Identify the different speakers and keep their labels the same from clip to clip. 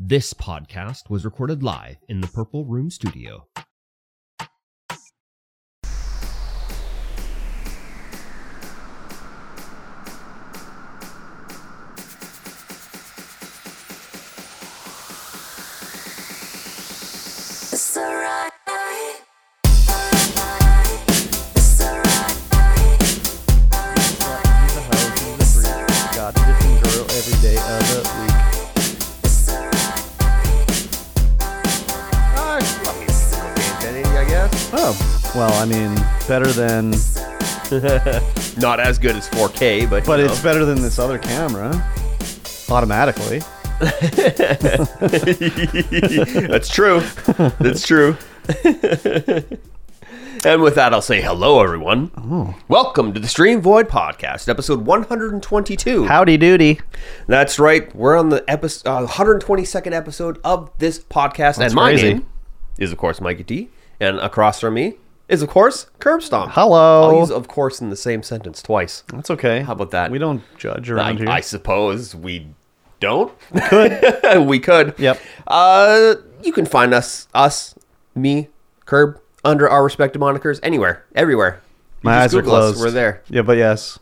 Speaker 1: This podcast was recorded live in the Purple Room Studio.
Speaker 2: It's alright. It's alright.
Speaker 3: He's a hoe, he's a freak. Got a different girl every day of the week.
Speaker 2: It's alright.
Speaker 3: I mean, identity, I guess.
Speaker 4: Oh, well, I mean, better than,
Speaker 3: Not as good as 4K, but
Speaker 4: but
Speaker 3: you
Speaker 4: it's better than this other camera. Automatically.
Speaker 3: know. that's true. That's true. and with that, I'll say hello, everyone.
Speaker 4: Oh.
Speaker 3: Welcome to the Stream Void Podcast, episode 122.
Speaker 4: Howdy doody.
Speaker 3: That's right. We're on the episode, uh, 122nd episode of this podcast, and my
Speaker 4: crazy.
Speaker 3: name is of course Micah D, and across from me is of course Curb Stomp.
Speaker 4: Hello.
Speaker 3: I'll use of course in the same sentence twice.
Speaker 4: That's okay.
Speaker 3: How about that?
Speaker 4: We don't judge around
Speaker 3: I,
Speaker 4: here.
Speaker 3: I suppose we don't. we could.
Speaker 4: Yep.
Speaker 3: Uh, you can find us, us, me, Curb, under our respective monikers anywhere, everywhere. You
Speaker 4: My
Speaker 3: just
Speaker 4: eyes are
Speaker 3: Google us,
Speaker 4: closed.
Speaker 3: We're there.
Speaker 4: Yeah, but yes.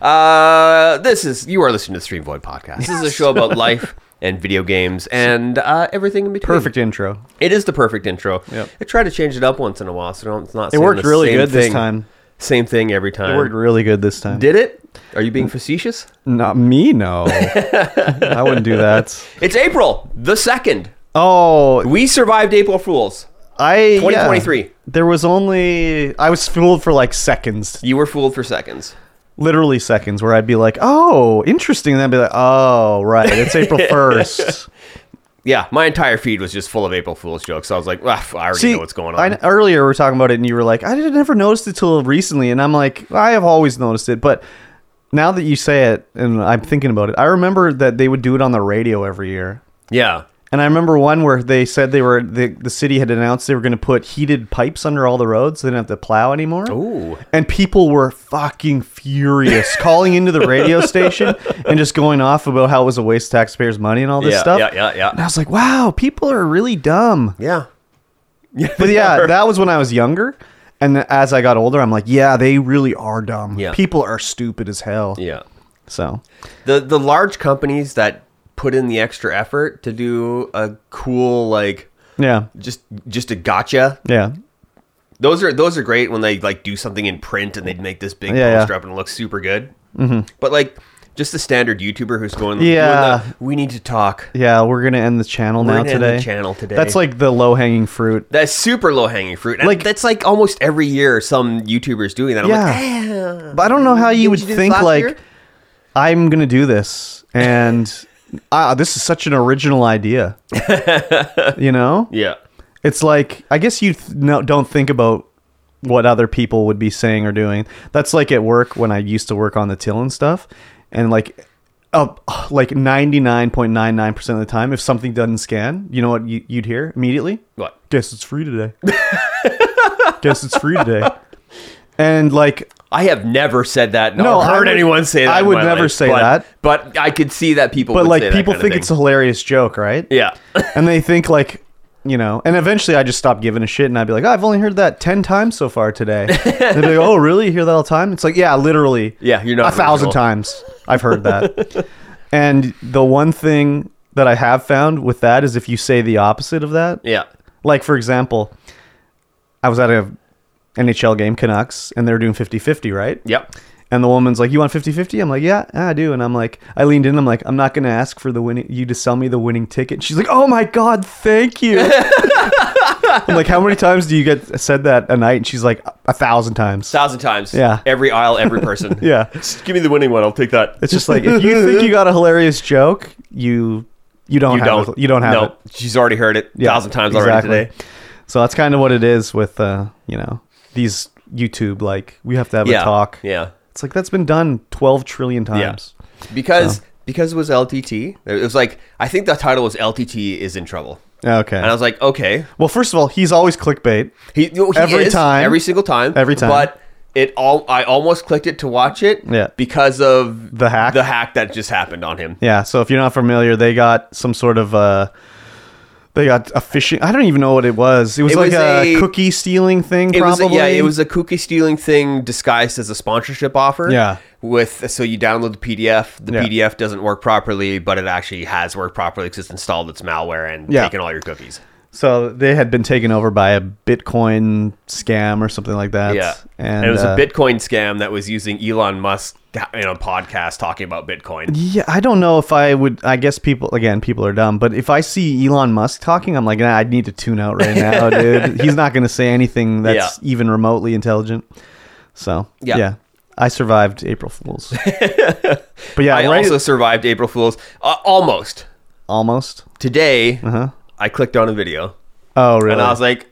Speaker 3: Uh, this is you are listening to the Stream Void podcast. This is a show about life and video games and uh, everything in between.
Speaker 4: Perfect intro.
Speaker 3: It is the perfect intro.
Speaker 4: Yep.
Speaker 3: I try to change it up once in a while, so don't, it's not.
Speaker 4: It
Speaker 3: saying
Speaker 4: worked
Speaker 3: the
Speaker 4: really
Speaker 3: same
Speaker 4: good this
Speaker 3: thing-
Speaker 4: time.
Speaker 3: Same thing every time.
Speaker 4: It worked really good this time.
Speaker 3: Did it? Are you being facetious?
Speaker 4: Not me, no. I wouldn't do that.
Speaker 3: It's April the second.
Speaker 4: Oh,
Speaker 3: We survived April Fools.
Speaker 4: I. yeah.
Speaker 3: 2023.
Speaker 4: There was only. I was fooled for like seconds.
Speaker 3: You were fooled for seconds.
Speaker 4: literally seconds where I'd be like, "Oh, interesting," and then I'd be like, "Oh, right, it's April 1st.
Speaker 3: Yeah, my entire feed was just full of April Fools jokes. I was like, "Ah, I already know what's going on.
Speaker 4: I, earlier we were talking about it, and you were like, "I didn't never noticed it till recently," and I'm like, "I have always noticed it," but now that you say it, and I'm thinking about it, I remember that they would do it on the radio every year.
Speaker 3: yeah,
Speaker 4: And I remember one where they said they were the, the city had announced they were going to put heated pipes under all the roads. So they didn't have to plow anymore.
Speaker 3: Ooh.
Speaker 4: And people were fucking furious, calling into the radio station and just going off about how it was a waste of taxpayers' money and all this
Speaker 3: Yeah,
Speaker 4: stuff.
Speaker 3: yeah, yeah, yeah.
Speaker 4: And I was like, wow, people are really dumb.
Speaker 3: yeah,
Speaker 4: But yeah, that was when I was younger. And as I got older, I'm like, yeah, they really are dumb.
Speaker 3: Yeah.
Speaker 4: People are stupid as hell.
Speaker 3: yeah."
Speaker 4: So
Speaker 3: The the large companies that put in the extra effort to do a cool like
Speaker 4: yeah,
Speaker 3: just just a gotcha.
Speaker 4: yeah.
Speaker 3: Those are those are great when they like do something in print and they'd make this big
Speaker 4: Yeah,
Speaker 3: poster
Speaker 4: yeah.
Speaker 3: up and it looks super good. Mm-hmm. But like just the standard YouTuber who's going, doing
Speaker 4: Yeah.
Speaker 3: the, we need to talk.
Speaker 4: Yeah, we're gonna end the channel now
Speaker 3: gonna end the
Speaker 4: today.
Speaker 3: channel today.
Speaker 4: That's like the low hanging fruit.
Speaker 3: That's super low hanging fruit. Like
Speaker 4: Like-
Speaker 3: that's like almost every year some YouTubers doing that. I'm
Speaker 4: Yeah,
Speaker 3: like,
Speaker 4: but I don't know how you would
Speaker 3: you do this
Speaker 4: think
Speaker 3: last
Speaker 4: like
Speaker 3: year?
Speaker 4: I'm gonna do this, and ah, this is such an original idea. you know,
Speaker 3: yeah,
Speaker 4: it's like I guess you th- no, don't think about what other people would be saying or doing. That's like at work when I used to work on the till and stuff, and like. Up like ninety nine point nine nine percent of the time, if something doesn't scan, you know what you- you'd hear immediately?
Speaker 3: what?
Speaker 4: guess it's free today. guess it's free today. And like,
Speaker 3: I have never said that. No,
Speaker 4: No,
Speaker 3: I've
Speaker 4: I
Speaker 3: heard
Speaker 4: would-
Speaker 3: anyone say that.
Speaker 4: I
Speaker 3: in
Speaker 4: would
Speaker 3: my
Speaker 4: never
Speaker 3: life,
Speaker 4: say
Speaker 3: but-
Speaker 4: that.
Speaker 3: But I could see that people.
Speaker 4: but
Speaker 3: would
Speaker 4: like
Speaker 3: say that
Speaker 4: people
Speaker 3: kind of
Speaker 4: think
Speaker 3: thing.
Speaker 4: it's a hilarious joke, right?
Speaker 3: yeah.
Speaker 4: And they think like, you know, and eventually I just stopped giving a shit and I'd be like, oh, I've only heard that 10 times so far today. And they'd be like, oh, really? You hear that all the time? It's like, yeah, literally.
Speaker 3: Yeah, you're not
Speaker 4: A thousand
Speaker 3: original.
Speaker 4: times I've heard that. and the one thing that I have found with that is if you say the opposite of that,
Speaker 3: yeah.
Speaker 4: Like for example, I was at a NHL game Canucks and they were doing 50-50, right?
Speaker 3: Yep.
Speaker 4: And the woman's like, "You want 50-50?" I'm like, "Yeah, I do." And I'm like, I leaned in, I'm like, "I'm not going to ask for the winning you to sell me the winning ticket." She's like, "Oh my god, thank you." I'm like, "How many times do you get said that a night?" And she's like, "A thousand times."
Speaker 3: Thousand times.
Speaker 4: Yeah.
Speaker 3: Every aisle, every person.
Speaker 4: Yeah.
Speaker 3: Just give me the winning one. I'll take that.
Speaker 4: It's just like if you think you got a hilarious joke, you you don't
Speaker 3: you
Speaker 4: have
Speaker 3: don't.
Speaker 4: It. you don't have
Speaker 3: no,
Speaker 4: it.
Speaker 3: She's already heard it
Speaker 4: Yeah,
Speaker 3: thousand times
Speaker 4: exactly.
Speaker 3: already today.
Speaker 4: So that's kind of what it is with uh, you know, these YouTube like we have to have
Speaker 3: Yeah.
Speaker 4: a talk.
Speaker 3: Yeah.
Speaker 4: It's like that's been done 12 trillion times.
Speaker 3: Because because it was LTT. It was like I think the title was LTT is in trouble.
Speaker 4: Okay.
Speaker 3: And I was like, okay,
Speaker 4: well, first of all, he's always clickbait.
Speaker 3: He, no, he
Speaker 4: Every
Speaker 3: is,
Speaker 4: time.
Speaker 3: every single time,
Speaker 4: Every time.
Speaker 3: But it all I almost clicked it to watch it
Speaker 4: Yeah.
Speaker 3: because of
Speaker 4: The hack?
Speaker 3: the hack that just happened on him.
Speaker 4: Yeah, so if you're not familiar, they got some sort of uh they got a fishing I don't even know what it was. It was
Speaker 3: It
Speaker 4: like
Speaker 3: was
Speaker 4: a,
Speaker 3: a-
Speaker 4: cookie stealing thing
Speaker 3: It was
Speaker 4: probably.
Speaker 3: a, yeah, it was a cookie stealing thing disguised as a sponsorship offer.
Speaker 4: Yeah.
Speaker 3: with so you download the PDF, the
Speaker 4: Yeah.
Speaker 3: PDF doesn't work properly, but it actually has worked properly because it's installed its malware and
Speaker 4: Yeah.
Speaker 3: taken all your cookies.
Speaker 4: so they had been taken over by a Bitcoin scam or something like that.
Speaker 3: Yeah,
Speaker 4: And,
Speaker 3: it was a
Speaker 4: uh,
Speaker 3: Bitcoin scam that was using Elon Musk in a podcast talking about Bitcoin.
Speaker 4: Yeah, I don't know if I would. I guess people again, people are dumb. But if I see Elon Musk talking, I'm like, nah, I need to tune out right now, dude. He's not going to say anything that's even remotely intelligent. So
Speaker 3: Yeah.
Speaker 4: yeah, I survived April Fools. but yeah,
Speaker 3: I
Speaker 4: right,
Speaker 3: also survived April Fools uh, almost
Speaker 4: almost.
Speaker 3: today. I clicked on a video
Speaker 4: Oh Uh-huh. really?
Speaker 3: and I was like,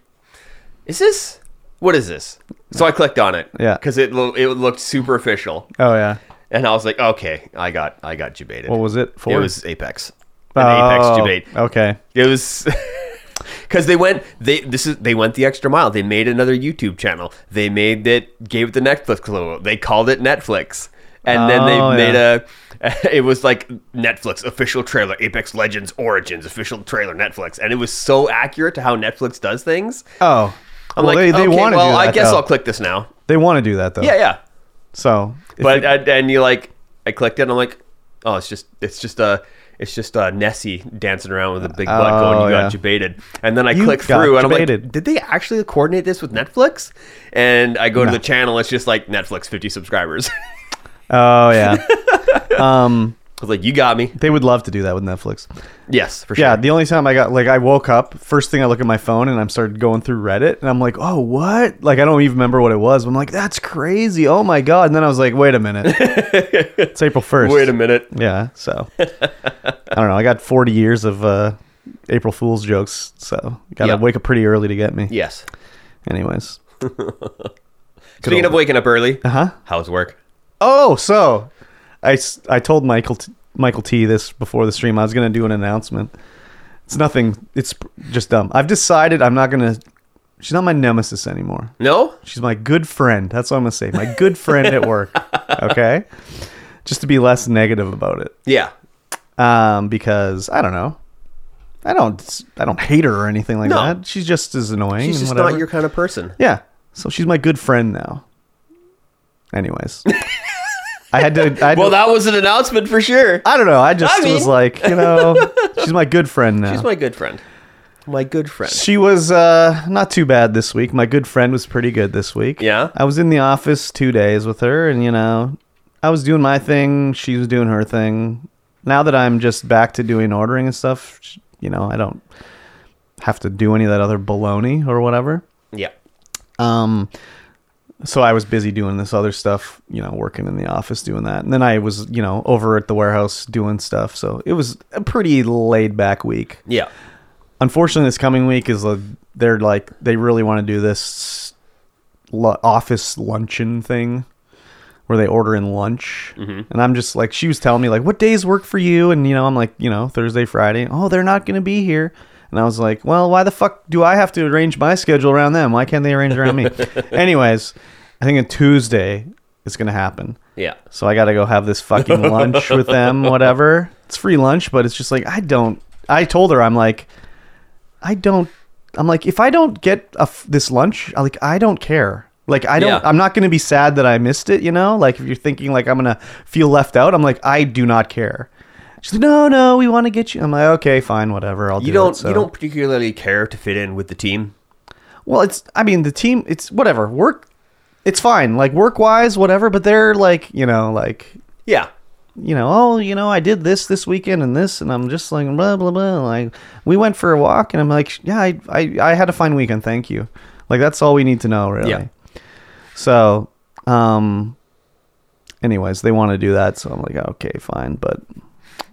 Speaker 3: "Is this what is this?" So I clicked on it,
Speaker 4: Yeah.
Speaker 3: because it lo- it looked super official,
Speaker 4: oh yeah.
Speaker 3: and I was like, "Okay, I got I got jubated."
Speaker 4: What was it for?
Speaker 3: It was Apex, an
Speaker 4: Oh,
Speaker 3: Apex jubate.
Speaker 4: Okay.
Speaker 3: It was because they went they this is they went the extra mile. They made another YouTube channel. They made it gave it the Netflix logo. They called it Netflix, and then they
Speaker 4: Oh, yeah.
Speaker 3: made a. It was like Netflix official trailer, Apex Legends Origins official trailer, Netflix, and it was so accurate to how Netflix does things.
Speaker 4: Oh,
Speaker 3: I'm
Speaker 4: Well,
Speaker 3: like, okay,
Speaker 4: wanna
Speaker 3: well,
Speaker 4: do
Speaker 3: I
Speaker 4: that,
Speaker 3: guess
Speaker 4: though.
Speaker 3: I'll click this now.
Speaker 4: They want to do that though.
Speaker 3: Yeah, yeah.
Speaker 4: So, if
Speaker 3: But
Speaker 4: you-
Speaker 3: and, and you like, I clicked it. and I'm like, oh, it's just, it's just uh it's just uh, Nessie dancing around with a big butt
Speaker 4: Oh,
Speaker 3: going, you got
Speaker 4: yeah.
Speaker 3: debated. And then I
Speaker 4: You
Speaker 3: click
Speaker 4: got
Speaker 3: through and I'm
Speaker 4: jubated.
Speaker 3: like, did they actually coordinate this with Netflix? And I go to the channel, it's just like Netflix 50 subscribers. I
Speaker 4: oh yeah,
Speaker 3: was like, you got me.
Speaker 4: they would love to do that with Netflix.
Speaker 3: Yes, for sure.
Speaker 4: Yeah, the only time I got like I woke up, first thing I look at my phone and I'm started going through Reddit and I'm like, "Oh, what?" Like I don't even remember what it was. But I'm like, "That's crazy. Oh my god." And then I was like, "Wait a minute. it's April 1st."
Speaker 3: Wait a minute.
Speaker 4: Yeah, so I don't know. I got 40 years of uh April Fools jokes, so got to
Speaker 3: Yeah.
Speaker 4: wake up pretty early to get me.
Speaker 3: Yes.
Speaker 4: Anyways.
Speaker 3: Speaking of
Speaker 4: old-
Speaker 3: waking up early,
Speaker 4: Uh-huh.
Speaker 3: how's work?
Speaker 4: Oh, so I, s- I told Michael t- Michael T this before the stream. I was going to do an announcement. It's nothing. It's p- just dumb. I've decided I'm not going to. She's not my nemesis anymore.
Speaker 3: No?
Speaker 4: She's my good friend. That's what I'm going to say. My good friend at work. Okay. Just to be less negative about it
Speaker 3: Yeah.
Speaker 4: um, because I don't know. I don't. I don't hate her or anything like
Speaker 3: No.
Speaker 4: that. She's just as annoying.
Speaker 3: She's
Speaker 4: and
Speaker 3: just
Speaker 4: whatever.
Speaker 3: not your kind of person.
Speaker 4: Yeah. So she's my good friend now. Anyways, I had to. I had
Speaker 3: Well,
Speaker 4: to,
Speaker 3: that was an announcement for sure.
Speaker 4: I don't know. I just
Speaker 3: I
Speaker 4: was
Speaker 3: mean-
Speaker 4: like, you know, she's my good friend now.
Speaker 3: She's my good friend. My good friend.
Speaker 4: she was uh, not too bad this week. My good friend was pretty good this week.
Speaker 3: Yeah?
Speaker 4: I was in the office two days with her, and you know, I was doing my thing. She was doing her thing. Now that I'm just back to doing ordering and stuff, sh- you know, I don't have to do any of that other baloney or whatever.
Speaker 3: Yeah.
Speaker 4: Um, so I was busy doing this other stuff, you know, working in the office doing that, and then I was, you know, over at the warehouse doing stuff. So it was a pretty laid back week
Speaker 3: Yeah.
Speaker 4: unfortunately this coming week is uh, they're like they really want to do this lu- office luncheon thing where they order in lunch and i'm just like she was telling me like what days work for you and you know i'm like you know thursday friday oh they're not going to be here and i was like well why the fuck do i have to arrange my schedule around them why can't they arrange around me anyways i think on tuesday it's going to happen
Speaker 3: Yeah.
Speaker 4: so I got to go have this fucking lunch with them, whatever. It's free lunch, but it's just like, I don't. I told her, I'm like, I don't. I'm like, if I don't get a f this lunch, I like, I don't care. Like, I don't.
Speaker 3: Yeah.
Speaker 4: I'm not going to be sad that I missed it, you know? Like, if you're thinking, like, I'm going to feel left out, I'm like, I do not care. She's like, no, no, we want to get you. I'm like, okay, fine, whatever. I'll do
Speaker 3: You
Speaker 4: it,
Speaker 3: don't
Speaker 4: so.
Speaker 3: you don't particularly care to fit in with the team.
Speaker 4: Well, it's I mean the team. It's whatever work. It's fine, like work wise, whatever. But they're like, you know, like
Speaker 3: Yeah.
Speaker 4: you know, oh, you know, I did this this weekend and this, and I'm just like blah blah blah. Like we went for a walk, and I'm like, yeah, I I, I had a fine weekend, thank you. Like that's all we need to know, really.
Speaker 3: Yeah.
Speaker 4: So, um, anyways, they want to do that, so I'm like, okay, fine, but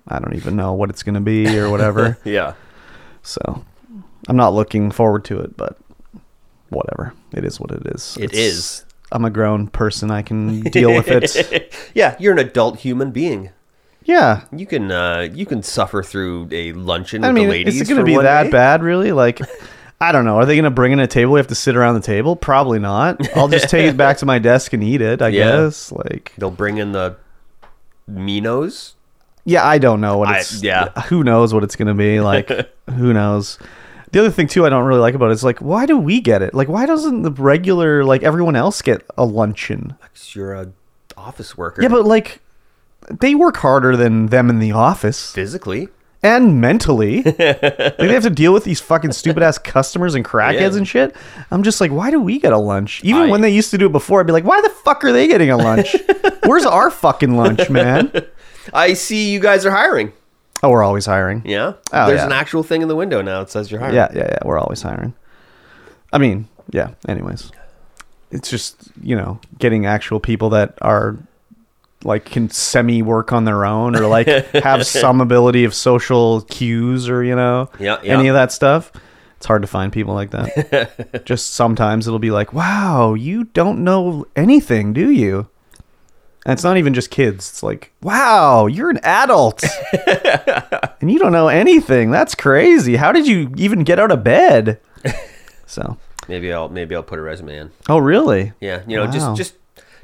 Speaker 4: I don't even know what it's gonna be or whatever.
Speaker 3: Yeah.
Speaker 4: so, I'm not looking forward to it, but whatever, it is what it is.
Speaker 3: It
Speaker 4: It
Speaker 3: is.
Speaker 4: I'm a grown person. I can deal with it.
Speaker 3: yeah, you're an adult human being.
Speaker 4: Yeah,
Speaker 3: You can uh you can suffer through a luncheon
Speaker 4: I
Speaker 3: with
Speaker 4: mean,
Speaker 3: the ladies.
Speaker 4: is it going
Speaker 3: for
Speaker 4: to be
Speaker 3: one
Speaker 4: that
Speaker 3: day.
Speaker 4: bad, really? Like, I don't know. Are they going to bring in a table? We have to sit around the table? Probably not. I'll just take it back to my desk and eat it. I
Speaker 3: Yeah.
Speaker 4: guess. Like,
Speaker 3: They'll bring in the Minos.
Speaker 4: yeah, I don't know what
Speaker 3: I-
Speaker 4: it's.
Speaker 3: yeah.
Speaker 4: Who knows what it's going to be? Like, who knows? The other thing too, I don't really like about it is like, why do we get it? Like, why doesn't the regular like everyone else get a luncheon?
Speaker 3: 'Cause You're a office worker.
Speaker 4: Yeah, but like, they work harder than them in the office.
Speaker 3: physically.
Speaker 4: and mentally. like they have to deal with these fucking stupid ass customers and crackheads
Speaker 3: Yeah.
Speaker 4: and shit. I'm just like, why do we get a lunch? Even
Speaker 3: I-
Speaker 4: when they used to do it before, I'd be like, why the fuck are they getting a lunch? Where's our fucking lunch, man?
Speaker 3: I see you guys are hiring.
Speaker 4: Oh, we're always hiring. Yeah,
Speaker 3: Yeah.
Speaker 4: Oh,
Speaker 3: There's
Speaker 4: yeah.
Speaker 3: an actual thing in the window now. It says you're hiring.
Speaker 4: yeah, yeah. We're always hiring. I mean, yeah. Anyways, it's just you know getting actual people that are like can semi work on their own or like have some ability of social cues or you know
Speaker 3: Yeah, yeah.
Speaker 4: any of that stuff. It's hard to find people like that. just sometimes it'll be like, wow, you don't know anything, do you? And it's not even just kids. It's like, wow, you're an adult and you don't know anything. That's crazy. How did you even get out of bed? so,
Speaker 3: Maybe I'll maybe I'll put a resume in.
Speaker 4: oh, really?
Speaker 3: Yeah. You know,
Speaker 4: Wow.
Speaker 3: just just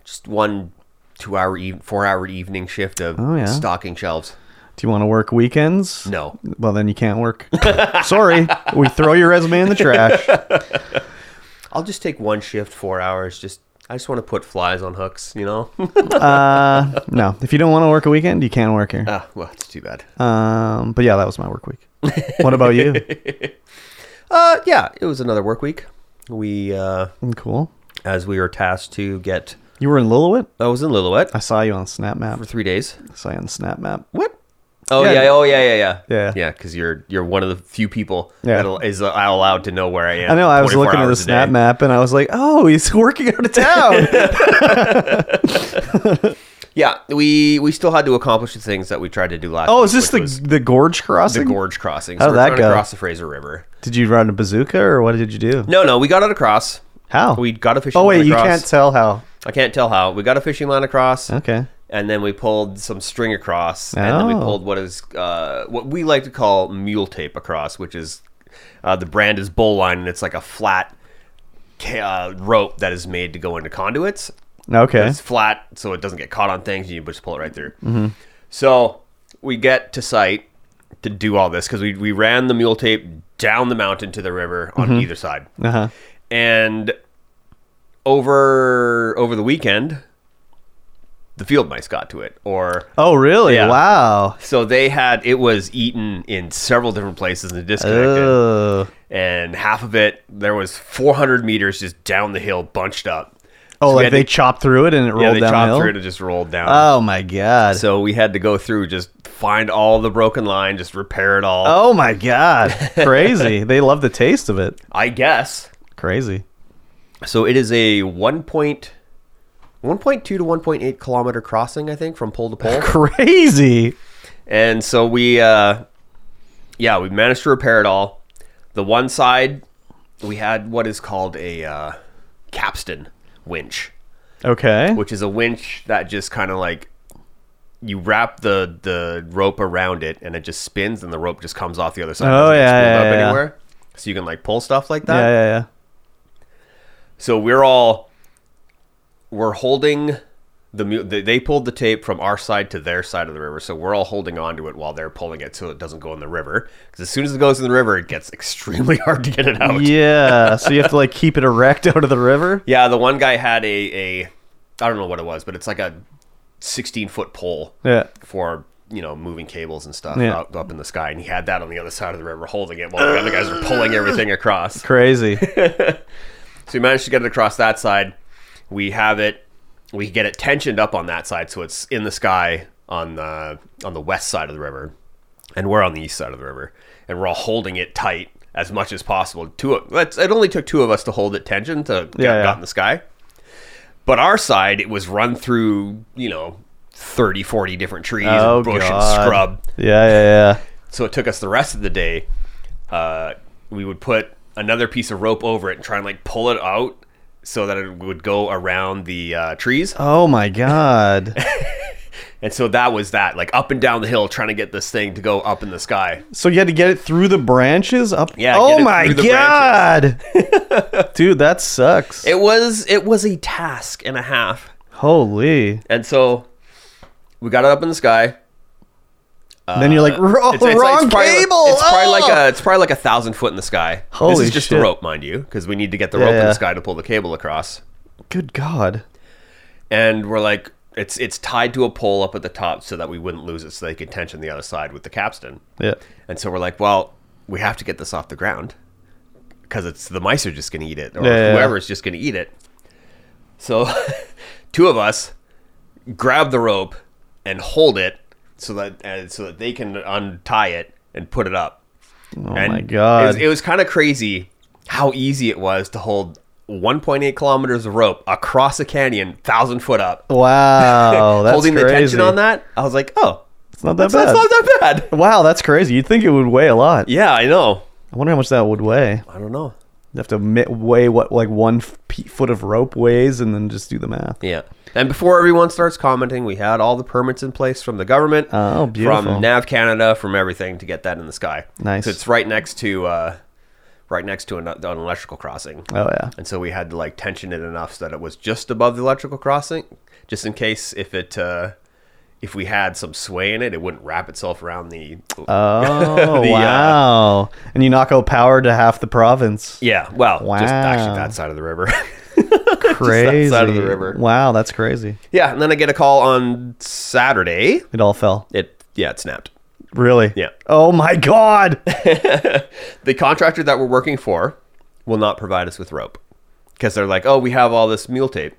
Speaker 3: just one two hour e- four hour evening shift of
Speaker 4: Oh, yeah.
Speaker 3: stocking shelves.
Speaker 4: Do you want to work weekends?
Speaker 3: No.
Speaker 4: Well, then you can't work. Sorry. We throw your resume in the trash.
Speaker 3: I'll just take one shift, four hours. Just I just want to put flies on hooks. You know.
Speaker 4: Uh, no. If you don't want to work a weekend, you can't work here.
Speaker 3: ah, well, it's too bad.
Speaker 4: Um, but yeah, that was my work week. What about you?
Speaker 3: Uh, yeah. It was another work week. We uh,
Speaker 4: Mm, cool.
Speaker 3: as we were tasked to get.
Speaker 4: You were in Lillooet?
Speaker 3: I was in Lillooet
Speaker 4: I saw you on Snap Map.
Speaker 3: for three days.
Speaker 4: I saw you on Snap Map.
Speaker 3: What? Oh
Speaker 4: Yeah.
Speaker 3: yeah. Oh yeah. Yeah. Yeah.
Speaker 4: Yeah.
Speaker 3: Yeah. Because you're you're one of the few people
Speaker 4: Yeah.
Speaker 3: that is allowed to know where I am.
Speaker 4: I know. I was
Speaker 3: 24
Speaker 4: looking at the
Speaker 3: hours a day.
Speaker 4: Snap Map and I was like, oh, he's working out of town.
Speaker 3: Yeah. We we still had to accomplish the things that we tried to do last.
Speaker 4: oh,
Speaker 3: week,
Speaker 4: is this the,
Speaker 3: which was
Speaker 4: the gorge
Speaker 3: the
Speaker 4: crossing?
Speaker 3: gorge crossing?
Speaker 4: How'd
Speaker 3: we're
Speaker 4: that
Speaker 3: trying to
Speaker 4: go?
Speaker 3: Cross the Fraser River.
Speaker 4: Did you run a bazooka or what did you do?
Speaker 3: No, no. We got it across.
Speaker 4: How?
Speaker 3: We got a fishing.
Speaker 4: oh, wait,
Speaker 3: line
Speaker 4: you
Speaker 3: across.
Speaker 4: can't tell how.
Speaker 3: I can't tell how. We got a fishing line across.
Speaker 4: Okay.
Speaker 3: and then we pulled some string across, and then we
Speaker 4: Oh.
Speaker 3: pulled what is uh, what we like to call mule tape across, which is uh, the brand is bull line, and it's like a flat ca- uh, rope that is made to go into conduits.
Speaker 4: Okay. Mm-hmm.
Speaker 3: It's flat, so it doesn't get caught on things, and you just pull it right through. So we get to site to do all this because we we ran the mule tape down the mountain to the river on either side,
Speaker 4: Uh huh.
Speaker 3: and over over the weekend. The field mice got to it, or
Speaker 4: Oh, really?
Speaker 3: Yeah.
Speaker 4: Wow.
Speaker 3: so they had it was eaten in several different places and disconnected,
Speaker 4: Ugh.
Speaker 3: and half of it there was 400 meters just down the hill, bunched up. So
Speaker 4: Oh,
Speaker 3: we
Speaker 4: like
Speaker 3: had
Speaker 4: they
Speaker 3: to-
Speaker 4: chopped through it and it
Speaker 3: yeah,
Speaker 4: rolled
Speaker 3: they
Speaker 4: down
Speaker 3: chopped
Speaker 4: the
Speaker 3: through
Speaker 4: hill?
Speaker 3: it and just rolled down.
Speaker 4: Oh, my God.
Speaker 3: so we had to go through just find all the broken line, just repair it all.
Speaker 4: oh, my God. Crazy. they love the taste of it.
Speaker 3: I guess.
Speaker 4: Crazy.
Speaker 3: So it is a one point. 1.2 to 1.8 kilometer crossing, I think, from pole to pole.
Speaker 4: Crazy.
Speaker 3: And so we, uh, yeah, we managed to repair it all. The one side, we had what is called a uh, capstan winch,
Speaker 4: Okay.
Speaker 3: which is a winch that just kind of like you wrap the the rope around it, and it just spins, and the rope just comes off the other side. It
Speaker 4: Oh,
Speaker 3: doesn't
Speaker 4: yeah,
Speaker 3: screw
Speaker 4: yeah,
Speaker 3: up
Speaker 4: yeah.
Speaker 3: anywhere. So you can like pull stuff like that.
Speaker 4: Yeah, yeah, yeah.
Speaker 3: So we're all we're holding the mu- they they pulled the tape from our side to their side of the river, so we're all holding on to it while they're pulling it so it doesn't go in the river. Because as soon as it goes in the river, it gets extremely hard to get it out. Yeah,
Speaker 4: Yeah. so you have to like keep it erect out of the river.
Speaker 3: the one guy had a a I don't know what it was, but it's like a sixteen foot pole
Speaker 4: Yeah.
Speaker 3: for you know moving cables and stuff
Speaker 4: Yeah.
Speaker 3: up, up in the sky, and he had that on the other side of the river holding it while the other guys were pulling everything across.
Speaker 4: Crazy.
Speaker 3: So we managed to get it across that side. We have it. We get it tensioned up on that side, so it's in the sky on the on the west side of the river, and we're on the east side of the river, and we're all holding it tight as much as possible. Two. of- that's- It only took two of us to hold it tensioned to get,
Speaker 4: Yeah, yeah.
Speaker 3: got in the sky. But our side, it was run through, you know, 30, 40 different trees,
Speaker 4: Oh,
Speaker 3: and bush
Speaker 4: God.
Speaker 3: and scrub.
Speaker 4: Yeah, yeah,
Speaker 3: So it took us the rest of the day. Uh, we would put another piece of rope over it and try and like pull it out so that it would go around the uh, trees.
Speaker 4: Oh my god.
Speaker 3: And so that was that, like up and down the hill, trying to get this thing to go up in the sky.
Speaker 4: So you had to get it through the branches up.
Speaker 3: Yeah,
Speaker 4: Oh
Speaker 3: get it
Speaker 4: my
Speaker 3: through the
Speaker 4: god, dude, that sucks.
Speaker 3: It was it was a task and a half.
Speaker 4: Holy.
Speaker 3: And so we got it up in the sky.
Speaker 4: then you're like,
Speaker 3: Uh,
Speaker 4: "Wrong-
Speaker 3: probably
Speaker 4: wrong
Speaker 3: like-
Speaker 4: cable.
Speaker 3: it's probably like
Speaker 4: oh!"
Speaker 3: a it's probably like a thousand foot in the sky.
Speaker 4: Holy
Speaker 3: this is just
Speaker 4: shit.
Speaker 3: the rope, mind you, because we need to get the
Speaker 4: Yeah,
Speaker 3: rope in
Speaker 4: yeah.
Speaker 3: the sky to pull the cable across.
Speaker 4: Good god.
Speaker 3: And we're like, it's it's tied to a pole up at the top so that we wouldn't lose it, so they could tension the other side with the capstan.
Speaker 4: Yeah.
Speaker 3: And so we're like, well, we have to get this off the ground because it's the mice are just going to eat it, or
Speaker 4: Yeah, yeah, yeah.
Speaker 3: whoever's just going to eat it. So, two of us grab the rope and hold it so that uh, so that they can untie it and put it up.
Speaker 4: Oh
Speaker 3: And
Speaker 4: my
Speaker 3: it
Speaker 4: god.
Speaker 3: was, it was kind of crazy how easy it was to hold 1.8 kilometers of rope across a canyon, thousand foot up.
Speaker 4: wow. Oh, That's
Speaker 3: Holding
Speaker 4: crazy.
Speaker 3: the tension on that, I was like, oh,
Speaker 4: It's not that
Speaker 3: that's
Speaker 4: bad.
Speaker 3: not that bad.
Speaker 4: Wow, that's crazy. You'd think it would weigh a lot.
Speaker 3: Yeah, I know.
Speaker 4: I wonder how much that would weigh.
Speaker 3: I don't know.
Speaker 4: You have to mi- weigh what like one f- pe- foot of rope weighs, and then just do the math.
Speaker 3: Yeah. And before everyone starts commenting, we had all the permits in place from the government,
Speaker 4: Oh, beautiful.
Speaker 3: from Nav Canada, from everything to get that in the sky.
Speaker 4: Nice.
Speaker 3: So it's right next to uh, right next to an, an electrical crossing.
Speaker 4: Oh yeah.
Speaker 3: And so we had to like tension it enough so that it was just above the electrical crossing, just in case if it uh, if we had some sway in it, it wouldn't wrap itself around the.
Speaker 4: Oh
Speaker 3: The, uh,
Speaker 4: wow. and you knock out power to half the province.
Speaker 3: yeah. Well, just
Speaker 4: Wow.
Speaker 3: actually that side of the river.
Speaker 4: Crazy.
Speaker 3: outside of the river.
Speaker 4: Wow, that's crazy.
Speaker 3: yeah. And then I get a call on Saturday.
Speaker 4: It all fell.
Speaker 3: It yeah, it snapped.
Speaker 4: Really?
Speaker 3: Yeah.
Speaker 4: Oh my god.
Speaker 3: the contractor that we're working for will not provide us with rope because they're like, oh, we have all this mule tape.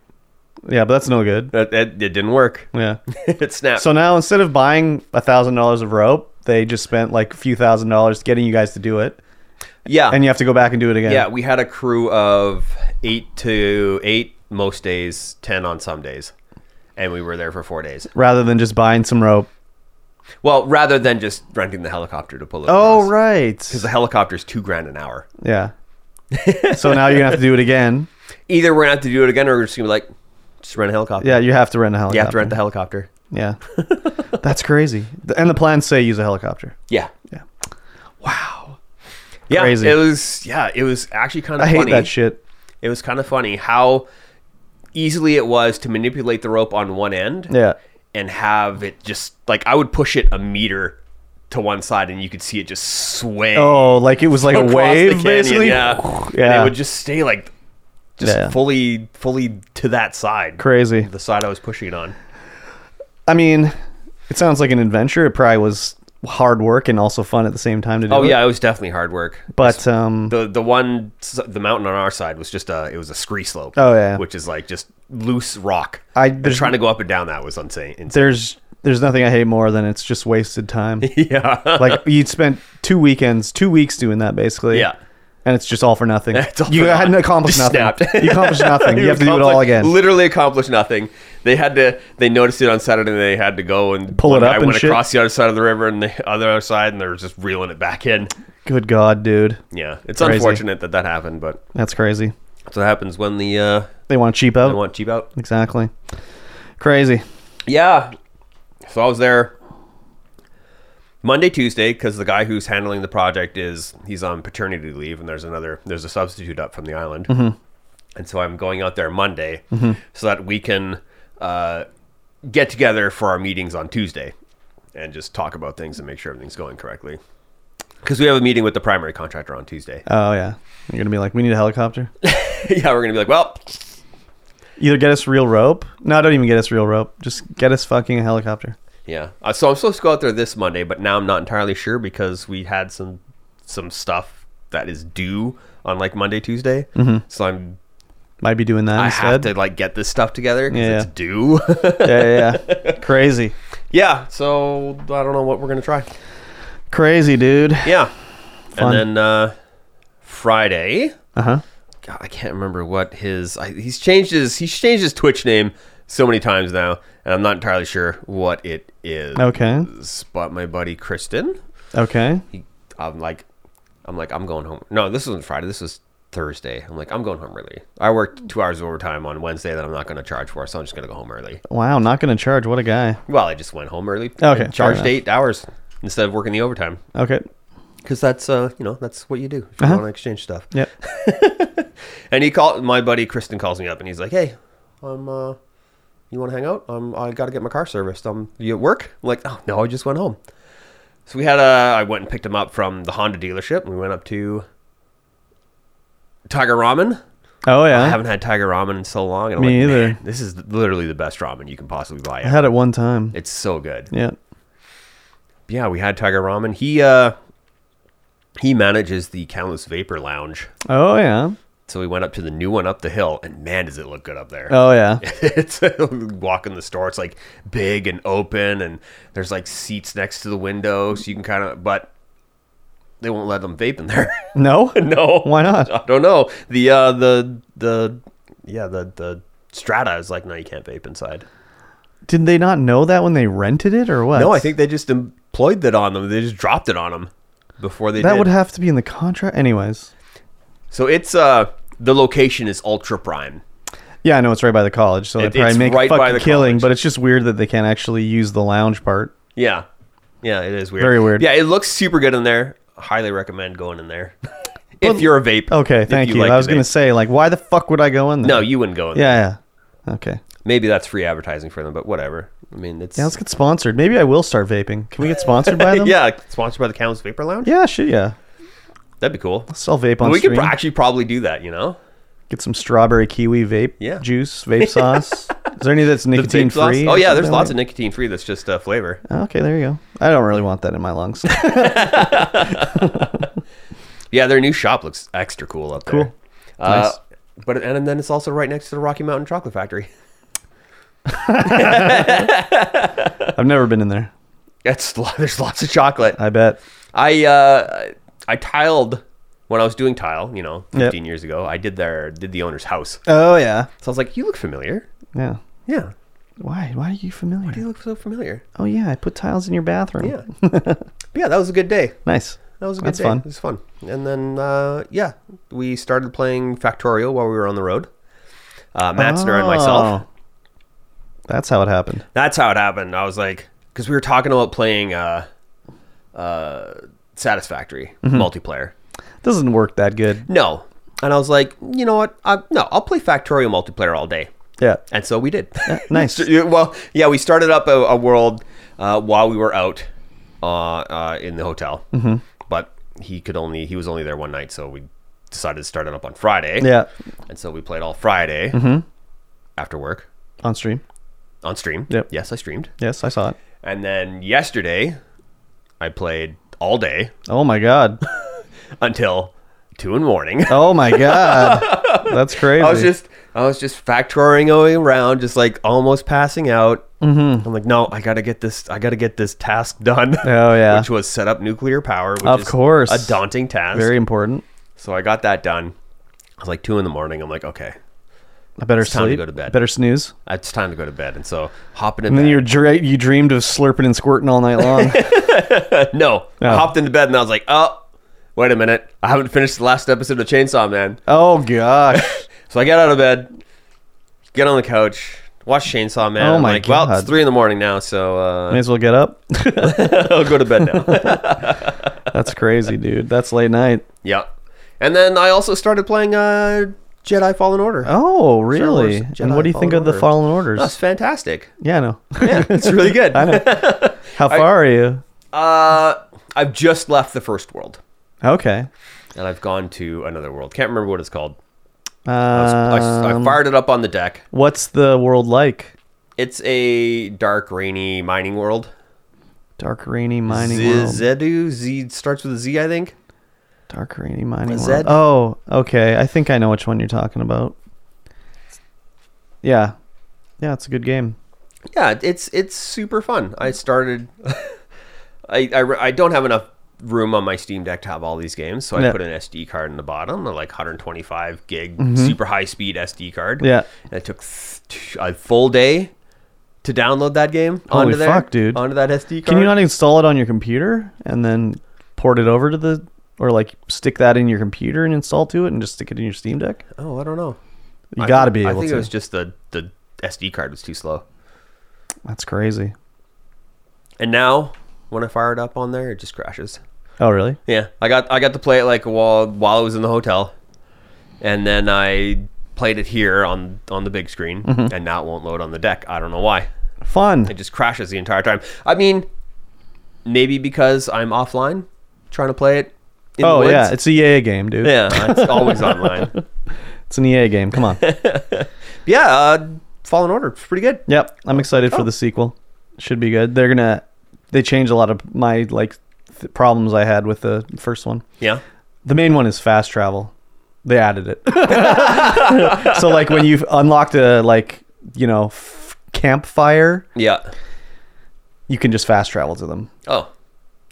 Speaker 4: yeah, but that's no good.
Speaker 3: It, it, it didn't work.
Speaker 4: Yeah.
Speaker 3: it snapped.
Speaker 4: So now instead of buying a thousand dollars of rope, they just spent like a few thousand dollars getting you guys to do it,
Speaker 3: yeah,
Speaker 4: and you have to go back and do it again.
Speaker 3: yeah, we had a crew of eight to eight most days, ten on some days, and we were there for four days.
Speaker 4: Rather than just buying some rope.
Speaker 3: Well, rather than just renting the helicopter to pull it.
Speaker 4: Oh right.
Speaker 3: because the helicopter's two grand an hour.
Speaker 4: Yeah. so now you're gonna have to do it again.
Speaker 3: Either we're gonna have to do it again, or we're just gonna be like, just rent a helicopter.
Speaker 4: Yeah, you have to rent a helicopter.
Speaker 3: you have to rent the helicopter.
Speaker 4: Yeah. That's crazy. Th- And the plans say use a helicopter.
Speaker 3: Yeah.
Speaker 4: Yeah.
Speaker 3: Wow. Yeah,
Speaker 4: Crazy.
Speaker 3: it was. Yeah, it was actually kind
Speaker 4: I
Speaker 3: of.
Speaker 4: hate
Speaker 3: funny.
Speaker 4: that shit.
Speaker 3: It was kind of funny how easily it was to manipulate the rope on one end
Speaker 4: Yeah.
Speaker 3: and have it just like I would push it a meter to one side and you could see it just sway
Speaker 4: Oh, like it was like a
Speaker 3: across the
Speaker 4: wave,
Speaker 3: canyon,
Speaker 4: basically.
Speaker 3: Yeah. And
Speaker 4: Yeah.
Speaker 3: it would just stay like just
Speaker 4: Yeah.
Speaker 3: fully fully to that side.
Speaker 4: Crazy.
Speaker 3: The side I was pushing it on.
Speaker 4: I mean, it sounds like an adventure. It probably was hard work and also fun at the same time to do.
Speaker 3: Oh
Speaker 4: it.
Speaker 3: yeah, it was definitely hard work.
Speaker 4: But um,
Speaker 3: the the one s- the mountain on our side was just a it was a scree slope.
Speaker 4: Oh, yeah.
Speaker 3: which is like just loose rock.
Speaker 4: I-
Speaker 3: And
Speaker 4: there's-
Speaker 3: trying to go up and down that was insane. insane.
Speaker 4: there's there's nothing I hate more than it's just wasted time.
Speaker 3: Yeah,
Speaker 4: like you'd spent two weekends, two weeks doing that basically.
Speaker 3: Yeah.
Speaker 4: And it's just all for nothing.
Speaker 3: It's all
Speaker 4: you
Speaker 3: for
Speaker 4: hadn't
Speaker 3: nothing.
Speaker 4: accomplished
Speaker 3: Just
Speaker 4: nothing.
Speaker 3: snapped.
Speaker 4: You accomplished nothing. you have to do it
Speaker 3: accomplished-
Speaker 4: all again.
Speaker 3: Literally accomplished nothing. They had to. They noticed it on Saturday. and They had to go and
Speaker 4: Pull
Speaker 3: one
Speaker 4: it
Speaker 3: guy
Speaker 4: up and
Speaker 3: went
Speaker 4: shit?
Speaker 3: across the other side of the river and the other side, and they were just reeling it back in.
Speaker 4: Good God, dude.
Speaker 3: Yeah, it's
Speaker 4: Crazy.
Speaker 3: unfortunate that that happened, but
Speaker 4: That's crazy.
Speaker 3: that's what happens when the uh,
Speaker 4: They want cheap out.
Speaker 3: they want cheap out.
Speaker 4: exactly. Crazy.
Speaker 3: Yeah. So I was there Monday, Tuesday, because the guy who's handling the project is he's on paternity leave, and there's another there's a substitute up from the island, and so I'm going out there Monday so that we can uh, get together for our meetings on Tuesday and just talk about things and make sure everything's going correctly. Because we have a meeting with the primary contractor on Tuesday.
Speaker 4: Oh yeah. You're gonna be like, we need a helicopter.
Speaker 3: yeah, we're gonna be like, well,
Speaker 4: Either get us real rope. No, don't even get us real rope. Just get us fucking a helicopter.
Speaker 3: Yeah. Uh, so I'm supposed to go out there this Monday, but now I'm not entirely sure because we had some some stuff that is due on like Monday, Tuesday. Mm-hmm. So I'm
Speaker 4: Might be doing that
Speaker 3: I have
Speaker 4: instead.
Speaker 3: to like get this stuff together because
Speaker 4: Yeah.
Speaker 3: it's due.
Speaker 4: yeah, yeah, yeah. Crazy.
Speaker 3: yeah. So I don't know what we're gonna try.
Speaker 4: Crazy, dude.
Speaker 3: Yeah.
Speaker 4: Fun.
Speaker 3: And then uh, Friday.
Speaker 4: Uh huh.
Speaker 3: God, I can't remember what his I, he's changed his he's changed his Twitch name so many times now, and I'm not entirely sure what it is.
Speaker 4: Okay.
Speaker 3: But my buddy Kristen
Speaker 4: Okay.
Speaker 3: he, I'm like, I'm like, I'm going home. No, this wasn't Friday. This was Thursday. I'm like, I'm going home early. I worked two hours of overtime on Wednesday that I'm not going to charge for, so I'm just going to go home early.
Speaker 4: Wow, not going to charge. What a guy.
Speaker 3: Well, I just went home early.
Speaker 4: Okay,
Speaker 3: I
Speaker 4: fair
Speaker 3: charged
Speaker 4: enough.
Speaker 3: eight hours instead of working the overtime
Speaker 4: Okay.
Speaker 3: because that's uh, you know that's what you do if you
Speaker 4: Uh-huh.
Speaker 3: want to exchange stuff.
Speaker 4: Yep.
Speaker 3: And he called my buddy Kristen calls me up and he's like, "Hey, I'm uh, you want to hang out? Um, I got to get my car serviced. Um, you at work?" I'm like, "Oh no, I just went home." So we had a. I went and picked him up from the Honda dealership. and We went up to Tiger Ramen.
Speaker 4: Oh yeah.
Speaker 3: I haven't had Tiger Ramen in so long. And I'm
Speaker 4: Me
Speaker 3: like,
Speaker 4: either.
Speaker 3: "Man, this is literally the best ramen you can possibly buy.
Speaker 4: I had it one time.
Speaker 3: It's so good.
Speaker 4: Yeah.
Speaker 3: Yeah, we had Tiger Ramen. He uh, he manages the Countless Vapor Lounge.
Speaker 4: Oh yeah.
Speaker 3: So we went up to the new one up the hill, and man, does it look good up there.
Speaker 4: Oh yeah.
Speaker 3: it's walk in the store. It's like big and open, and there's like seats next to the window, so you can kind of. But they won't let them vape in there.
Speaker 4: No.
Speaker 3: no,
Speaker 4: Why not?
Speaker 3: I don't know. The uh, the the yeah the the strata is like no, you can't vape inside.
Speaker 4: Did they not know that when they rented it or what?
Speaker 3: no, I think they just employed that on them. They just dropped it on them before they
Speaker 4: that
Speaker 3: did.
Speaker 4: would have to be in the contract. Anyways.
Speaker 3: so it's uh the location is ultra prime.
Speaker 4: Yeah, I know it's right by the college, so
Speaker 3: It-
Speaker 4: they probably
Speaker 3: it's
Speaker 4: make
Speaker 3: right by
Speaker 4: fucking
Speaker 3: the
Speaker 4: killing.
Speaker 3: college.
Speaker 4: But it's just weird that they can't actually use the lounge part.
Speaker 3: Yeah, yeah, it is weird.
Speaker 4: Very weird.
Speaker 3: Yeah, it looks super good in there. Highly recommend going in there. If you're a vape,
Speaker 4: Okay,
Speaker 3: If
Speaker 4: thank you.
Speaker 3: like
Speaker 4: I
Speaker 3: to
Speaker 4: was gonna
Speaker 3: vape.
Speaker 4: say like, why the fuck would I go in there?
Speaker 3: No, you wouldn't go in. there.
Speaker 4: Yeah, yeah. Okay.
Speaker 3: Maybe that's free advertising for them, but whatever. I mean, it's
Speaker 4: Yeah, let's get sponsored. Maybe I will start vaping. Can we get sponsored by them?
Speaker 3: yeah, sponsored by the Counts Vapor Lounge.
Speaker 4: Yeah. Shit. Yeah.
Speaker 3: That'd be cool.
Speaker 4: Sell vape on
Speaker 3: we
Speaker 4: stream.
Speaker 3: could actually probably do that. You know,
Speaker 4: Get some strawberry kiwi vape
Speaker 3: Yeah.
Speaker 4: juice, vape sauce. Is there any that's
Speaker 3: The
Speaker 4: nicotine
Speaker 3: vape sauce-
Speaker 4: free?
Speaker 3: Oh yeah, there's lots of nicotine free. That's just uh, flavor.
Speaker 4: of. Okay, there you go. I don't really want that in my lungs.
Speaker 3: Yeah, their new shop looks extra cool up there.
Speaker 4: Cool.
Speaker 3: Uh,
Speaker 4: Nice.
Speaker 3: But and, then it's also right next to the Rocky Mountain Chocolate Factory.
Speaker 4: I've never been in there.
Speaker 3: That's lo- there's lots of chocolate.
Speaker 4: I bet.
Speaker 3: I uh, I tiled when I was doing tile. You know,
Speaker 4: Yep.
Speaker 3: 15 years ago. I did their did the owner's house.
Speaker 4: Oh yeah.
Speaker 3: So I was like, you look familiar.
Speaker 4: Yeah.
Speaker 3: Yeah,
Speaker 4: Why? Why are you familiar?
Speaker 3: you look so familiar.
Speaker 4: Oh yeah, I put tiles in your bathroom.
Speaker 3: Yeah. but yeah, that was a good day.
Speaker 4: Nice.
Speaker 3: That was a good
Speaker 4: That's
Speaker 3: day.
Speaker 4: fun.
Speaker 3: It was fun. And then, uh, yeah, we started playing Factorio while we were on the road. Uh, Matzner and myself.
Speaker 4: Oh. That's how it happened.
Speaker 3: That's how it happened. I was like, because we were talking about playing uh, uh, Satisfactory
Speaker 4: Mm-hmm.
Speaker 3: multiplayer.
Speaker 4: Doesn't work that good.
Speaker 3: No. And I was like, you know what? I, no, I'll play Factorio multiplayer all day.
Speaker 4: Yeah.
Speaker 3: And so we did.
Speaker 4: Nice.
Speaker 3: So, yeah, well, yeah, we started up a, a world uh, while we were out uh, uh, in the hotel, mm-hmm. but he could only he was only there one night, so we decided to start it up on Friday.
Speaker 4: Yeah. Mm-hmm.
Speaker 3: and so we played all Friday after work
Speaker 4: On stream.
Speaker 3: on stream.
Speaker 4: Yep.
Speaker 3: Yes, I streamed,
Speaker 4: Yes, I saw it.
Speaker 3: and then yesterday I played all day
Speaker 4: Oh my god.
Speaker 3: until two in the morning.
Speaker 4: Oh my god. That's crazy.
Speaker 3: I was just I was just factoring away around, just like almost passing out. Mm-hmm. I'm like, no, I gotta get this. I gotta get this task done.
Speaker 4: Oh, yeah.
Speaker 3: which was set up nuclear power. Which
Speaker 4: Of
Speaker 3: is
Speaker 4: course.
Speaker 3: a daunting task.
Speaker 4: very important.
Speaker 3: So I got that done. It was like two in the morning. I'm like, okay,
Speaker 4: I better
Speaker 3: time to
Speaker 4: sleep.
Speaker 3: go to bed.
Speaker 4: Better snooze.
Speaker 3: it's time to go to bed. And so hopping in
Speaker 4: And then
Speaker 3: bed.
Speaker 4: you're dre- you dreamed of slurping and squirting all night long.
Speaker 3: no, I
Speaker 4: Oh.
Speaker 3: hopped into bed and I was like, oh, wait a minute, I haven't finished the last episode of Chainsaw Man.
Speaker 4: oh gosh.
Speaker 3: So I get out of bed, get on the couch. Watch Chainsaw Man.
Speaker 4: Oh,
Speaker 3: I'm
Speaker 4: my
Speaker 3: like, Well, it's
Speaker 4: God.
Speaker 3: three in the morning now, so
Speaker 4: May
Speaker 3: uh,
Speaker 4: as well get up.
Speaker 3: I'll go to bed now.
Speaker 4: That's crazy, dude. That's late night.
Speaker 3: Yeah. And then I also started playing uh, Jedi Fallen Order.
Speaker 4: Oh,
Speaker 3: Wars
Speaker 4: really?
Speaker 3: Jedi
Speaker 4: And what do you think
Speaker 3: Fallen
Speaker 4: of the
Speaker 3: Order.
Speaker 4: Fallen
Speaker 3: That's
Speaker 4: Orders?
Speaker 3: fantastic.
Speaker 4: Yeah, I know.
Speaker 3: Yeah, it's really good. I know.
Speaker 4: How far are you?
Speaker 3: Uh, I've just left the first world
Speaker 4: Okay.
Speaker 3: and I've gone to another world. Can't remember what it's called. I, was- I s- I
Speaker 4: Um,
Speaker 3: fired it up on the deck.
Speaker 4: what's the world like?
Speaker 3: It's a dark, rainy mining world.
Speaker 4: Dark rainy mining
Speaker 3: Z-
Speaker 4: world.
Speaker 3: Zedu Z starts with a Z, I think.
Speaker 4: Dark rainy mining
Speaker 3: Is
Speaker 4: world.
Speaker 3: that-
Speaker 4: Oh, okay. I think I know which one you're talking about. Yeah. Yeah, it's a good game.
Speaker 3: Yeah, it's it's super fun. I started. I, I re- I don't have enough room on my Steam Deck to have all these games, so I
Speaker 4: Yeah.
Speaker 3: put an SD card in the bottom, a like 125 gig super high speed SD card.
Speaker 4: Mm-hmm. Yeah.
Speaker 3: and it took th- t- a full day to download that game
Speaker 4: Holy
Speaker 3: onto there,
Speaker 4: fuck, dude.
Speaker 3: onto that SD card.
Speaker 4: Can you not install it on your computer and then port it over to the or like stick that in your computer and install to it and just stick it in your Steam Deck?
Speaker 3: Oh, I don't know.
Speaker 4: You
Speaker 3: I
Speaker 4: got to
Speaker 3: think-
Speaker 4: be able
Speaker 3: I think
Speaker 4: to.
Speaker 3: it was just the the SD card was too slow.
Speaker 4: That's crazy.
Speaker 3: And now when I fire it up on there, it just crashes.
Speaker 4: Oh, really?
Speaker 3: Yeah, I got I got to play it like while while I was in the hotel, and then I played it here on on the big screen,
Speaker 4: Mm-hmm.
Speaker 3: and now it won't load on the deck. I don't know why.
Speaker 4: Fun.
Speaker 3: It just crashes the entire time. I mean, maybe because I'm offline trying to play it. In the
Speaker 4: Oh
Speaker 3: woods.
Speaker 4: yeah, it's a EA game, dude.
Speaker 3: yeah, it's always online.
Speaker 4: It's an EA game. Come on.
Speaker 3: Yeah, uh, Fallen Order, it's pretty good.
Speaker 4: Yep, I'm excited
Speaker 3: Oh.
Speaker 4: for the sequel. Should be good. They're gonna they change a lot of my like th- problems I had with the first one.
Speaker 3: Yeah,
Speaker 4: The main one is fast travel. They added it. so like when you've unlocked a like you know f- campfire,
Speaker 3: yeah.
Speaker 4: you can just fast travel to them
Speaker 3: Oh,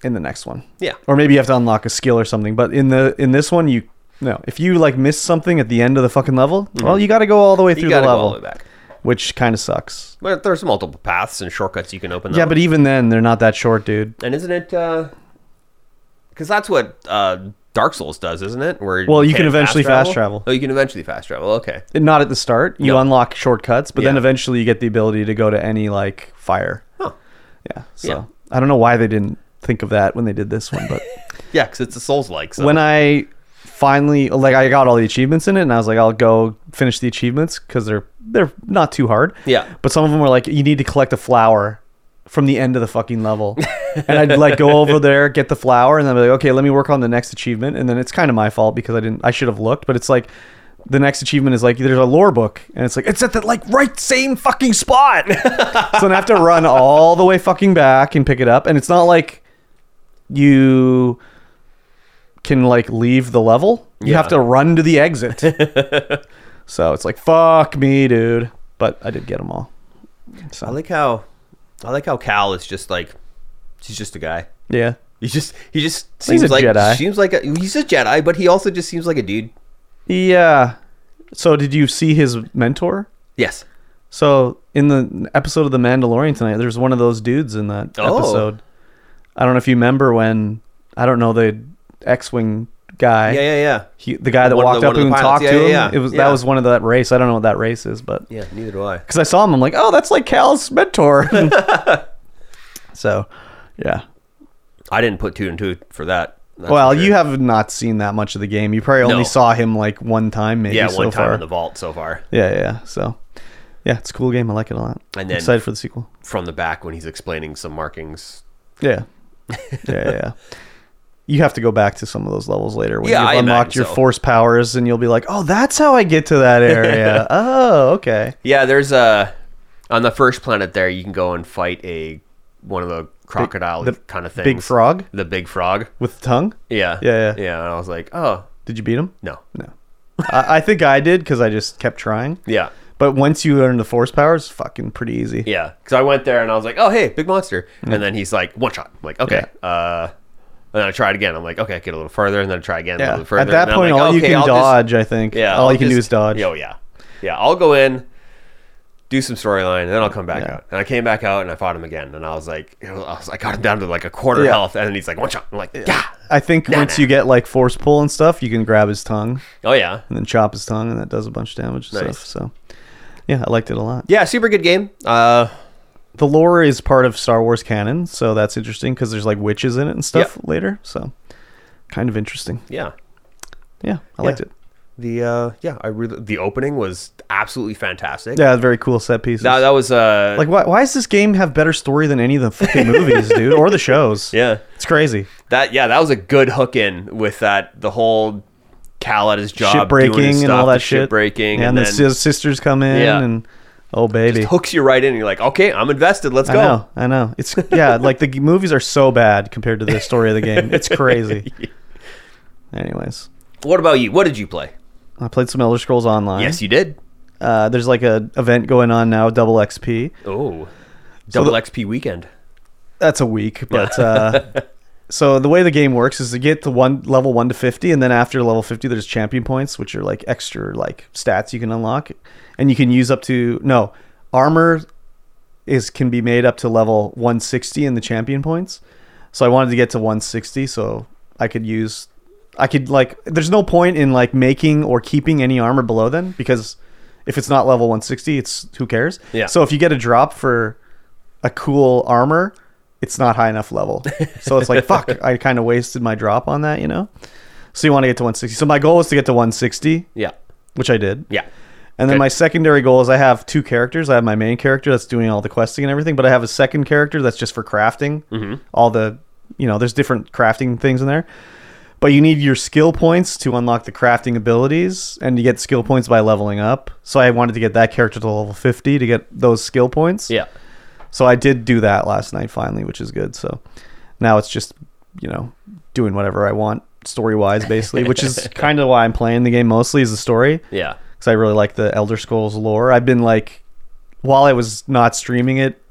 Speaker 4: in the next one.
Speaker 3: yeah.
Speaker 4: Or maybe you have to unlock a skill or something. But in the in this one, you no. If you like miss something at the end of the fucking level, well, you got to go all the way
Speaker 3: Hmm. You
Speaker 4: through the
Speaker 3: gotta go all
Speaker 4: level,
Speaker 3: the way back.
Speaker 4: which kind of sucks.
Speaker 3: But there's multiple paths and shortcuts you can open.
Speaker 4: Yeah,
Speaker 3: up.
Speaker 4: but even then, they're not that short, dude.
Speaker 3: And isn't it? Because that's what uh, Dark Souls does, isn't it? Where
Speaker 4: Well, you can eventually fast travel.
Speaker 3: Oh, you can eventually fast travel. Okay.
Speaker 4: not at the start. You
Speaker 3: Yeah.
Speaker 4: unlock shortcuts, but then
Speaker 3: Yeah.
Speaker 4: eventually you get the ability to go to any like fire.
Speaker 3: Huh.
Speaker 4: Yeah. So
Speaker 3: Yeah.
Speaker 4: I don't know why they didn't think of that when they did this one, but
Speaker 3: Yeah, because it's a Souls like. So.
Speaker 4: when I finally like I got all the achievements in it, and I was like, I'll go finish the achievements because they're they're not too hard.
Speaker 3: Yeah.
Speaker 4: But some of them were like, you need to collect a flower from the end of the fucking level. and I'd like go over there, get the flower, and then be like, okay, let me work on the next achievement. And then it's kind of my fault because I didn't, I should have looked, but it's like, the next achievement is like there's a lore book and it's like it's at the like right same fucking spot. so then I have to run all the way fucking back and pick it up. And it's not like you can like leave the level. You
Speaker 3: Yeah.
Speaker 4: have to run to the exit. so it's like fuck me, dude. But I did get them all. So
Speaker 3: I like how I like how Cal is just like he's just a guy.
Speaker 4: yeah,
Speaker 3: He just he just
Speaker 4: He's
Speaker 3: seems
Speaker 4: a
Speaker 3: like
Speaker 4: Jedi.
Speaker 3: seems like a, he's a Jedi, but he also just seems like a dude.
Speaker 4: yeah. So did you see his mentor?
Speaker 3: Yes.
Speaker 4: So in the episode of The Mandalorian tonight, there's one of those dudes in that
Speaker 3: Oh.
Speaker 4: episode. I don't know if you remember when I don't know the X-wing guy.
Speaker 3: Yeah, yeah, yeah.
Speaker 4: He, the guy that
Speaker 3: One of
Speaker 4: walked
Speaker 3: the-
Speaker 4: up
Speaker 3: one of the
Speaker 4: and
Speaker 3: pilots.
Speaker 4: talked
Speaker 3: Yeah,
Speaker 4: to
Speaker 3: yeah,
Speaker 4: him.
Speaker 3: yeah.
Speaker 4: It was
Speaker 3: Yeah.
Speaker 4: that was one of that race. I don't know what that race is, but
Speaker 3: Yeah, neither do I.
Speaker 4: because I saw him, I'm like, oh, that's like Cal's mentor. so, yeah.
Speaker 3: I didn't put two and two for that. that's
Speaker 4: well,
Speaker 3: for sure.
Speaker 4: you have not seen that much of the game. You probably only
Speaker 3: No.
Speaker 4: saw him like one time, maybe.
Speaker 3: yeah
Speaker 4: so
Speaker 3: one time
Speaker 4: far.
Speaker 3: in the vault so far.
Speaker 4: yeah, yeah. So, yeah, it's a cool game. I like it a lot.
Speaker 3: And then-
Speaker 4: excited for the sequel.
Speaker 3: From the back when he's explaining some markings
Speaker 4: Yeah. Yeah, yeah, yeah. You have to go back to some of those levels later when
Speaker 3: Yeah, I
Speaker 4: you've
Speaker 3: imagine
Speaker 4: unlocked your
Speaker 3: so.
Speaker 4: force powers, and you'll be like, "Oh, that's how I get to that area." oh, okay.
Speaker 3: Yeah, there's a on the first planet there you can go and fight a one of the crocodile
Speaker 4: the
Speaker 3: kind of things.
Speaker 4: big frog?
Speaker 3: The big frog.
Speaker 4: With tongue?
Speaker 3: Yeah.
Speaker 4: Yeah, yeah.
Speaker 3: Yeah. And I was like, oh
Speaker 4: Did you beat him?
Speaker 3: no.
Speaker 4: No. I, I think I did because I just kept trying.
Speaker 3: Yeah.
Speaker 4: But once you learn the force powers, it's fucking pretty easy.
Speaker 3: Yeah. Because I went there and I was like, oh hey, big monster.
Speaker 4: Mm.
Speaker 3: And then he's like, one shot. I'm like, okay. Uh and then I tried again. I'm like, okay, get a little further, and then try again a
Speaker 4: Yeah.
Speaker 3: little further.
Speaker 4: At that
Speaker 3: and I'm
Speaker 4: point,
Speaker 3: like,
Speaker 4: all you
Speaker 3: okay,
Speaker 4: can
Speaker 3: I'll just-
Speaker 4: dodge, I think.
Speaker 3: yeah,
Speaker 4: All
Speaker 3: I'll
Speaker 4: you can do
Speaker 3: just-
Speaker 4: is dodge.
Speaker 3: Oh yeah, yeah. I'll go in, do some storyline, and then I'll come back
Speaker 4: Yeah.
Speaker 3: out. And I came back out and I fought him again, and I was like, I was, I got him down to like a quarter
Speaker 4: Yeah.
Speaker 3: health, and then he's like one shot. I'm like, yeah.
Speaker 4: I think once you get like force pull and stuff, you can grab his tongue
Speaker 3: Oh yeah,
Speaker 4: and then chop his tongue, and that does a bunch of damage and
Speaker 3: Nice.
Speaker 4: stuff. So, yeah, I liked it a lot.
Speaker 3: yeah. Super good game. Uh,
Speaker 4: the lore is part of Star Wars canon, so that's interesting because there's like witches in it and stuff later. So kind of interesting.
Speaker 3: yeah.
Speaker 4: Yeah, I liked it.
Speaker 3: The uh, yeah, I really the opening was absolutely fantastic.
Speaker 4: Yeah, very cool set pieces.
Speaker 3: That, that was uh,
Speaker 4: like, why, why does this game have better story than any of the fucking movies, dude, or the shows?
Speaker 3: yeah.
Speaker 4: it's crazy.
Speaker 3: That yeah, that was a good hook in with that the whole Cal at his job
Speaker 4: ship breaking
Speaker 3: doing his
Speaker 4: and
Speaker 3: stuff,
Speaker 4: all that
Speaker 3: the
Speaker 4: shit.
Speaker 3: ship breaking,
Speaker 4: and,
Speaker 3: and,
Speaker 4: the
Speaker 3: then
Speaker 4: sis- sisters come in,
Speaker 3: Yeah.
Speaker 4: and oh baby,
Speaker 3: hooks you right in. And you're like, okay, I'm invested. Let's
Speaker 4: I
Speaker 3: go.
Speaker 4: know, I know. It's yeah, like the g- movies are so bad compared to the story of the game. It's crazy. Anyways,
Speaker 3: What about you? What did you play?
Speaker 4: I played some Elder Scrolls Online.
Speaker 3: Yes, you did.
Speaker 4: uh, there's like a event going on now, double XP.
Speaker 3: Oh, double
Speaker 4: the-
Speaker 3: XP weekend.
Speaker 4: that's a week, but uh, so the way the game works is to get to one level one to fifty, and then after level fifty, there's champion points, which are like extra like stats you can unlock, and you can use up to no armor is can be made up to level one sixty in the champion points. So I wanted to get to one sixty, so I could use I could like there's no point in like making or keeping any armor below then because if it's not level 160, it's who cares.
Speaker 3: Yeah.
Speaker 4: So if you get a drop for a cool armor, it's not high enough level. So it's like fuck, I kind of wasted my drop on that, you know. So you want to get to 160. So my goal is to get to 160,
Speaker 3: Yeah.
Speaker 4: which I did.
Speaker 3: Yeah.
Speaker 4: And then
Speaker 3: Good.
Speaker 4: my secondary goal is I have two characters. I have my main character that's doing all the questing and everything, but I have a second character that's just for crafting. Mm-hmm. All the, you know, there's different crafting things in there. But you need your skill points to unlock the crafting abilities, and you get skill points by leveling up. So I wanted to get that character to level 50 to get those skill points.
Speaker 3: Yeah.
Speaker 4: So I did do that last night finally, which is good. So now it's just, you know, doing whatever I want story wise, basically, which is kind of why I'm playing the game mostly is the story
Speaker 3: Yeah.
Speaker 4: because I really like the Elder Scrolls lore. I've been like, while I was not streaming it,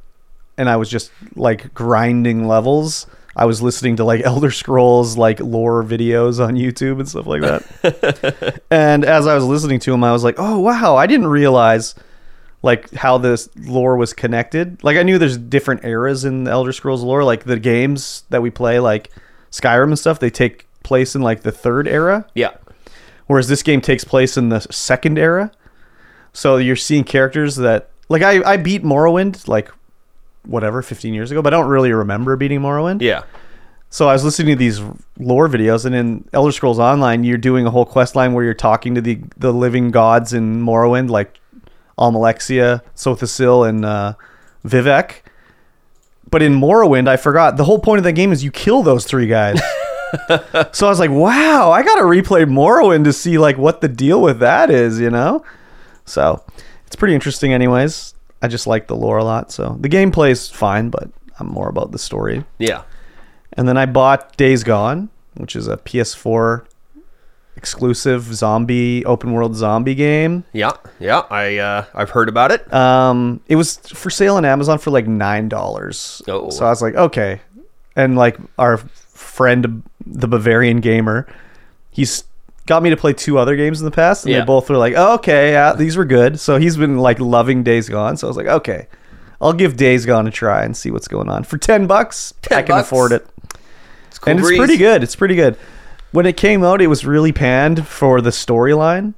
Speaker 4: and I was just like grinding levels. I was listening to like Elder Scrolls like lore videos on YouTube and stuff like that. and as I was listening to them, I was like, "Oh wow, I didn't realize like how this lore was connected. Like I knew there's different eras in the Elder Scrolls lore, like the games that we play like Skyrim and stuff, they take place in like the third era
Speaker 3: Yeah.
Speaker 4: whereas this game takes place in the second era. So you're seeing characters that like I, I beat Morrowind like whatever 15 years ago, but I don't really remember beating Morrowind.
Speaker 3: Yeah.
Speaker 4: So I was listening to these lore videos, and in Elder Scrolls Online, you're doing a whole quest line where you're talking to the the living gods in Morrowind, like Almalexia, Sothisil, and uh, Vivek. But in Morrowind, I forgot the whole point of the game is you kill those three guys. so I was like, wow, I gotta replay Morrowind to see like what the deal with that is, you know? So it's pretty interesting, anyways. I just like the lore a lot. So the gameplay is fine, but I'm more about the story.
Speaker 3: Yeah.
Speaker 4: And then I bought Days Gone, which is a PS4 exclusive zombie open world zombie game.
Speaker 3: Yeah. Yeah. I uh, I've heard about it.
Speaker 4: Um, it was for sale on Amazon for like nine dollars.
Speaker 3: Oh.
Speaker 4: So I was like, okay. And like our friend, the Bavarian gamer, he's got me to play two other games in the past, and
Speaker 3: Yeah.
Speaker 4: they both were like, oh, okay, yeah, these were good. So he's been like loving Days Gone. So I was like, okay, I'll give Days Gone a try and see what's going on. For ten bucks,
Speaker 3: 10
Speaker 4: I can
Speaker 3: bucks?
Speaker 4: afford it
Speaker 3: It's cool
Speaker 4: and it's
Speaker 3: breeze.
Speaker 4: pretty good. It's pretty good. When it came out, it was really panned for the storyline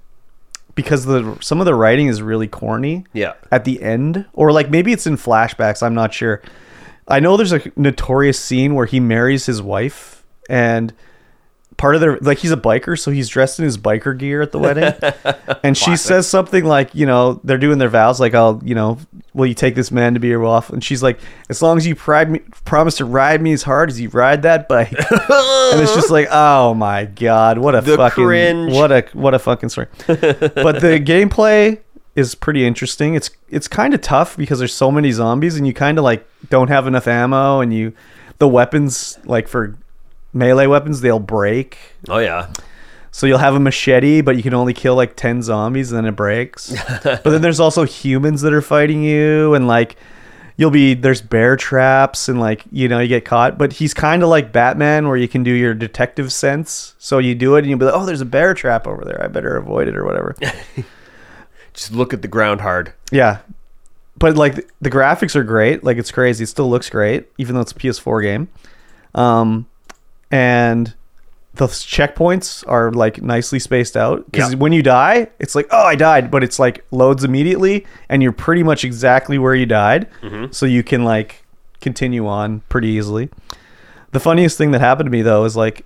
Speaker 4: because the some of the writing is really corny.
Speaker 3: Yeah.
Speaker 4: At the end, or like maybe it's in flashbacks. I'm not sure. I know there's a notorious scene where he marries his wife, and part of their like he's a biker, so he's dressed in his biker gear at the wedding, and she says something like, you know, they're doing their vows, like, I'll, you know, will you take this man to be your wife? And she's like, as long as you pride me, promise to ride me as hard as you ride that bike, and it's just like, oh my god, what a
Speaker 3: The
Speaker 4: fucking
Speaker 3: cringe.
Speaker 4: what a what a fucking story. but the gameplay is pretty interesting. It's it's kind of tough because there's so many zombies and you kind of like don't have enough ammo and you the weapons like for melee weapons they'll break.
Speaker 3: Oh yeah.
Speaker 4: So you'll have a machete, but you can only kill like ten zombies, and then it breaks. but then there's also humans that are fighting you, and like you'll be there's bear traps, and like you know you get caught. But he's kind of like Batman, where you can do your detective sense. So you do it, and you'll be like, oh, there's a bear trap over there. I better avoid it or whatever.
Speaker 3: Just look at the ground hard.
Speaker 4: yeah, but like the, the graphics are great. Like it's crazy. It still looks great, even though it's a PS4 game. Um, and the checkpoints are like nicely spaced out because
Speaker 3: Yeah.
Speaker 4: when you die, it's like oh I died, but it's like loads immediately, and you're pretty much exactly where you died, so you can like continue on pretty easily. The funniest thing that happened to me though is like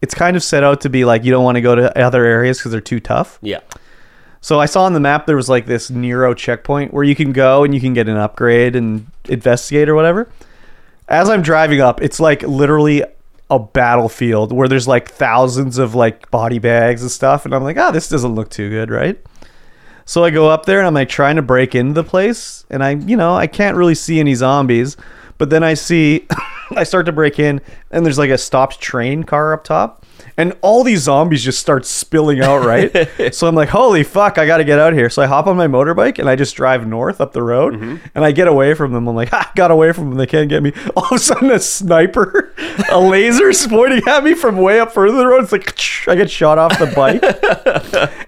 Speaker 4: it's kind of set out to be like you don't want to go to other areas because they're too tough.
Speaker 3: Yeah.
Speaker 4: So I saw on the map there was like this Nero checkpoint where you can go and you can get an upgrade and investigate or whatever. As I'm driving up, it's like literally a battlefield where there's like thousands of like body bags and stuff, and I'm like, ah, this doesn't look too good, right? So I go up there and I'm like trying to break into the place, and I, you know, I can't really see any zombies, but then I see, I start to break in, and there's like a stopped train car up top, and all these zombies just start spilling out, right? so I'm like, holy fuck, I gotta get out of here. So I hop on my motorbike and I just drive north up the road, and I get away from them. I'm like, ha, got away from them. They can't get me. All of a sudden, a sniper, a laser is pointing at me from way up further the road. It's like, I get shot off the bike.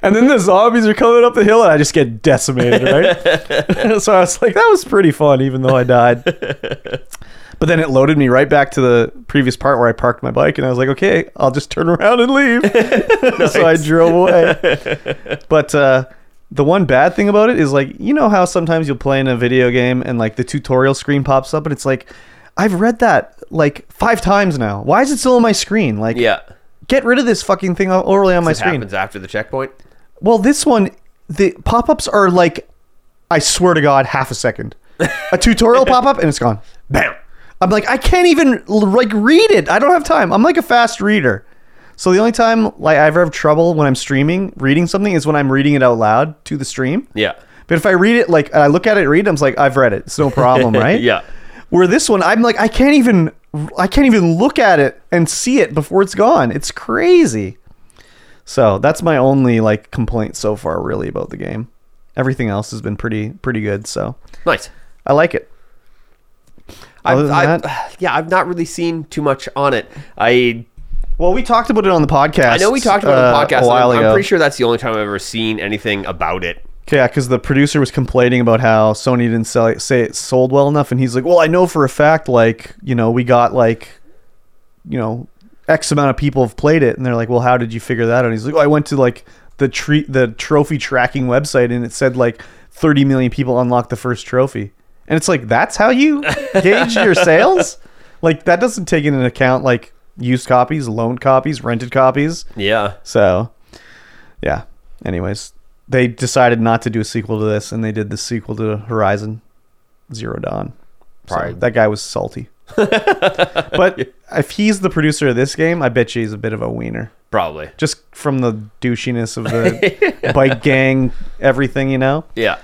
Speaker 4: And then the zombies are coming up the hill, and I just get decimated, right? so I was like, that was pretty fun, even though I died. But then it loaded me right back to the previous part where I parked my bike, and I was like, okay, I'll just turn around and leave. So I drove away. but uh, the one bad thing about it is like, you know how sometimes you'll play in a video game and like the tutorial screen pops up, and it's like, I've read that like five times now. Why is it still on my screen? Like,
Speaker 3: Yeah.
Speaker 4: get rid of this fucking thing overlay on my
Speaker 3: It
Speaker 4: screen.
Speaker 3: happens after the checkpoint.
Speaker 4: Well, this one, the pop ups are like, I swear to God, half a second. A tutorial pop up and it's gone.
Speaker 3: Bam.
Speaker 4: I'm like, I can't even like read it. I don't have time. I'm like a fast reader. So the only time like I ever have trouble when I'm streaming, reading something is when I'm reading it out loud to the stream.
Speaker 3: Yeah.
Speaker 4: But if I read it, like I look at it, read, it, I'm just like, I've read it. It's no problem, right?
Speaker 3: Yeah.
Speaker 4: Where this one, I'm like, I can't even, I can't even look at it and see it before it's gone. It's crazy. So that's my only like complaint so far, really, about the game. Everything else has been pretty, pretty good. So
Speaker 3: Nice.
Speaker 4: I like it. Other than
Speaker 3: I've,
Speaker 4: that,
Speaker 3: yeah, I've not really seen too much on it. I
Speaker 4: well, we talked about it on the podcast.
Speaker 3: I know we talked about
Speaker 4: uh,
Speaker 3: it on the podcast.
Speaker 4: a
Speaker 3: and
Speaker 4: while
Speaker 3: I'm,
Speaker 4: ago.
Speaker 3: I'm pretty sure that's the only time I've ever seen anything about it.
Speaker 4: Yeah, because the producer was complaining about how Sony didn't sell it, say it sold well enough, and he's like, "Well, I know for a fact, like you know, we got like, you know, X amount of people have played it," and they're like, "Well, how did you figure that out?" And he's like, "Oh, I went to like the tree, the trophy tracking website, and it said like 30 million people unlocked the first trophy," and it's like, "That's how you gauge your sales? Like that doesn't take into account like used copies, loaned copies, rented copies."
Speaker 3: Yeah.
Speaker 4: So, yeah. Anyways, they decided not to do a sequel to this, and they did the sequel to Horizon Zero Dawn. So
Speaker 3: Probably-
Speaker 4: that guy was salty. but if he's the producer of this game, I bet you he's a bit of a wiener.
Speaker 3: Probably.
Speaker 4: Just from the douchiness of the bike gang, everything, you know?
Speaker 3: Yeah.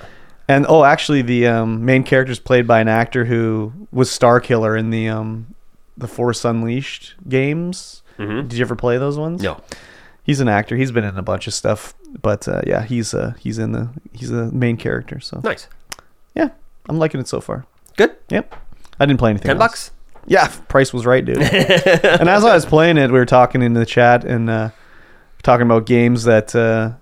Speaker 4: And oh, actually, the um, main character is played by an actor who was Star Killer in the um, the Force Unleashed games. Did you ever play those ones?
Speaker 3: No.
Speaker 4: he's an actor. He's been in a bunch of stuff, but uh, yeah, he's uh, he's in the he's the main character. So
Speaker 3: Nice.
Speaker 4: yeah, I'm liking it so far.
Speaker 3: Good.
Speaker 4: Yep, I didn't play anything.
Speaker 3: Ten
Speaker 4: else.
Speaker 3: bucks.
Speaker 4: Yeah, price was right, dude. and as I was playing it, we were talking in the chat and uh, talking about games that uh,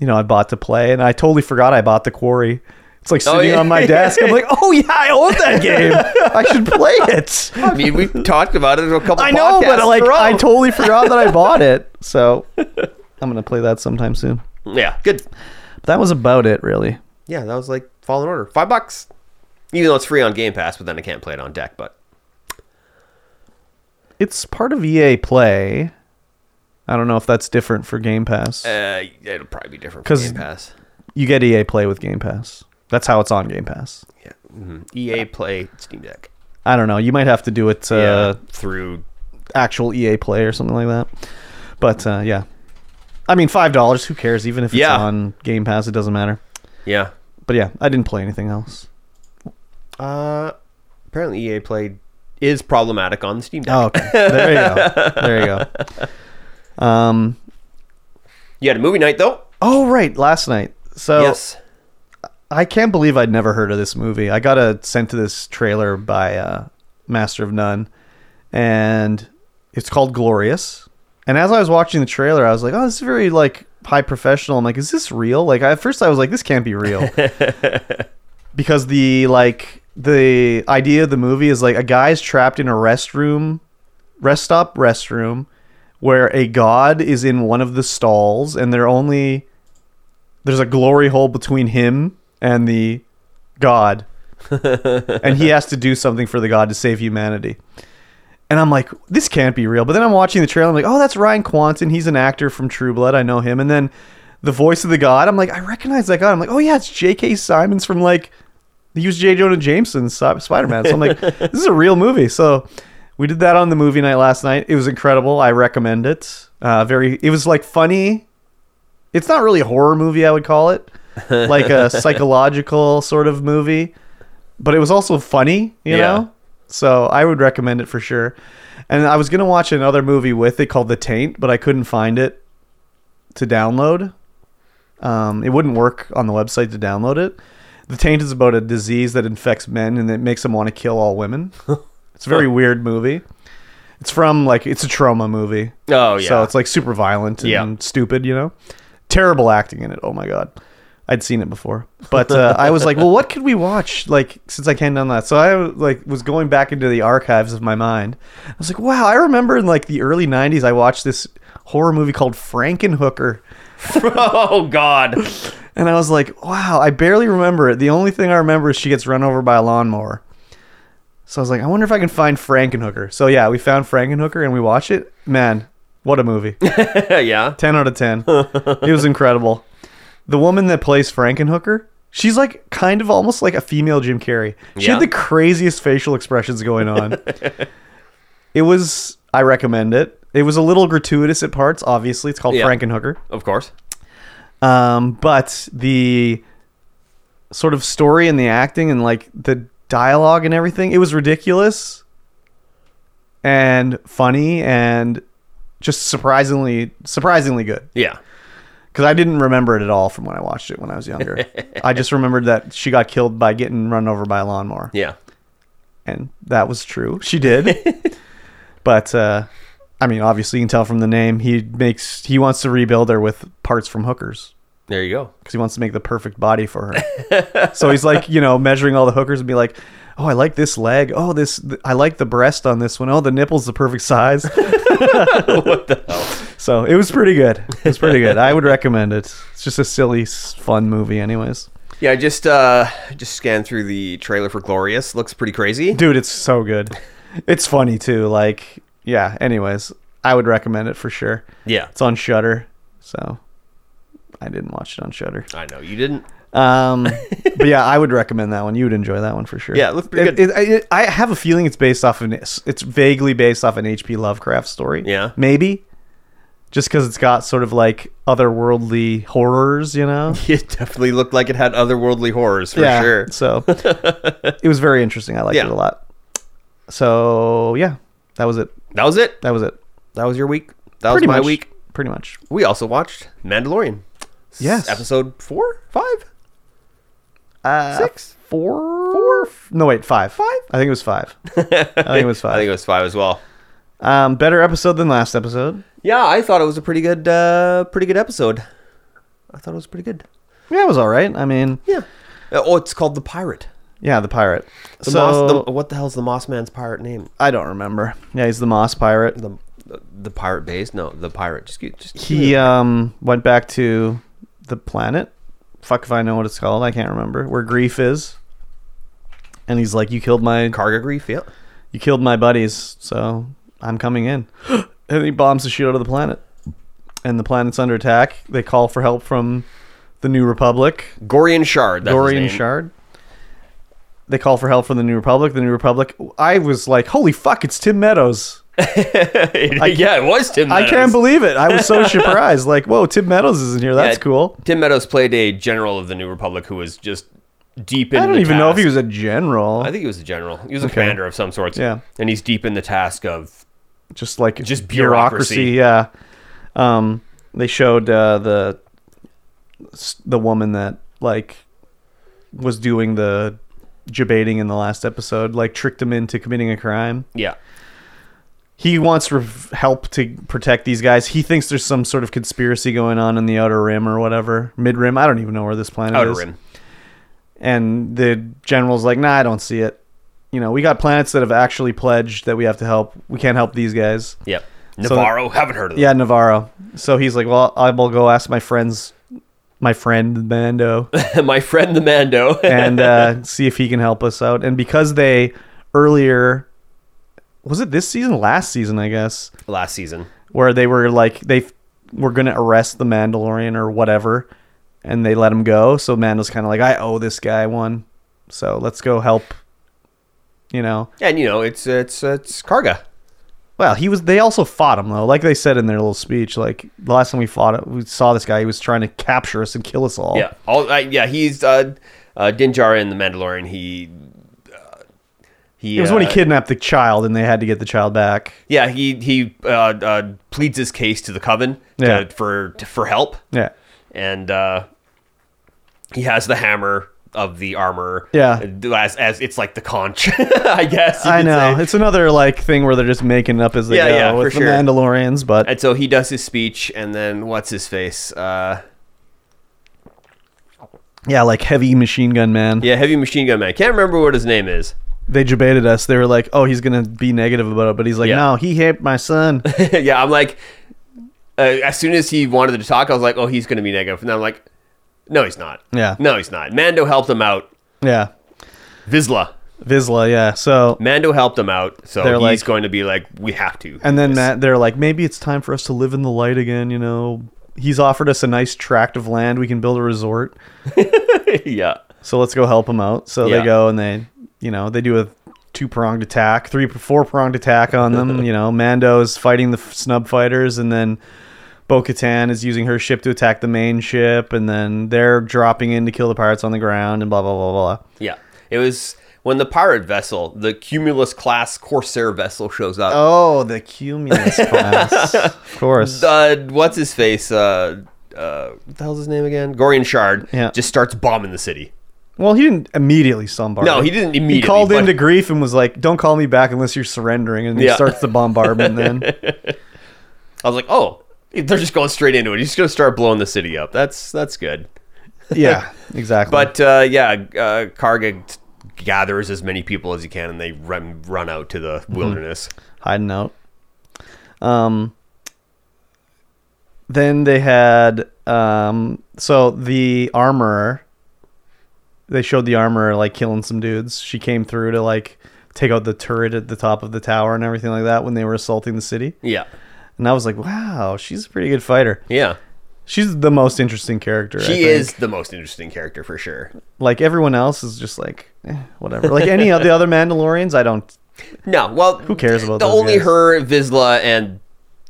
Speaker 4: you know I bought to play, and I totally forgot I bought the Quarry. It's like
Speaker 3: Oh,
Speaker 4: sitting
Speaker 3: yeah.
Speaker 4: on my desk. I'm like, oh yeah, I own that game. I should play it.
Speaker 3: I mean, we talked about it in a couple.
Speaker 4: I know, but
Speaker 3: podcasts
Speaker 4: like,
Speaker 3: in a row.
Speaker 4: I totally forgot that I bought it. So I'm gonna play that sometime soon.
Speaker 3: Yeah. Good.
Speaker 4: That was about it, really.
Speaker 3: Yeah, that was like Fallen Order. Five bucks. Even though it's free on Game Pass, but then I can't play it on deck. But
Speaker 4: It's part of EA Play. I don't know if that's different for Game Pass.
Speaker 3: uh, it'll probably be different for
Speaker 4: 'Cause-
Speaker 3: Game Pass.
Speaker 4: you get EA Play with Game Pass. That's how it's on Game Pass.
Speaker 3: Yeah. Mhm. EA Play Steam Deck.
Speaker 4: I don't know. You might have to do it uh,
Speaker 3: Through.
Speaker 4: actual EA Play or something like that. But uh, yeah, I mean five dollars. Who cares? Even if it's
Speaker 3: Yeah.
Speaker 4: on Game Pass, it doesn't matter.
Speaker 3: Yeah.
Speaker 4: But yeah, I didn't play anything else.
Speaker 3: Uh, apparently EA Play is problematic on the Steam Deck.
Speaker 4: Oh, okay. there you go. There you go. Um.
Speaker 3: You had a movie night though.
Speaker 4: Oh right, last night. So
Speaker 3: yes.
Speaker 4: I can't believe I'd never heard of this movie. I got a sent to this trailer by uh, Master of None, and it's called Glorious. And as I was watching the trailer, I was like, "Oh, this is very like high professional." I'm like, "Is this real?" Like at first, I was like, "This can't be real," because the like the idea of the movie is like a guy's trapped in a restroom, rest stop restroom, where a god is in one of the stalls, and they're only there's a glory hole between him and the god and he has to do something for the god to save humanity and i'm like this can't be real but then i'm watching the trailer i'm like oh that's ryan quanten he's an actor from true blood i know him and then the voice of the god i'm like i recognize that god i'm like oh yeah it's j.k simons from like he was j jonah jameson's Sp- spider-man so i'm like this is a real movie so we did that on the movie night last night it was incredible i recommend it uh, very it was like funny it's not really a horror movie i would call it like a psychological sort of movie but it was also funny
Speaker 3: Yeah.
Speaker 4: you know so i would recommend it for sure and i was going to watch another movie with it called the taint but i couldn't find it to download um, it wouldn't work on the website to download it the taint is about a disease that infects men and it makes them want to kill all women it's a very weird movie it's from like it's a trauma movie
Speaker 3: Oh yeah.
Speaker 4: so it's like super violent and
Speaker 3: Yeah.
Speaker 4: stupid, you know? Terrible acting in it. Oh my god. I'd seen it before, but uh, I was like, well, what could we watch? Like since I came down that, so I like was going back into the archives of my mind. I was like, wow, I remember in like the early '90s, I watched this horror movie called Frankenhooker.
Speaker 3: oh God.
Speaker 4: And I was like, wow, I barely remember it. The only thing I remember is she gets run over by a lawnmower. So I was like, I wonder if I can find Frankenhooker. So yeah, we found Frankenhooker and we watched it. Man, what a movie.
Speaker 3: yeah.
Speaker 4: 10 out of 10. it was incredible. The woman that plays Frankenhooker, she's like kind of almost like a female Jim Carrey. She
Speaker 3: Yeah.
Speaker 4: had the craziest facial expressions going on. it was, I recommend it. It was a little gratuitous at parts, obviously. It's called
Speaker 3: Yeah.
Speaker 4: Frankenhooker.
Speaker 3: Of course.
Speaker 4: Um, but the sort of story and the acting and like the dialogue and everything, it was ridiculous and funny and just surprisingly surprisingly good
Speaker 3: Yeah.
Speaker 4: because I didn't remember it at all from when I watched it when I was younger. I just remembered that she got killed by getting run over by a lawnmower,
Speaker 3: Yeah.
Speaker 4: and that was true. She did, but uh, I mean, obviously, you can tell from the name he makes he wants to rebuild her with parts from hookers.
Speaker 3: There you go.
Speaker 4: because he wants to make the perfect body for her. so he's like, you know, measuring all the hookers and be like, oh, I like this leg. Oh, this, th- I like the breast on this one. Oh, the nipple's the perfect size. what the hell? So it was pretty good. It was pretty good. I would recommend it. It's just a silly, s- fun movie, anyways.
Speaker 3: Yeah, I just uh just scanned through the trailer for Glorious. Looks pretty crazy.
Speaker 4: Dude, it's so good. It's funny too. Like, yeah. Anyways, I would recommend it for sure.
Speaker 3: Yeah.
Speaker 4: It's on Shutter, so I didn't watch it on Shutter.
Speaker 3: I know you didn't.
Speaker 4: Um, but yeah, I would recommend that one. You would enjoy that one for sure.
Speaker 3: Yeah, it looks pretty
Speaker 4: It-
Speaker 3: good.
Speaker 4: it- I- it- I have a feeling it's based off of an, it's vaguely based off an H.P. Lovecraft story.
Speaker 3: Yeah.
Speaker 4: maybe just because it's got sort of like otherworldly horrors, you know.
Speaker 3: It definitely looked like it had otherworldly horrors for
Speaker 4: yeah,
Speaker 3: sure.
Speaker 4: So it was very interesting. I liked
Speaker 3: Yeah.
Speaker 4: it a lot. So yeah, that was it.
Speaker 3: That was it.
Speaker 4: That was it.
Speaker 3: That was your week. That
Speaker 4: pretty
Speaker 3: was my
Speaker 4: much,
Speaker 3: week.
Speaker 4: Pretty much.
Speaker 3: We also watched Mandalorian. S-
Speaker 4: Yes.
Speaker 3: Episode four, five,
Speaker 4: Uh,
Speaker 3: six.
Speaker 4: four, four. No, wait, five. Five. I think it was five. I think it was five.
Speaker 3: I think it was five as well.
Speaker 4: Um, better episode than last episode.
Speaker 3: Yeah, I thought it was a pretty good, uh, pretty good episode. I thought it was pretty good.
Speaker 4: Yeah, it was all right. I mean,
Speaker 3: Yeah. Uh, Oh, it's called the Pirate.
Speaker 4: yeah, the pirate.
Speaker 3: The
Speaker 4: so
Speaker 3: Moss, the, what the hell's the Moss Man's pirate name?
Speaker 4: I don't remember. Yeah, he's the Moss pirate.
Speaker 3: The the pirate base? No, the pirate. Just, keep- just
Speaker 4: He um went back to the planet. Fuck if I know what it's called. I can't remember where grief is. And he's like, "You killed my
Speaker 3: cargo grief. Yeah.
Speaker 4: you killed my buddies, so I'm coming in." and he bombs the shit out of the planet. And the planet's under attack. They call for help from the New Republic.
Speaker 3: Gorian Shard. That's his
Speaker 4: Dorian
Speaker 3: name.
Speaker 4: Shard. They call for help from the New Republic. The New Republic. I was like, "Holy fuck! It's Tim Meadows."
Speaker 3: yeah, it was Tim.
Speaker 4: I
Speaker 3: Meadows.
Speaker 4: can't believe it. I was so surprised. Like, whoa, Tim Meadows isn't here. That's
Speaker 3: Yeah,
Speaker 4: cool.
Speaker 3: Tim Meadows played a general of the New Republic who was just deep in.
Speaker 4: I don't
Speaker 3: the
Speaker 4: even know if he
Speaker 3: task.
Speaker 4: was a general.
Speaker 3: I think he was a general. He was a commander of some sorts.
Speaker 4: Yeah.
Speaker 3: And he's deep in the task of.
Speaker 4: just like
Speaker 3: Just bureaucracy.
Speaker 4: Yeah. Um, they showed uh, the the woman that like was doing the debating in the last episode, like tricked him into committing a crime.
Speaker 3: Yeah.
Speaker 4: he wants rev- help to protect these guys. He thinks there's some sort of conspiracy going on in the outer rim or whatever, mid rim. I don't even know where this planet
Speaker 3: Outer
Speaker 4: is.
Speaker 3: Rim.
Speaker 4: And the general's like, "Nah, I don't see it. You know, we got planets that have actually pledged that we have to help. We can't help these guys."
Speaker 3: Yep.
Speaker 4: So-
Speaker 3: Navarro. haven't heard of him.
Speaker 4: Yeah, Navarro. So he's like, "Well, I will go ask my friends, my friend Mando,
Speaker 3: My friend the Mando.
Speaker 4: and uh, see if he can help us out." And because they earlier, was it this season? Last season, I guess.
Speaker 3: Last season.
Speaker 4: where they were like they f- were gonna arrest the Mandalorian or whatever, and they let him go. So Mando's kind of like, I owe this guy one, so let's go help. You know,
Speaker 3: And you know, it's it's it's Karga.
Speaker 4: well, he was. They also fought him though, like they said in their little speech. Like the last time we fought, it, we saw this guy. He was trying to capture us and kill us all.
Speaker 3: Yeah. All uh, yeah, he's uh uh Din Djarin the Mandalorian. He uh, he
Speaker 4: It was when he
Speaker 3: uh,
Speaker 4: kidnapped the child, and they had to get the child back.
Speaker 3: Yeah, he he uh, uh, pleads his case to the coven to,
Speaker 4: Yeah.
Speaker 3: for to, for help,
Speaker 4: Yeah,
Speaker 3: and uh, he has the hammer of the armor.
Speaker 4: Yeah.
Speaker 3: as, as it's like the conch, I guess. you
Speaker 4: I
Speaker 3: could
Speaker 4: know.
Speaker 3: say.
Speaker 4: It's another like thing where they're just making up as they
Speaker 3: Yeah,
Speaker 4: go
Speaker 3: yeah,
Speaker 4: with
Speaker 3: for
Speaker 4: the
Speaker 3: sure.
Speaker 4: Mandalorians, but
Speaker 3: And so he does his speech, and then what's his face? Uh,
Speaker 4: Yeah, like heavy machine gun man.
Speaker 3: Yeah, heavy machine gun man. Can't remember what his name is.
Speaker 4: They debated us. They were like, "Oh, he's gonna be negative about it," but he's like,
Speaker 3: Yeah.
Speaker 4: "No, he hit my son."
Speaker 3: yeah, I'm like, uh, as soon as he wanted to talk, I was like, oh, he's going to be negative. And then I'm like, no, he's not.
Speaker 4: Yeah.
Speaker 3: No, he's not. Mando helped him out.
Speaker 4: yeah,
Speaker 3: Vizsla.
Speaker 4: Vizsla. Yeah. So
Speaker 3: Mando helped him out. So
Speaker 4: They're
Speaker 3: he's
Speaker 4: like-
Speaker 3: going to be like, we have to. do
Speaker 4: and then
Speaker 3: this."
Speaker 4: that they're like, maybe it's time for us to live in the light again. You know, he's offered us a nice tract of land. We can build a resort.
Speaker 3: yeah.
Speaker 4: So let's go help him out. So
Speaker 3: Yeah.
Speaker 4: they go and they, you know, they do a two pronged attack, three, four pronged attack on them. you know, Mando is fighting the f- snub fighters, and then Bo Katan is using her ship to attack the main ship, and then they're dropping in to kill the pirates on the ground, and blah, blah, blah, blah.
Speaker 3: Yeah. It was when the pirate vessel, the Cumulus class Corsair vessel, shows up.
Speaker 4: Oh, the cumulus class. of course.
Speaker 3: uh, what's his face? Uh, uh, what the hell's his name again? Gorian Shard
Speaker 4: Yeah.
Speaker 3: just starts bombing the city.
Speaker 4: Well, he didn't immediately bombard.
Speaker 3: No, he didn't
Speaker 4: He
Speaker 3: immediately.
Speaker 4: called
Speaker 3: but-
Speaker 4: into grief and was like, "Don't call me back unless you're surrendering." And he
Speaker 3: Yeah.
Speaker 4: starts the bombardment. Then
Speaker 3: I was like, oh, they're just going straight into it. He's just going to start blowing the city up. That's that's good.
Speaker 4: yeah, exactly.
Speaker 3: But uh, yeah, uh, Karga t- gathers as many people as he can, and they run run out to the
Speaker 4: Mm-hmm.
Speaker 3: wilderness.
Speaker 4: hiding out. Um, then they had um, so the armorer. They showed the armorer like killing some dudes. She came through to like take out the turret at the top of the tower and everything like that when they were assaulting the city.
Speaker 3: Yeah,
Speaker 4: And I was like, wow, she's a pretty good fighter.
Speaker 3: yeah.
Speaker 4: She's the most interesting character. I
Speaker 3: She
Speaker 4: think.
Speaker 3: is the most interesting character for sure.
Speaker 4: Like everyone else is just like eh, whatever. Like any of the other Mandalorians, I don't.
Speaker 3: No, well, who
Speaker 4: cares about
Speaker 3: the
Speaker 4: those
Speaker 3: only
Speaker 4: guys?
Speaker 3: her Vizsla and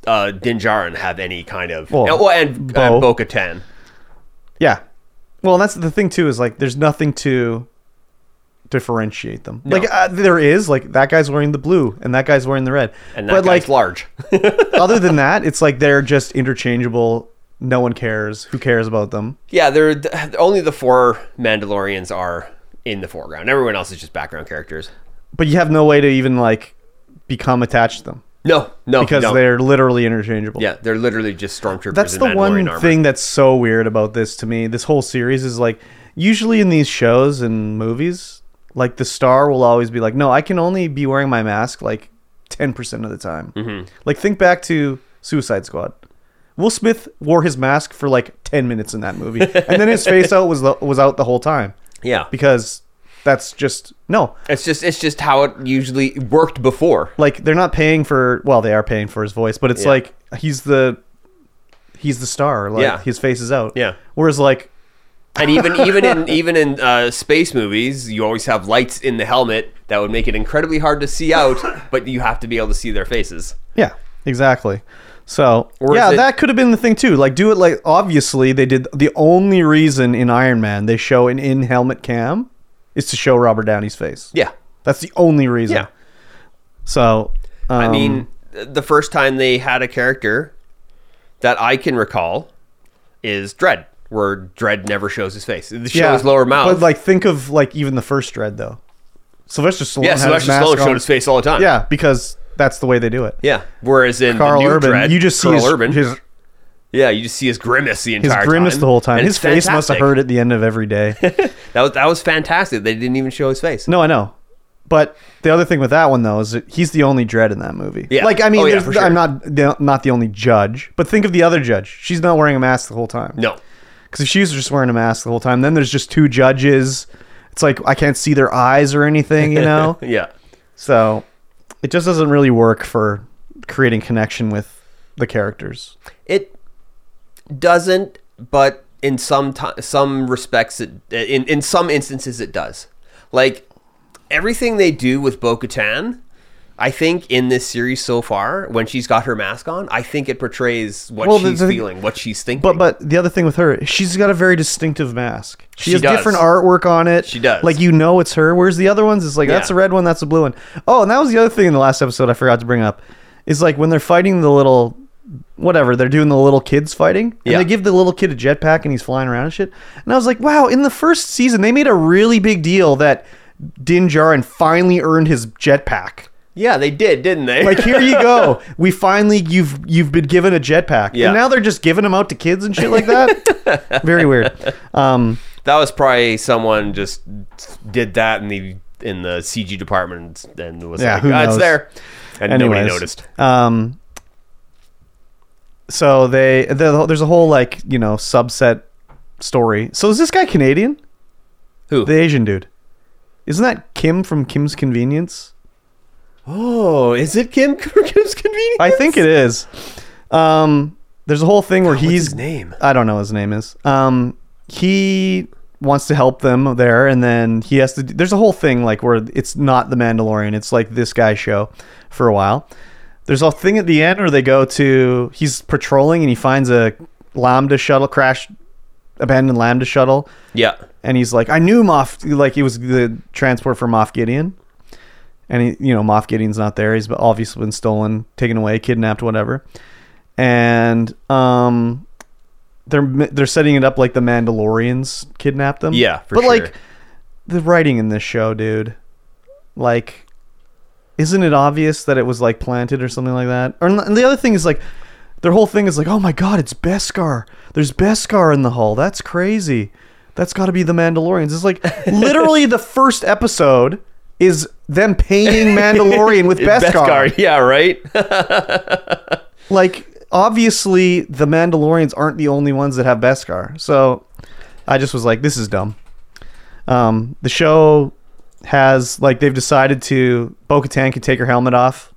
Speaker 3: uh, Dinjarin have any kind of
Speaker 4: Well,
Speaker 3: and, well, and
Speaker 4: Bo.
Speaker 3: Bo Katan.
Speaker 4: Yeah. Well, that's the thing too is like there's nothing to differentiate them. Like uh, there is like that guy's wearing the blue and that guy's wearing the red.
Speaker 3: and that
Speaker 4: but
Speaker 3: guy's
Speaker 4: like
Speaker 3: large.
Speaker 4: other than that, it's like they're just interchangeable. No one cares. Who cares about them?
Speaker 3: yeah, they're th- only the four Mandalorians are in the foreground. Everyone else is just background characters.
Speaker 4: But you have no way to even like become attached to them
Speaker 3: No, no,
Speaker 4: because
Speaker 3: no.
Speaker 4: they're literally interchangeable.
Speaker 3: yeah, they're literally just stormtroopers.
Speaker 4: That's
Speaker 3: in
Speaker 4: the
Speaker 3: Mandalorian
Speaker 4: one
Speaker 3: armor.
Speaker 4: thing that's so weird about this to me. This whole series is like usually in these shows and movies, like the star will always be like, "No, I can only be wearing my mask like 10% of the time."
Speaker 3: Mm-hmm.
Speaker 4: Like think back to Suicide Squad. Will Smith wore his mask for like 10 minutes in that movie, and then his face out was was out the whole time
Speaker 3: Yeah,
Speaker 4: because that's just no.
Speaker 3: It's just it's just how it usually worked before.
Speaker 4: Like they're not paying for well, they are paying for his voice, but it's
Speaker 3: Yeah.
Speaker 4: like he's the he's the star. Like
Speaker 3: Yeah.
Speaker 4: his face is out.
Speaker 3: Yeah.
Speaker 4: Whereas like
Speaker 3: And even even in even in uh, space movies, you always have lights in the helmet that would make it incredibly hard to see out, but you have to be able to see their faces.
Speaker 4: Yeah, exactly. So
Speaker 3: Or is
Speaker 4: yeah,
Speaker 3: it-
Speaker 4: that could have been the thing too. Like do it like obviously they did the only reason in Iron Man they show an in helmet cam is to show Robert Downey's face.
Speaker 3: Yeah.
Speaker 4: That's the only reason.
Speaker 3: Yeah.
Speaker 4: So um,
Speaker 3: I mean, the first time they had a character that I can recall is Dread, where Dread never shows his face. It shows lower mouth.
Speaker 4: But like think of like even the first dread though. Sylvester Stallone
Speaker 3: yeah,
Speaker 4: had his
Speaker 3: Sylvester
Speaker 4: mask
Speaker 3: Stallone
Speaker 4: on.
Speaker 3: showed his face all the time.
Speaker 4: Yeah, because that's the way they do it.
Speaker 3: Yeah. Whereas in
Speaker 4: Carl
Speaker 3: the new
Speaker 4: Urban,
Speaker 3: Dredd,
Speaker 4: you just see
Speaker 3: Carl
Speaker 4: his,
Speaker 3: Urban,
Speaker 4: his,
Speaker 3: yeah, you just see his grimace the
Speaker 4: his
Speaker 3: entire
Speaker 4: grimace
Speaker 3: time,
Speaker 4: the whole time.
Speaker 3: and
Speaker 4: His
Speaker 3: it's
Speaker 4: face must have
Speaker 3: fantastic.
Speaker 4: hurt at the end of every day.
Speaker 3: That was that was fantastic. They didn't even show his face.
Speaker 4: No, I know. But the other thing with that one though is that he's the only dread in that movie.
Speaker 3: Yeah.
Speaker 4: Like I mean,
Speaker 3: Oh, yeah,
Speaker 4: there's-
Speaker 3: for sure.
Speaker 4: I'm not the- not the only judge, but think of the other judge. She's not wearing a mask the whole time.
Speaker 3: No.
Speaker 4: Because if she was just wearing a mask the whole time, then there's just two judges. It's like I can't see their eyes or anything, you know.
Speaker 3: Yeah.
Speaker 4: so it just doesn't really work for creating connection with the characters.
Speaker 3: It doesn't, but in some ti some respects, it in in some instances it does. Like everything they do with Bo-Katan, I think in this series so far, when she's got her mask on, I think it portrays what
Speaker 4: Well, the-
Speaker 3: she's
Speaker 4: the-
Speaker 3: feeling, what she's thinking.
Speaker 4: But but the other thing with her, she's got a very distinctive mask. She,
Speaker 3: She
Speaker 4: has
Speaker 3: does.
Speaker 4: different artwork on it.
Speaker 3: She does.
Speaker 4: Like you know it's her. Whereas the other ones, it's like
Speaker 3: Yeah.
Speaker 4: that's a red one, that's a blue one. Oh, and that was the other thing in the last episode I forgot to bring up. Is like when they're fighting the little whatever, they're doing the little kids fighting. And
Speaker 3: Yeah.
Speaker 4: they give the little kid a jetpack and he's flying around and shit. And I was like, wow, in the first season they made a really big deal that Din Djarin finally earned his jetpack.
Speaker 3: Yeah, they did, didn't they?
Speaker 4: Like here you go. We finally you've you've been given a jetpack,
Speaker 3: Yeah.
Speaker 4: and now they're just giving them out to kids and shit like that. Very weird. Um,
Speaker 3: that was probably someone just did that in the in the CG department and was
Speaker 4: Yeah,
Speaker 3: like,
Speaker 4: who
Speaker 3: "Ah, it's
Speaker 4: knows?"
Speaker 3: there, and nobody
Speaker 4: Anyways,
Speaker 3: noticed.
Speaker 4: Um, so they the, there's a whole like you know subset story. So is this guy Canadian?
Speaker 3: Who?
Speaker 4: The Asian dude? Isn't that Kim from Kim's Convenience?
Speaker 3: oh, is it Kim Kim's convenience?
Speaker 4: I think it is. Um, there's a whole thing where he's
Speaker 3: his name?
Speaker 4: I don't know what his name is. Um, he wants to help them there, and then he has to. There's a whole thing like where it's not the Mandalorian. It's like this guy show for a while. There's a thing at the end where they go to. He's patrolling and he finds a lambda shuttle crash, abandoned lambda shuttle,
Speaker 3: Yeah,
Speaker 4: and he's like, "I knew Moff. Like it was the transport for Moff Gideon." And he, you know, Moff Gideon's not there. He's obviously been stolen, taken away, kidnapped, whatever. And um, they're they're setting it up like the Mandalorians kidnapped them.
Speaker 3: Yeah, for
Speaker 4: but
Speaker 3: sure.
Speaker 4: like the writing in this show, dude, like. Isn't it obvious that it was like planted or something like that? Or and the other thing is like, their whole thing is like, oh my god, it's Beskar. There's Beskar in the hull. That's crazy. That's got to be the Mandalorians. It's like literally the first episode is them painting Mandalorian with Beskar.
Speaker 3: Beskar. Yeah, right.
Speaker 4: Like obviously the Mandalorians aren't the only ones that have Beskar. So I just was like, this is dumb. Um, the show has like they've decided to Bo-Katan can take her helmet off.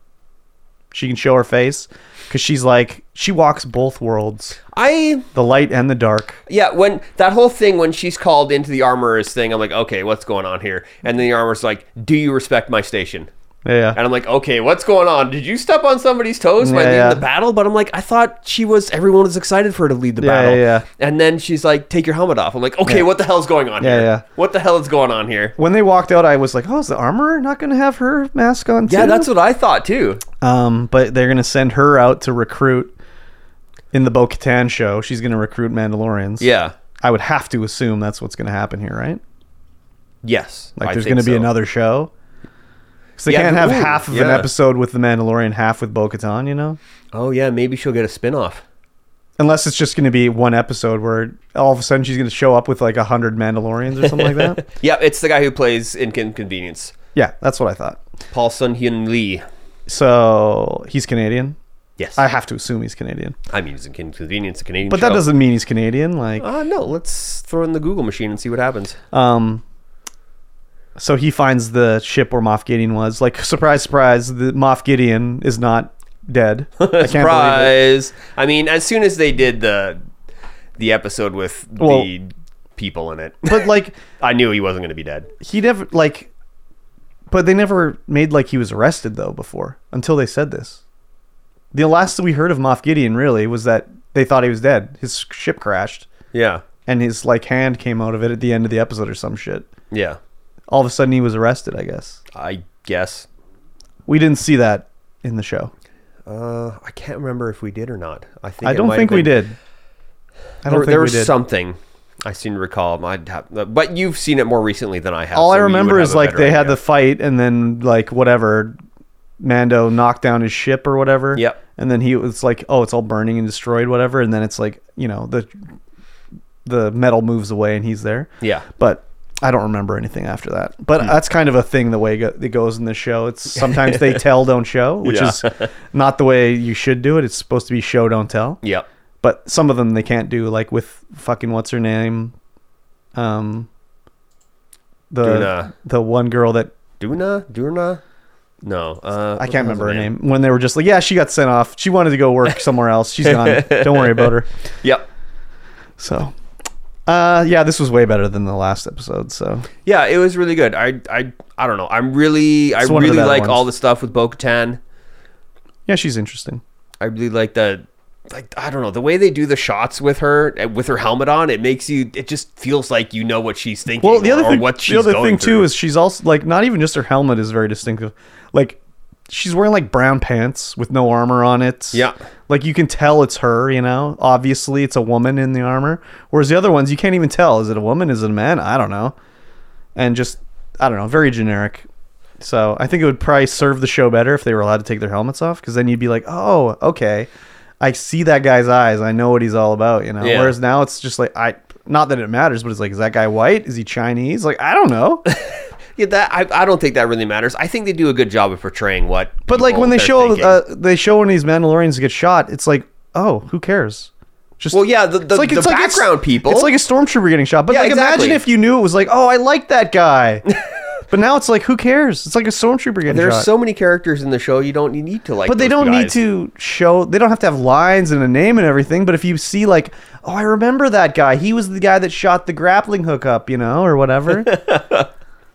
Speaker 4: She can show her face because she's like she walks both worlds
Speaker 3: I
Speaker 4: the light and the dark.
Speaker 3: yeah when that whole thing when she's called into the armorer's thing, I'm like, okay, what's going on here? And then the armorer's like, do you respect my station?
Speaker 4: Yeah.
Speaker 3: And I'm like, okay, what's going on? Did you step on somebody's toes by
Speaker 4: Yeah,
Speaker 3: leading
Speaker 4: yeah.
Speaker 3: the battle? But I'm like, I thought she was, everyone was excited for her to lead the
Speaker 4: Yeah,
Speaker 3: battle.
Speaker 4: yeah, yeah.
Speaker 3: And then she's like, take your helmet off. I'm like, okay, what the hell's going on
Speaker 4: Yeah,
Speaker 3: here?
Speaker 4: yeah.
Speaker 3: What the hell is going on here?
Speaker 4: When they walked out, I was like, "Oh, is the armorer not going to have her mask on too?"
Speaker 3: Yeah, that's what I thought too.
Speaker 4: um, but they're going to send her out to recruit in the Bo-Katan show. She's going to recruit Mandalorians.
Speaker 3: Yeah.
Speaker 4: I would have to assume that's what's going to happen here, right?
Speaker 3: Yes.
Speaker 4: Like,
Speaker 3: I
Speaker 4: there's
Speaker 3: think
Speaker 4: going to be
Speaker 3: so.
Speaker 4: another show. 'Cause they
Speaker 3: Yeah,
Speaker 4: can't have
Speaker 3: ooh,
Speaker 4: half of an
Speaker 3: yeah.
Speaker 4: episode with the Mandalorian, half with Bo-Katan, you know.
Speaker 3: Oh, yeah, maybe she'll get a spin off.
Speaker 4: Unless it's just going to be one episode where all of a sudden she's going to show up with like a hundred Mandalorians or something like that.
Speaker 3: Yeah, it's the guy who plays in Inconvenience,
Speaker 4: Yeah, that's what I thought.
Speaker 3: Paul Sun Hyun Lee.
Speaker 4: So he's Canadian.
Speaker 3: Yes.
Speaker 4: I have to assume he's Canadian.
Speaker 3: I mean, it's Inconvenience, a Canadian
Speaker 4: But that
Speaker 3: show.
Speaker 4: doesn't mean he's Canadian. Like,
Speaker 3: Uh, no, let's throw in the Google machine and see what happens.
Speaker 4: um, so he finds the ship where Moff Gideon was. Like, surprise, surprise, the Moff Gideon is not dead. I can't believe it.
Speaker 3: Surprise! I mean, as soon as they did the the episode with
Speaker 4: Well-
Speaker 3: the people in it,
Speaker 4: But like,
Speaker 3: I knew he wasn't going to be dead.
Speaker 4: he never like, but they never made like he was arrested though before until they said this. The last we heard of Moff Gideon really was that they thought he was dead. His ship crashed
Speaker 3: Yeah,
Speaker 4: and his like hand came out of it at the end of the episode or some shit.
Speaker 3: yeah.
Speaker 4: All of a sudden he was arrested. I guess
Speaker 3: I guess
Speaker 4: we didn't see that in the show.
Speaker 3: uh, I can't remember if we did or not. I think
Speaker 4: I
Speaker 3: it
Speaker 4: don't
Speaker 3: might
Speaker 4: think
Speaker 3: have
Speaker 4: we
Speaker 3: been-
Speaker 4: did. I don't
Speaker 3: There,
Speaker 4: think
Speaker 3: there
Speaker 4: we
Speaker 3: was
Speaker 4: did.
Speaker 3: something I seem to recall. I'd have, but you've seen it more recently than I have.
Speaker 4: All
Speaker 3: so
Speaker 4: I
Speaker 3: you would
Speaker 4: remember
Speaker 3: have
Speaker 4: is
Speaker 3: a
Speaker 4: like
Speaker 3: better
Speaker 4: they had
Speaker 3: idea.
Speaker 4: the fight, and then like whatever, Mando knocked down his ship or whatever.
Speaker 3: Yep.
Speaker 4: And then he was like, "Oh, it's all burning and destroyed, whatever." And then it's like you know the the metal moves away, and he's there.
Speaker 3: Yeah. Hmm.
Speaker 4: But I don't remember anything after that. But that's kind of a thing the way it go- it goes in the show. It's sometimes they tell, don't show, which
Speaker 3: Yeah.
Speaker 4: is not the way you should do it. It's supposed to be show, don't tell.
Speaker 3: Yep.
Speaker 4: but some of them they can't do like with fucking what's her name um the
Speaker 3: Duna.
Speaker 4: the one girl that
Speaker 3: Duna, Duna. No, uh, what
Speaker 4: I
Speaker 3: the
Speaker 4: can't
Speaker 3: hell's
Speaker 4: remember her name. when they were just like yeah she got sent off she wanted to go work somewhere else she's gone don't worry about her
Speaker 3: Yep.
Speaker 4: so uh yeah this was way better than the last episode so
Speaker 3: Yeah, it was really good. I I I don't know. I'm really I
Speaker 4: It's one of the
Speaker 3: really
Speaker 4: better
Speaker 3: like
Speaker 4: ones.
Speaker 3: all the stuff with Bo-Katan.
Speaker 4: yeah she's interesting
Speaker 3: I really like the like I don't know the way they do the shots with her uh, with her helmet on. It makes you it just feels like you know what she's thinking.
Speaker 4: well the other
Speaker 3: or
Speaker 4: thing
Speaker 3: what she's
Speaker 4: the other
Speaker 3: going
Speaker 4: thing
Speaker 3: through.
Speaker 4: too is she's also like not even just her helmet is very distinctive like she's wearing like brown pants with no armor on it
Speaker 3: Yeah.
Speaker 4: like you can tell it's her you know obviously it's a woman in the armor whereas the other ones you can't even tell is it a woman is it a man i don't know and just i don't know very generic So I think it would probably serve the show better if they were allowed to take their helmets off, because then you'd be like, oh, okay, I see that guy's eyes, I know what he's all about, you know.
Speaker 3: Yeah.
Speaker 4: Whereas now it's just like I, not that it matters, but it's like, is that guy white? Is he Chinese? Like I don't know.
Speaker 3: Yeah, that I, I don't think that really matters. I think they do a good job of portraying what.
Speaker 4: But like
Speaker 3: people
Speaker 4: when they
Speaker 3: they're
Speaker 4: show
Speaker 3: thinking.
Speaker 4: uh, they show when these Mandalorians get shot, it's like, oh, who cares? Just
Speaker 3: well, yeah, the, the,
Speaker 4: it's like
Speaker 3: the
Speaker 4: it's like it's-
Speaker 3: background people.
Speaker 4: It's like a stormtrooper getting shot. But
Speaker 3: Yeah,
Speaker 4: like
Speaker 3: exactly.
Speaker 4: imagine if you knew it was like, oh, I like that guy. but now it's like, who cares? It's like a stormtrooper getting
Speaker 3: there are
Speaker 4: shot.
Speaker 3: so many characters in the show you don't you need to like.
Speaker 4: but they
Speaker 3: those
Speaker 4: don't need
Speaker 3: guys.
Speaker 4: to show. They don't have to have lines and a name and everything. But if you see like, oh, I remember that guy. He was the guy that shot the grappling hook up, you know, or whatever.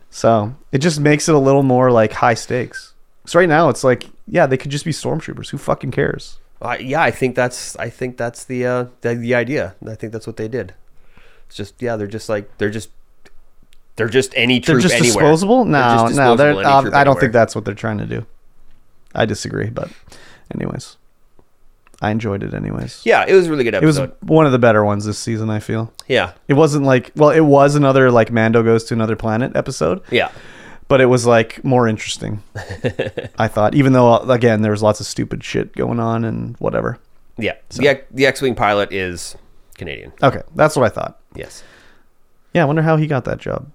Speaker 4: so it just makes it a little more like high stakes. Because right now it's like, yeah, they could just be stormtroopers. Who fucking cares?
Speaker 3: I yeah, I think that's I think that's the uh, the, the idea. I think that's what they did. It's just yeah, they're just like they're just they're just any
Speaker 4: They're
Speaker 3: troop
Speaker 4: just
Speaker 3: anywhere.
Speaker 4: disposable. No,
Speaker 3: They're just
Speaker 4: no, they're.
Speaker 3: disposable, any
Speaker 4: ob-
Speaker 3: troop
Speaker 4: I don't
Speaker 3: anywhere.
Speaker 4: think that's what they're trying to do. I disagree, but anyways, I enjoyed it. Anyways,
Speaker 3: Yeah, it was a really good
Speaker 4: it was
Speaker 3: episode.
Speaker 4: one of the better ones this season. I feel
Speaker 3: yeah,
Speaker 4: it wasn't like well, it was another like Mando goes to another planet episode,
Speaker 3: yeah,
Speaker 4: but it was like more interesting. I thought, even though uh, again there was lots of stupid shit going on and whatever.
Speaker 3: yeah. The the X wing pilot is Canadian.
Speaker 4: Okay, that's what I thought.
Speaker 3: Yes,
Speaker 4: Yeah, I wonder how he got that job.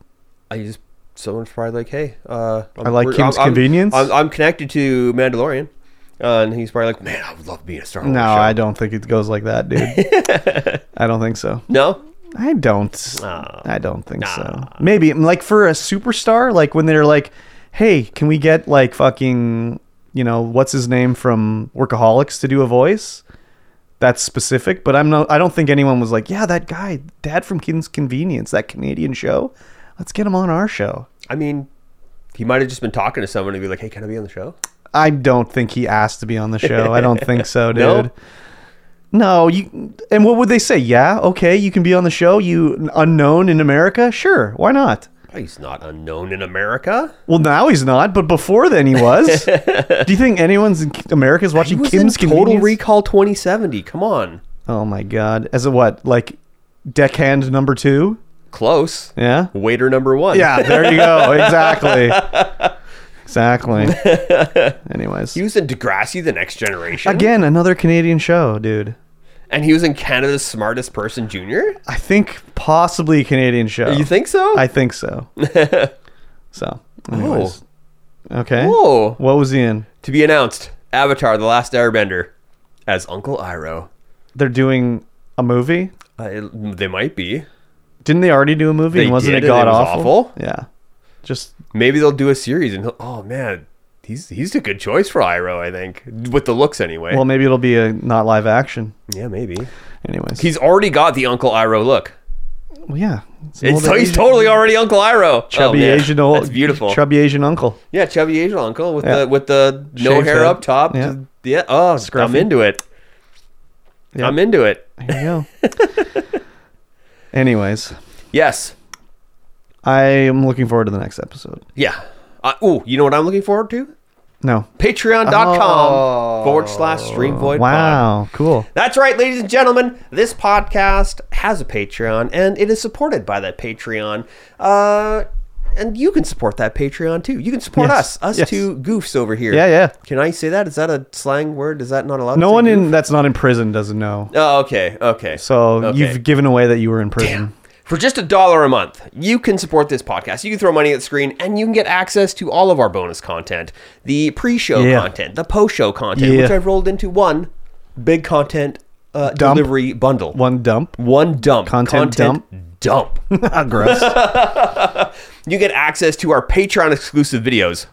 Speaker 3: I just someone's probably like, hey, uh, I'm,
Speaker 4: I like
Speaker 3: we're-
Speaker 4: Kim's convenience.
Speaker 3: I'm, I'm connected to Mandalorian, uh, and he's probably like, man, I would love being a Star Wars.
Speaker 4: No,
Speaker 3: show."
Speaker 4: I don't think it goes like that, dude. I don't think so.
Speaker 3: No,
Speaker 4: I don't.
Speaker 3: Ah.
Speaker 4: I don't think so. Maybe like for a superstar, like when they're like, "Hey, can we get like fucking, you know, what's his name from Workaholics to do a voice?" That's specific, but I'm not. I don't think anyone was like, "Yeah, that guy, Dad from Kim's Convenience, that Canadian show. Let's get him on our show."
Speaker 3: I mean, he might have just been talking to someone and be like, hey, can I be on the show?
Speaker 4: I don't think he asked to be on the show. I don't think so, dude.
Speaker 3: No?
Speaker 4: No, you. And what would they say? Yeah, okay, you can be on the show. You unknown in America? Sure, why not?
Speaker 3: Oh, He's not unknown in America.
Speaker 4: Well, now he's not, but before then he was. Do you think anyone's in America's watching Kim's
Speaker 3: Total
Speaker 4: Convenience?
Speaker 3: Recall 2070. Come on,
Speaker 4: Oh my god! As a what? Like deckhand number two?
Speaker 3: close.
Speaker 4: Yeah.
Speaker 3: Waiter number one.
Speaker 4: Yeah. There you go. Exactly. exactly. Anyways,
Speaker 3: he was in Degrassi: The Next Generation
Speaker 4: again, another Canadian show, dude.
Speaker 3: and he was in Canada's Smartest Person Junior.
Speaker 4: I think possibly a Canadian show.
Speaker 3: You think so?
Speaker 4: Oh. I think so. so, anyways. Okay.
Speaker 3: Oh.
Speaker 4: What was he in?
Speaker 3: to be announced, Avatar: The Last Airbender as Uncle Iroh.
Speaker 4: They're doing a movie.
Speaker 3: Uh, it- they might be.
Speaker 4: Didn't they already do a movie?
Speaker 3: They
Speaker 4: and wasn't
Speaker 3: did,
Speaker 4: it
Speaker 3: and
Speaker 4: god
Speaker 3: it was
Speaker 4: awful?
Speaker 3: awful.
Speaker 4: Yeah. Just
Speaker 3: Maybe they'll do a series, and he'll, oh man, he's he's a good choice for Iroh. I think with the looks anyway.
Speaker 4: well, maybe it'll be a not live action.
Speaker 3: yeah, maybe
Speaker 4: Anyways,
Speaker 3: he's already got the Uncle Iroh look.
Speaker 4: well, yeah. It's an
Speaker 3: It's,
Speaker 4: old
Speaker 3: so he's
Speaker 4: Asian-
Speaker 3: totally already Uncle Iroh.
Speaker 4: chubby
Speaker 3: oh, man.
Speaker 4: Asian old.
Speaker 3: That's beautiful.
Speaker 4: Chubby Asian uncle.
Speaker 3: Yeah, chubby Asian uncle with
Speaker 4: Yeah.
Speaker 3: the with the no
Speaker 4: Shaved
Speaker 3: hair
Speaker 4: head.
Speaker 3: up top.
Speaker 4: Yeah.
Speaker 3: Yeah. Oh, I'm
Speaker 4: Scruffy.
Speaker 3: into it.
Speaker 4: Yeah.
Speaker 3: I'm into it.
Speaker 4: There you go. Anyways,
Speaker 3: Yes.
Speaker 4: I am looking forward to the next episode.
Speaker 3: Yeah. Uh, ooh, you know what I'm looking forward to?
Speaker 4: No.
Speaker 3: Patreon.com forward slash Stream Void. Pod.
Speaker 4: Oh. Wow. Cool.
Speaker 3: That's right, ladies and gentlemen. This podcast has a Patreon, and it is supported by that Patreon. Uh, and you can support that Patreon too. You can support
Speaker 4: Yes.
Speaker 3: us, us
Speaker 4: Yes.
Speaker 3: two goofs over here.
Speaker 4: Yeah, yeah.
Speaker 3: Can I say that? Is that a slang word? Is that not allowed?
Speaker 4: No
Speaker 3: to say
Speaker 4: one
Speaker 3: goof?
Speaker 4: in that's not in prison doesn't know.
Speaker 3: Oh, okay, okay.
Speaker 4: So
Speaker 3: Okay.
Speaker 4: you've given away that you were in prison.
Speaker 3: For just a dollar a month, you can support this podcast. You can throw money at the screen and you can get access to all of our bonus content the pre show
Speaker 4: Yeah.
Speaker 3: content, the post show content,
Speaker 4: Yeah.
Speaker 3: which I've rolled into one big content uh,
Speaker 4: Dump.
Speaker 3: delivery bundle.
Speaker 4: One dump.
Speaker 3: One dump.
Speaker 4: Content
Speaker 3: dump. Dump.
Speaker 4: Gross.
Speaker 3: you get access to our Patreon exclusive videos.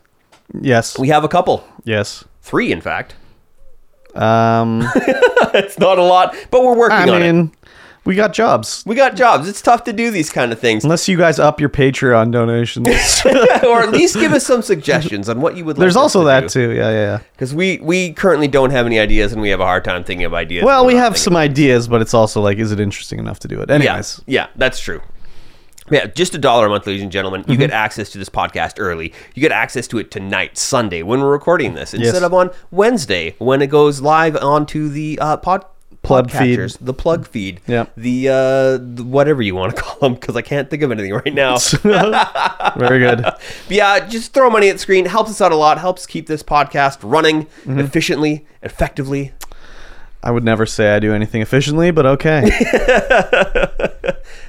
Speaker 4: yes.
Speaker 3: We have a couple,
Speaker 4: Yes.
Speaker 3: three, in fact.
Speaker 4: Um,
Speaker 3: It's not a lot, but we're working
Speaker 4: I
Speaker 3: on it.
Speaker 4: mean, we got jobs.
Speaker 3: We got jobs. It's tough to do these kind of things,
Speaker 4: Unless you guys up your Patreon donations.
Speaker 3: or at least give us some suggestions on what you would. like
Speaker 4: There's
Speaker 3: us
Speaker 4: also
Speaker 3: to do.
Speaker 4: that too. Yeah, yeah. yeah.
Speaker 3: Because we we currently don't have any ideas, and we have a hard time thinking of ideas.
Speaker 4: Well,
Speaker 3: We're
Speaker 4: we
Speaker 3: not
Speaker 4: have
Speaker 3: thinking-
Speaker 4: some ideas, but it's also like, is it interesting enough to do it?
Speaker 3: Yeah,
Speaker 4: Anyways,
Speaker 3: yeah, that's true. Yeah, just a dollar a month, ladies and gentlemen. You
Speaker 4: Mm-hmm.
Speaker 3: get access to this podcast early. You get access to it tonight, Sunday, when we're recording this, instead
Speaker 4: Yes.
Speaker 3: of on Wednesday when it goes live onto the uh, pod
Speaker 4: Plug
Speaker 3: pod
Speaker 4: feed.
Speaker 3: catchers, the plug feed,
Speaker 4: Yep.
Speaker 3: the, uh, the whatever you want to call them, because I can't think of anything right now.
Speaker 4: Very good.
Speaker 3: But yeah, just throw money at the screen. Helps us out a lot. Helps keep this podcast running
Speaker 4: Mm-hmm.
Speaker 3: efficiently, effectively.
Speaker 4: I would never say I do anything efficiently, but okay.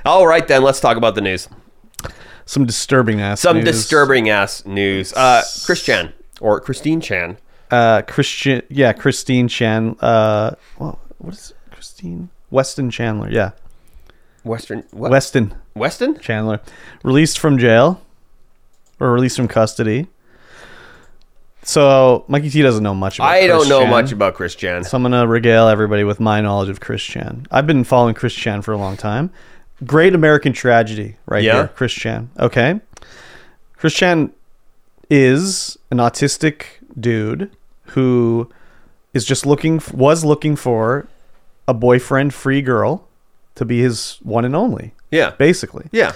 Speaker 3: All right, then let's talk about the news.
Speaker 4: Some disturbing ass.
Speaker 3: Some
Speaker 4: news.
Speaker 3: disturbing ass news. Uh, Chris Chan or Christine Chan.
Speaker 4: Uh, Christian. Yeah, Christine Chan. Uh, well, what is it? Christine Weston Chandler? Yeah,
Speaker 3: Western what?
Speaker 4: Weston
Speaker 3: Weston?
Speaker 4: Chandler, released from jail or released from custody. So Mikey T doesn't know much. about
Speaker 3: I don't
Speaker 4: Chris
Speaker 3: know
Speaker 4: Chan.
Speaker 3: much about Chris Chan.
Speaker 4: So I'm gonna regale everybody with my knowledge of Chris Chan. I've been following Chris Chan for a long time. Great American tragedy, right
Speaker 3: Yeah.
Speaker 4: here, Chris Chan. Okay, Chris Chan is an autistic dude who is just looking, was looking for a boyfriend-free girl to be his one and only,
Speaker 3: Yeah.
Speaker 4: basically.
Speaker 3: Yeah.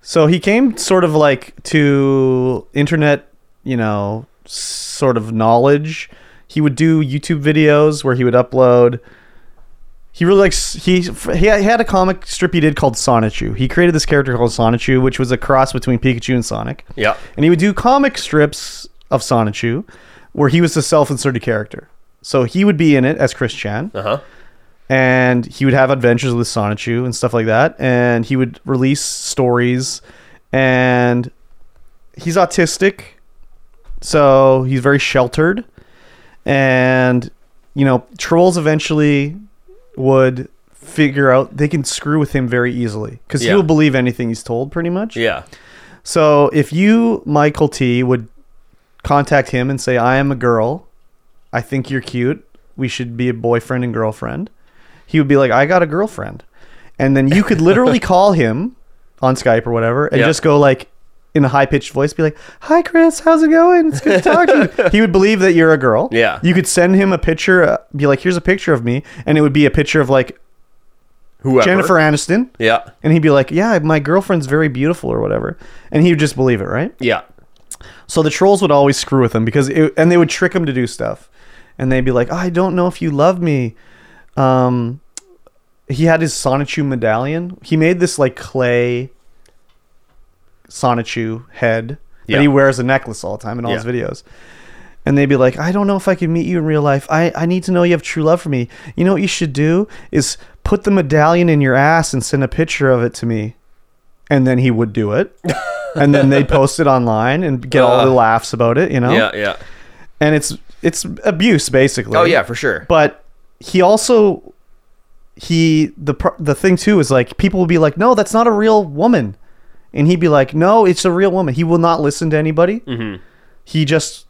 Speaker 4: So he came sort of like to internet, you know, sort of knowledge. He would do YouTube videos where he would upload. He really likes he he had a comic strip he did called Sonichu. He created this character called Sonichu, which was a cross between Pikachu and Sonic.
Speaker 3: Yeah.
Speaker 4: And he would do comic strips of Sonichu, where he was the self-inserted character. So he would be in it as Chris Chan
Speaker 3: Uh-huh.
Speaker 4: and he would have adventures with Sonichu and stuff like that. And he would release stories, and he's autistic, so he's very sheltered. And you know, trolls eventually would figure out they can screw with him very easily because
Speaker 3: Yeah.
Speaker 4: he will believe anything he's told, pretty much.
Speaker 3: Yeah.
Speaker 4: So if you, Michael T, would contact him and say, I am a girl. I think you're cute. We should be a boyfriend and girlfriend. He would be like, I got a girlfriend. And then you could literally call him on Skype or whatever and
Speaker 3: Yeah.
Speaker 4: just go like in a high pitched voice, be like, Hi, Chris, how's it going? It's good to talk to you. he would believe that you're a girl.
Speaker 3: Yeah.
Speaker 4: You could send him a picture, uh, be like, Here's a picture of me. And it would be a picture of like
Speaker 3: Whoever.
Speaker 4: Jennifer Aniston.
Speaker 3: Yeah.
Speaker 4: And he'd be like, Yeah, my girlfriend's very beautiful or whatever. And he would just believe it, right?
Speaker 3: Yeah.
Speaker 4: So the trolls would always screw with him because it, and they would trick him to do stuff. And they'd be like, "Oh, "I don't know if you love me." Um he had his Sonichu medallion. He made this like clay Sonichu head
Speaker 3: Yeah.
Speaker 4: that he wears a necklace all the time in all his
Speaker 3: Yeah.
Speaker 4: videos. And they'd be like, I don't know if I can meet you in real life. I, I need to know you have true love for me. You know what you should do is put the medallion in your ass and send a picture of it to me. And then he would do it. and then they'd post it online and get all the
Speaker 3: Uh.
Speaker 4: laughs about it, you know?
Speaker 3: Yeah. Yeah.
Speaker 4: And it's it's abuse basically.
Speaker 3: Oh yeah, for sure.
Speaker 4: But he also he the pro- the thing too is like people will be like, "No, that's not a real woman," and he'd be like, "No, it's a real woman." He will not listen to anybody. Mm-hmm. He just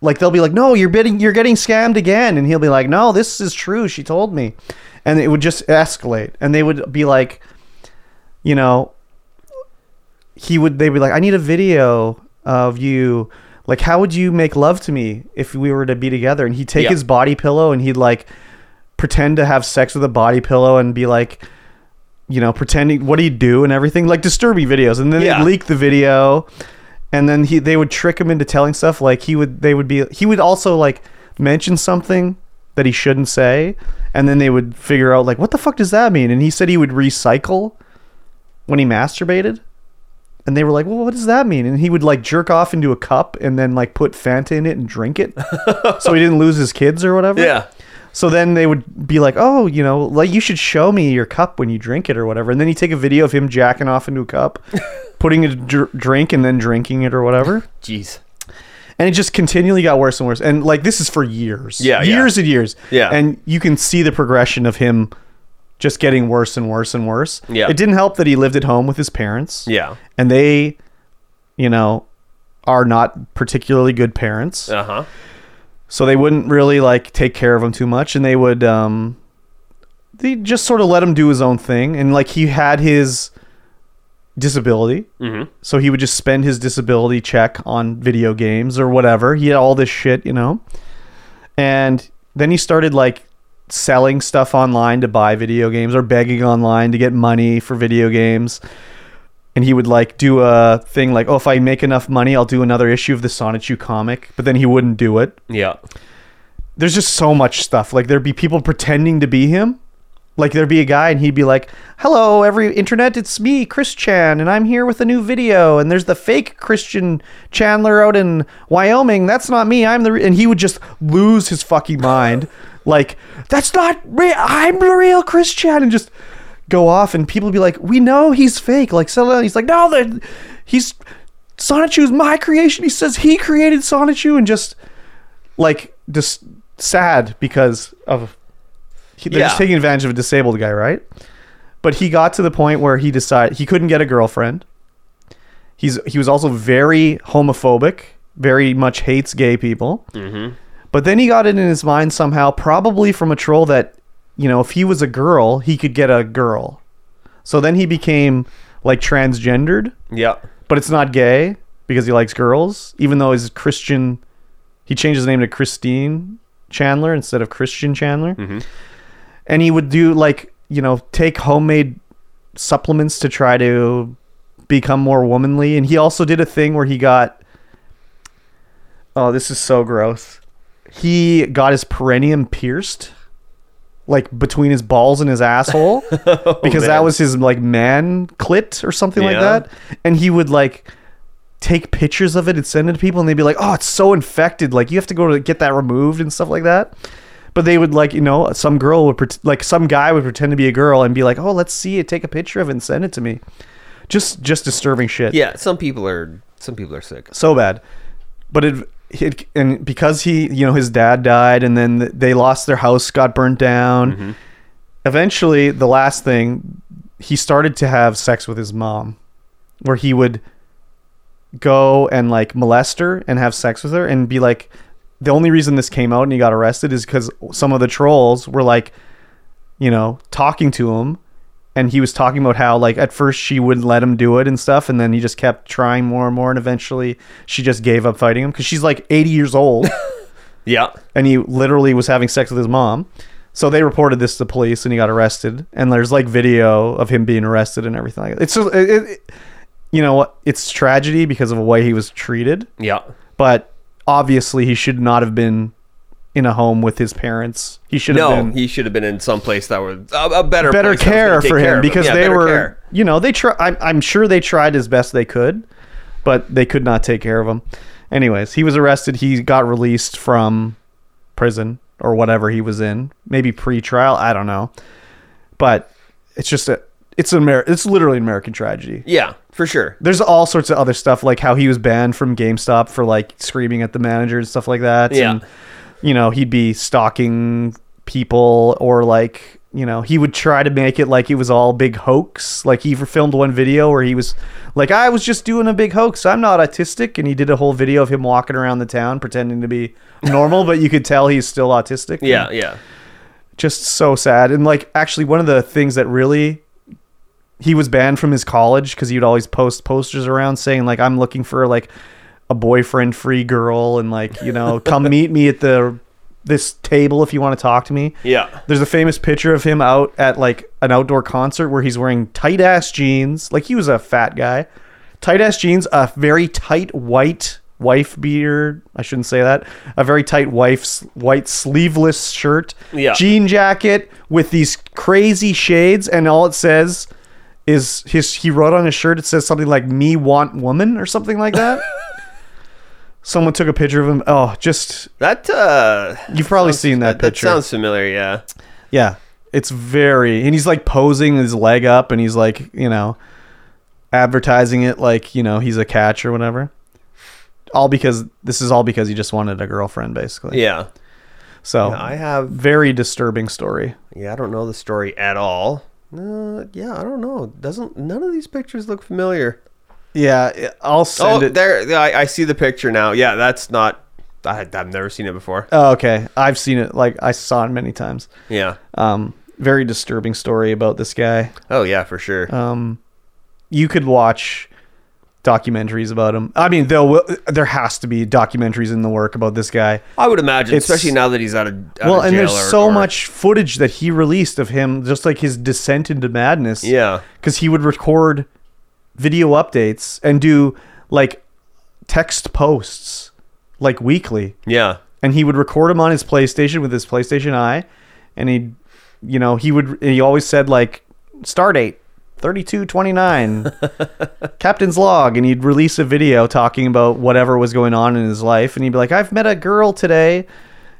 Speaker 4: like they'll be like, "No, you're getting you're getting scammed again," and he'll be like, "No, this is true. She told me," and it would just escalate, and they would be like, you know, he would they'd be like, "I need a video of you." Like, how would you make love to me if we were to be together? And he'd take
Speaker 3: Yeah.
Speaker 4: his body pillow and he'd like pretend to have sex with a body pillow and be like, you know, pretending what do you do and everything, like disturbing videos. And then
Speaker 3: Yeah.
Speaker 4: they'd leak the video and then he they would trick him into telling stuff like he would they would be he would also like mention something that he shouldn't say and then they would figure out like what the fuck does that mean and he said he would recycle when he masturbated and they were like well what does that mean and he would like jerk off into a cup and then like put fanta in it and drink it so he didn't lose his kids or whatever
Speaker 3: Yeah.
Speaker 4: so then they would be like, "Oh, you know, like you should show me your cup when you drink it or whatever." And then you take a video of him jacking off into a cup, putting it in a dr- drink and then drinking it or whatever.
Speaker 3: Jeez.
Speaker 4: And it just continually got worse and worse. And like this is for years,
Speaker 3: Yeah, yeah.
Speaker 4: years and years.
Speaker 3: Yeah.
Speaker 4: and you can see the progression of him just getting worse and worse and worse.
Speaker 3: Yeah.
Speaker 4: it didn't help that he lived at home with his parents.
Speaker 3: Yeah.
Speaker 4: and they, you know, are not particularly good parents
Speaker 3: Uh huh.
Speaker 4: so they wouldn't really like take care of him too much and they would um they just sort of let him do his own thing and like he had his disability mm-hmm. so he would just spend his disability check on video games or whatever he had all this shit you know and then he started like selling stuff online to buy video games or begging online to get money for video games and he would like do a thing like oh if i make enough money i'll do another issue of the sonichu comic but then he wouldn't do it
Speaker 3: Yeah.
Speaker 4: there's just so much stuff. Like there'd be people pretending to be him. Like there'd be a guy and he'd be like, "Hello, every internet, it's me, Chris Chan, and I'm here with a new video." And there's the fake Christian Chandler out in Wyoming. That's not me. I'm the re-. and he would just lose his fucking mind. Like that's not real. I'm the real Chris Chan, and just go off. And people would be like, "We know he's fake." Like so he's like, "No, the he's Sonichu is my creation." He says he created Sonichu, and just like just sad because of he, they're just
Speaker 3: Yeah.
Speaker 4: taking advantage of a disabled guy, right? But he got to the point where he decided he couldn't get a girlfriend. He's he was also very homophobic, very much hates gay people. But then he got it in his mind somehow, probably from a troll that, you know, if he was a girl, he could get a girl. So then he became like transgendered,
Speaker 3: Yeah.
Speaker 4: but it's not gay because he likes girls, even though his Christian, he changed his name to Christine Chandler instead of Christian Chandler. And he would do like, you know, take homemade supplements to try to become more womanly. And he also did a thing where he got, oh, this is so gross. He got his perineum pierced, like between his balls and his asshole, because that
Speaker 3: man.
Speaker 4: was his like man clit or something like
Speaker 3: Yeah.
Speaker 4: that. And he would like take pictures of it and send it to people, and they'd be like, "Oh, it's so infected! Like you have to go to get that removed and stuff like that." But they would like, you know, some girl would pret- like some guy would pretend to be a girl and be like, "Oh, let's see it, take a picture of it, and send it to me." Just, just disturbing shit.
Speaker 3: Yeah. Some people are. Some people are sick.
Speaker 4: so bad. But it, it and because he, you know, his dad died, and then th- they lost their house, got burnt down. Eventually, the last thing, he started to have sex with his mom, where he would go and like molest her and have sex with her and be like the only reason this came out and he got arrested is because some of the trolls were like you know talking to him and he was talking about how like at first she wouldn't let him do it and stuff and then he just kept trying more and more and eventually she just gave up fighting him because she's like 80 years old
Speaker 3: Yeah.
Speaker 4: and he literally was having sex with his mom so they reported this to the police and he got arrested and there's like video of him being arrested and everything like that. it's just it, it, you know what it's tragedy because of the way he was treated
Speaker 3: Yeah.
Speaker 4: but obviously he should not have been in a home with his parents. He should have
Speaker 3: No,
Speaker 4: been
Speaker 3: he should have been in some place that was a, a better,
Speaker 4: better
Speaker 3: place that was gonna
Speaker 4: care
Speaker 3: take
Speaker 4: for him
Speaker 3: of
Speaker 4: because
Speaker 3: Yeah,
Speaker 4: they
Speaker 3: better
Speaker 4: were,
Speaker 3: care.
Speaker 4: you know, they try. I'm, I'm sure they tried as best they could, but they could not take care of him. Anyways, he was arrested. He got released from prison or whatever he was in, maybe pre-trial. I don't know, but it's just a, it's an Amer- it's literally an American tragedy
Speaker 3: Yeah, for sure.
Speaker 4: there's all sorts of other stuff like how he was banned from GameStop for like screaming at the manager and stuff like that.
Speaker 3: Yeah.
Speaker 4: And, you know, he'd be stalking people or like, you know, he would try to make it like it was all big hoax. Like he filmed one video where he was like, I was just doing a big hoax. I'm not autistic. And he did a whole video of him walking around the town pretending to be normal, but you could tell he's still autistic
Speaker 3: Yeah, yeah.
Speaker 4: just so sad. And like, actually, one of the things that really he was banned from his college because he'd always post posters around saying like, "I'm looking for like a boyfriend-free girl," and like, you know, come meet me at the this table if you want to talk to me.
Speaker 3: Yeah.
Speaker 4: There's a famous picture of him out at like an outdoor concert where he's wearing tight ass jeans. Like he was a fat guy. Tight ass jeans, a very tight white wife beater. I shouldn't say that. A very tight wife's white sleeveless shirt.
Speaker 3: Yeah.
Speaker 4: Jean jacket with these crazy shades and all it says is his he wrote on his shirt it says something like me want woman or something like that. Someone took a picture of him. Oh, just
Speaker 3: That uh
Speaker 4: you've probably seen
Speaker 3: that,
Speaker 4: that,
Speaker 3: that
Speaker 4: picture.
Speaker 3: sounds familiar, yeah.
Speaker 4: Yeah. It's very and he's like posing his leg up and he's like, you know, advertising it like, you know, he's a catch or whatever. All because this is all because he just wanted a girlfriend basically.
Speaker 3: Yeah.
Speaker 4: So
Speaker 3: I have
Speaker 4: very disturbing story.
Speaker 3: yeah, I don't know the story at all. Uh, yeah, I don't know. Doesn't none of these pictures look familiar?
Speaker 4: Yeah, it- I'll send
Speaker 3: oh,
Speaker 4: it.
Speaker 3: there I, I see the picture now. Yeah, that's not I, I've never seen it before.
Speaker 4: Oh, okay. I've seen it like I saw it many times.
Speaker 3: yeah.
Speaker 4: Um very disturbing story about this guy.
Speaker 3: Oh yeah, for sure.
Speaker 4: um, you could watch documentaries about him. I mean, there will, there has to be documentaries in the work about this guy.
Speaker 3: I would imagine,
Speaker 4: it's-
Speaker 3: especially now that he's out of, out
Speaker 4: well,
Speaker 3: of
Speaker 4: and
Speaker 3: jail
Speaker 4: there's
Speaker 3: or-
Speaker 4: so
Speaker 3: or-
Speaker 4: much footage that he released of him, just like his descent into madness.
Speaker 3: Yeah.
Speaker 4: because he would record video updates and do like text posts like weekly
Speaker 3: Yeah.
Speaker 4: and he would record them on his PlayStation with his PlayStation Eye, and he, you know, he would. He always said like start date thirty two twenty nine, captain's log, and he'd release a video talking about whatever was going on in his life, and he'd be like, "I've met a girl today,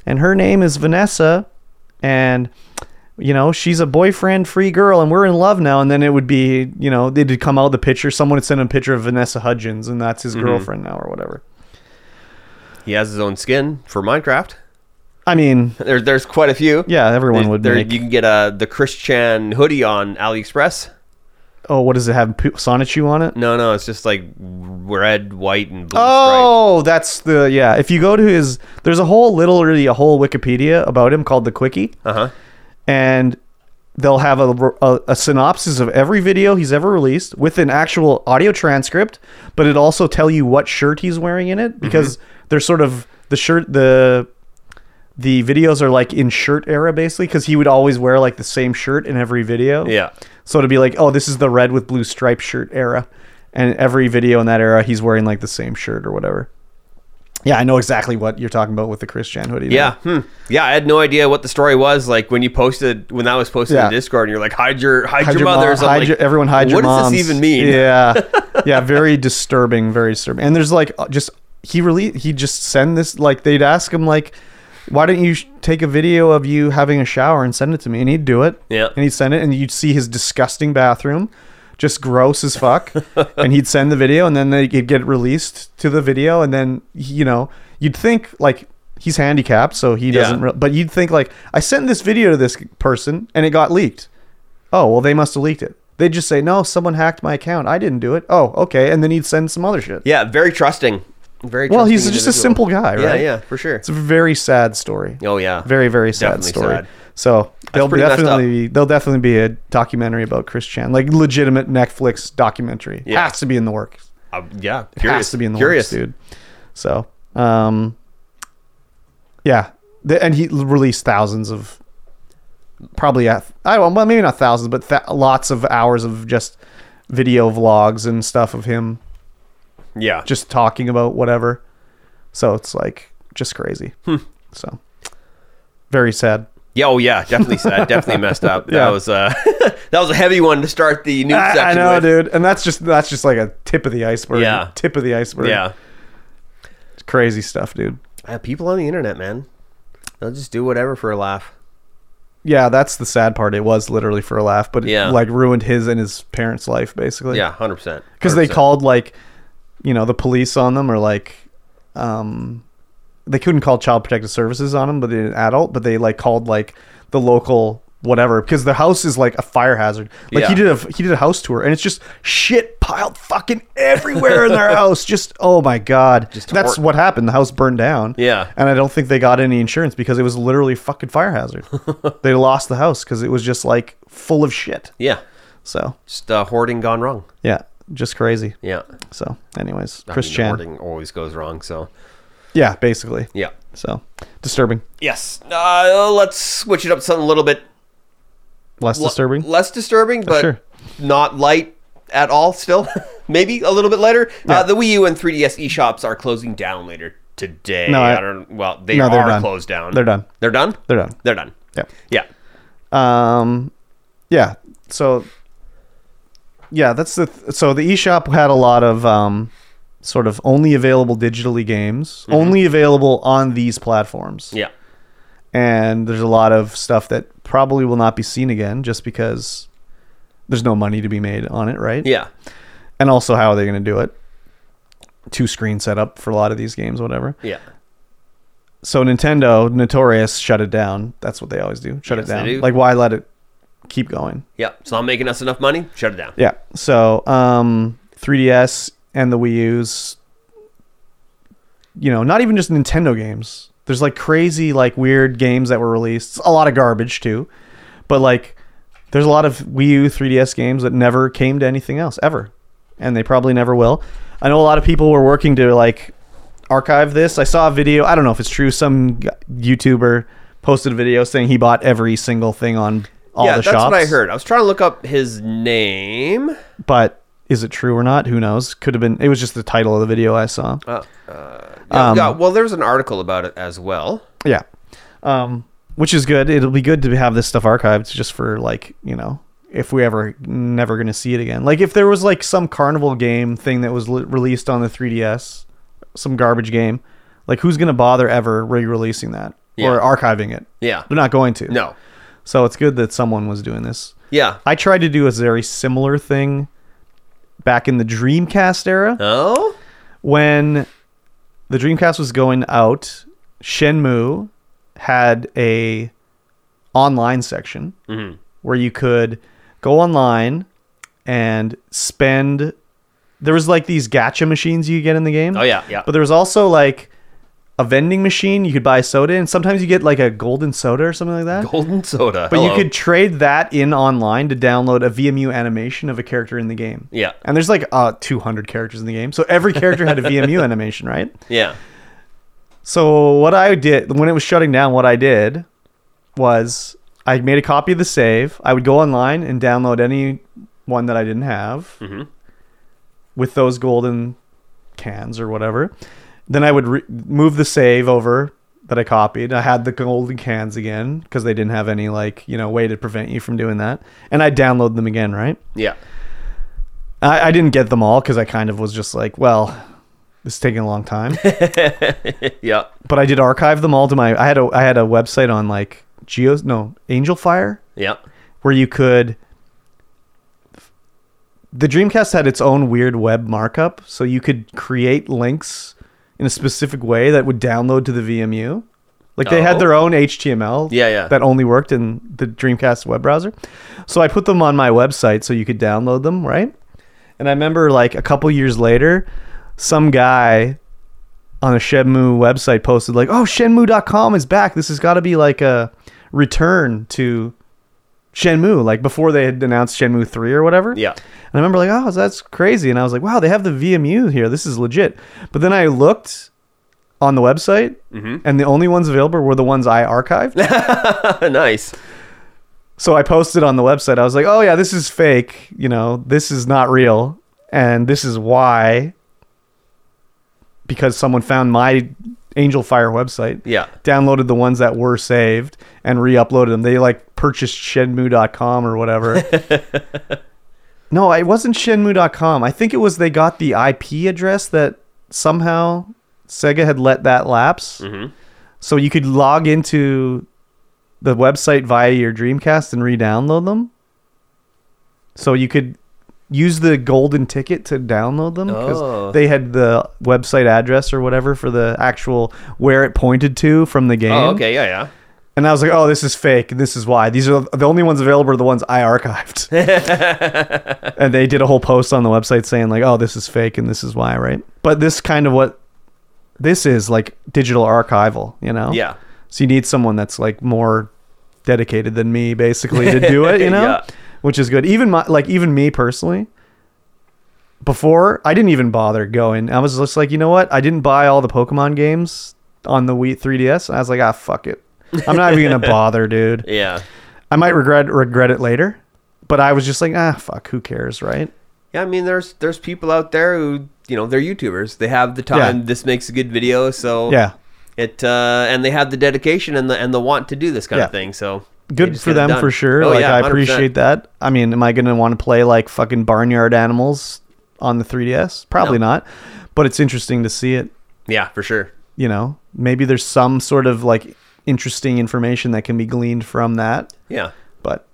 Speaker 4: and her name is Vanessa, and." You know, she's a boyfriend free girl and we're in love now. And then it would be, you know, they'd come out the picture. Someone would send him a picture of Vanessa Hudgens and that's his girlfriend now or whatever.
Speaker 3: He has his own skin for Minecraft.
Speaker 4: I mean,
Speaker 3: There, there's quite a few.
Speaker 4: Yeah, everyone
Speaker 3: There-
Speaker 4: would
Speaker 3: there-
Speaker 4: make-
Speaker 3: You can get uh, the Christian hoodie on AliExpress.
Speaker 4: oh, what does it have? P- Sonichu on it?
Speaker 3: No, no, it's just like red, white, and blue.
Speaker 4: Oh, that's the yeah. If you go to his, there's a whole literally a whole Wikipedia about him called the Quickie,
Speaker 3: Uh huh.
Speaker 4: and they'll have a, a, a synopsis of every video he's ever released with an actual audio transcript, but it also tell you what shirt he's wearing in
Speaker 3: Mm-hmm.
Speaker 4: it because they're sort of the shirt the the videos are like in shirt era basically because he would always wear like the same shirt in every video.
Speaker 3: Yeah.
Speaker 4: So to be like, oh, this is the red with blue stripe shirt era, and every video in that era, he's wearing like the same shirt or whatever. Yeah, I know exactly what you're talking about with the Christian hoodie. now.
Speaker 3: Yeah. Hmm. Yeah. I had no idea what the story was like when you posted when that was posted
Speaker 4: Yeah.
Speaker 3: in Discord, and you're like, "Hide your, hide,
Speaker 4: hide
Speaker 3: your,
Speaker 4: your mom-
Speaker 3: mothers." I'm
Speaker 4: hide
Speaker 3: like,
Speaker 4: your- everyone hide your
Speaker 3: What does
Speaker 4: moms.
Speaker 3: this even mean?
Speaker 4: Yeah, yeah, very disturbing, very disturbing. And there's like uh, just he really he just send this like they'd ask him like, why don't you sh- take a video of you having a shower and send it to me? And he'd do it.
Speaker 3: Yeah.
Speaker 4: and he'd send it, and you'd see his disgusting bathroom. Just gross as fuck, and he'd send the video, and then they'd get released to the video, and then you know you'd think like he's handicapped, so he
Speaker 3: Yeah.
Speaker 4: doesn't. re- but you'd think like I sent this video to this person, and it got leaked. Oh, well, they must have leaked it. They'd just say, no, someone hacked my account. I didn't do it. Oh, okay. And then he'd send some other shit.
Speaker 3: Yeah. Very trusting. Very.
Speaker 4: well,
Speaker 3: trusting
Speaker 4: he's just a
Speaker 3: individual.
Speaker 4: simple guy, right?
Speaker 3: Yeah. Yeah. For sure.
Speaker 4: It's a very sad story.
Speaker 3: Oh yeah.
Speaker 4: Very, very sad
Speaker 3: Definitely
Speaker 4: story.
Speaker 3: sad.
Speaker 4: So there'll
Speaker 3: pretty messed
Speaker 4: definitely be, there'll definitely be a documentary about Chris Chan, like legitimate Netflix documentary.
Speaker 3: Yeah.
Speaker 4: Has to be in the works.
Speaker 3: Uh, yeah.
Speaker 4: Has to be in the
Speaker 3: curious,
Speaker 4: works, dude. So, um, yeah, The- and he released thousands of probably a- I don't well maybe not thousands but th- lots of hours of just video vlogs and stuff of him
Speaker 3: Yeah.
Speaker 4: just talking about whatever. So it's like just crazy.
Speaker 3: Hmm.
Speaker 4: So very sad.
Speaker 3: Yeah, oh yeah, definitely sad. definitely messed up.
Speaker 4: Yeah.
Speaker 3: That was uh that was a heavy one to start the news section.
Speaker 4: I, I know,
Speaker 3: with.
Speaker 4: dude, and that's just that's just like a tip of the iceberg.
Speaker 3: Yeah.
Speaker 4: tip of the iceberg.
Speaker 3: Yeah.
Speaker 4: It's crazy stuff, dude.
Speaker 3: Yeah, people on the internet, man. They'll just do whatever for a laugh.
Speaker 4: Yeah, that's the sad part. It was literally for a laugh, but it
Speaker 3: Yeah.
Speaker 4: like ruined his and his parents' life basically.
Speaker 3: Yeah, hundred percent.
Speaker 4: because they called like you know the police on them or like um they couldn't call child protective services on them but they an adult but they like called like the local whatever because the house is like a fire hazard like he
Speaker 3: Yeah.
Speaker 4: did a he did a house tour and it's just shit piled fucking everywhere in their house just oh my god
Speaker 3: Just
Speaker 4: that's
Speaker 3: hor-
Speaker 4: what happened the house burned down
Speaker 3: Yeah.
Speaker 4: and i don't think they got any insurance because it was literally a fucking fire hazard they lost the house because it was just like full of shit
Speaker 3: Yeah.
Speaker 4: so
Speaker 3: Just uh, hoarding gone wrong.
Speaker 4: yeah just crazy
Speaker 3: Yeah.
Speaker 4: so, anyways,
Speaker 3: I
Speaker 4: Chris
Speaker 3: mean,
Speaker 4: Chan.
Speaker 3: Hoarding always goes wrong, so
Speaker 4: Yeah, basically.
Speaker 3: yeah.
Speaker 4: So, disturbing.
Speaker 3: Yes. Uh, let's switch it up to something a little bit
Speaker 4: Less
Speaker 3: le-
Speaker 4: disturbing. Uh,
Speaker 3: Less disturbing, but
Speaker 4: Sure.
Speaker 3: not light at all still. Maybe a little bit lighter.
Speaker 4: Yeah.
Speaker 3: Uh, the Wii U and 3DS eShops are closing down later today.
Speaker 4: No, I-
Speaker 3: I, don't well, they
Speaker 4: No, they're
Speaker 3: are
Speaker 4: done.
Speaker 3: closed down.
Speaker 4: They're done.
Speaker 3: They're done?
Speaker 4: They're done.
Speaker 3: They're done.
Speaker 4: Yeah.
Speaker 3: Yeah.
Speaker 4: Um, yeah. So, yeah, that's the. Th- so the eShop had a lot of um, sort of only available digitally games, only available on these platforms.
Speaker 3: Mm-hmm. Yeah.
Speaker 4: and there's a lot of stuff that probably will not be seen again just because there's no money to be made on it, right?
Speaker 3: Yeah.
Speaker 4: And also, how are they going to do it? Two screen setup for a lot of these games, whatever.
Speaker 3: Yeah.
Speaker 4: so Nintendo notorious shut it down. That's what they always do. Shut
Speaker 3: Yes,
Speaker 4: it down.
Speaker 3: they do.
Speaker 4: Like why let it keep going?
Speaker 3: Yeah. It's not making us enough money. Shut it down.
Speaker 4: Yeah. So um 3DS and the Wii U's you know, not even just Nintendo games. There's like crazy like weird games that were released. A lot of garbage too. But like there's a lot of Wii U 3DS games that never came to anything else ever. And they probably never will. I know a lot of people were working to like archive this. I saw a video. I don't know if it's true. Some g- YouTuber posted a video saying he bought every single thing on all
Speaker 3: yeah,
Speaker 4: the
Speaker 3: that's
Speaker 4: shops.
Speaker 3: what I heard. I was trying to look up his name.
Speaker 4: But Is it true or not? Who knows? Could have been. It was just the title of the video I saw.
Speaker 3: Yeah, yeah, well, there's an article about it as well.
Speaker 4: Yeah. Um, which is good. It'll be good to have this stuff archived just for like, you know, if we ever never going to see it again. Like if there was like some carnival game thing that was li- released on the 3DS, some garbage game, like who's going to bother ever re-releasing that
Speaker 3: Yeah.
Speaker 4: or archiving it?
Speaker 3: Yeah.
Speaker 4: They're not going to.
Speaker 3: No.
Speaker 4: So it's good that someone was doing this.
Speaker 3: Yeah.
Speaker 4: I tried to do a very similar thing back in the Dreamcast era
Speaker 3: Oh.
Speaker 4: when the Dreamcast was going out, Shenmue had a online section
Speaker 3: Mm-hmm.
Speaker 4: where you could go online and spend. There was like these gacha machines you get in the game.
Speaker 3: Oh, yeah, yeah.
Speaker 4: But there was also like a vending machine you could buy soda, and sometimes you get like a golden soda or something like that.
Speaker 3: Golden soda.
Speaker 4: But
Speaker 3: Hello.
Speaker 4: you could trade that in online to download a VMU animation of a character in the game.
Speaker 3: Yeah.
Speaker 4: And there's like uh, 200 characters in the game. So every character had a VMU animation, right?
Speaker 3: Yeah.
Speaker 4: So what I did when it was shutting down, what I did was I made a copy of the save. I would go online and download any one that I didn't have with those golden cans or whatever. Then I would re- move the save over that I copied. I had the golden cans again because they didn't have any like you know way to prevent you from doing that. And I download them again, right?
Speaker 3: Yeah.
Speaker 4: I, I didn't get them all because I kind of was just like, well, this is taking a long time.
Speaker 3: Yeah.
Speaker 4: but I did archive them all to my. I had a I had a website on like Geo no Angel Fire
Speaker 3: Yeah.
Speaker 4: where you could. The Dreamcast had its own weird web markup, so you could create links in a specific way that would download to the VMU. Like they
Speaker 3: Oh.
Speaker 4: had their own HTML
Speaker 3: Yeah, yeah.
Speaker 4: that only worked in the Dreamcast web browser. So I put them on my website so you could download them, right? And I remember like a couple years later, some guy on the Shenmue website posted like, "Oh, Shenmue.com is back. This has got to be like a return to Shenmue, like before they had announced Shenmue three or whatever."
Speaker 3: Yeah.
Speaker 4: And I remember like, "Oh, that's crazy." And I was like, "Wow, they have the VMU here. This is legit." But then I looked on the website, and the only ones available were the ones I archived.
Speaker 3: nice.
Speaker 4: So I posted on the website. I was like, "Oh yeah, this is fake. You know, this is not real, and this is why." Because someone found my Angel Fire website,
Speaker 3: Yeah.
Speaker 4: downloaded the ones that were saved and re-uploaded them. They like purchased Shenmue.com or whatever. no, it wasn't Shenmue.com. I think it was they got the IP address that somehow Sega had let that lapse. So you could log into the website via your Dreamcast and re-download them. So you could use the golden ticket to download them because
Speaker 3: Oh.
Speaker 4: they had the website address or whatever for the actual where it pointed to from the game.
Speaker 3: Oh, okay. Yeah, yeah.
Speaker 4: And I was like, "Oh, this is fake. and This is why. These are the only ones available are the ones I archived." and they did a whole post on the website saying like, "Oh, this is fake and this is why." Right? But this kind of what this is like digital archival, you know?
Speaker 3: Yeah.
Speaker 4: So you need someone that's like more dedicated than me, basically, to do it. You know,
Speaker 3: Yeah.
Speaker 4: which is good. Even my like even me personally. Before I didn't even bother going. I was just like, you know what? I didn't buy all the Pokemon games on the Wii 3DS. I was like, ah, fuck it. I'm not even gonna bother, dude.
Speaker 3: Yeah.
Speaker 4: I might regret regret it later, but I was just like, ah, fuck, who cares, right?
Speaker 3: Yeah, I mean, there's there's people out there who you know they're YouTubers. They have the time.
Speaker 4: Yeah.
Speaker 3: This makes a good video, so
Speaker 4: Yeah,
Speaker 3: It uh, and they have the dedication and the and the want to do this kind
Speaker 4: Yeah.
Speaker 3: of thing. So they
Speaker 4: good
Speaker 3: just get
Speaker 4: for
Speaker 3: it
Speaker 4: them
Speaker 3: done.
Speaker 4: for sure.
Speaker 3: Oh,
Speaker 4: like
Speaker 3: yeah,
Speaker 4: I
Speaker 3: 100%.
Speaker 4: appreciate that. I mean, am I going to want to play like fucking barnyard animals on the 3DS? Probably
Speaker 3: No.
Speaker 4: not. But it's interesting to see it.
Speaker 3: Yeah, for sure.
Speaker 4: You know, maybe there's some sort of like interesting information that can be gleaned from that.
Speaker 3: Yeah.
Speaker 4: But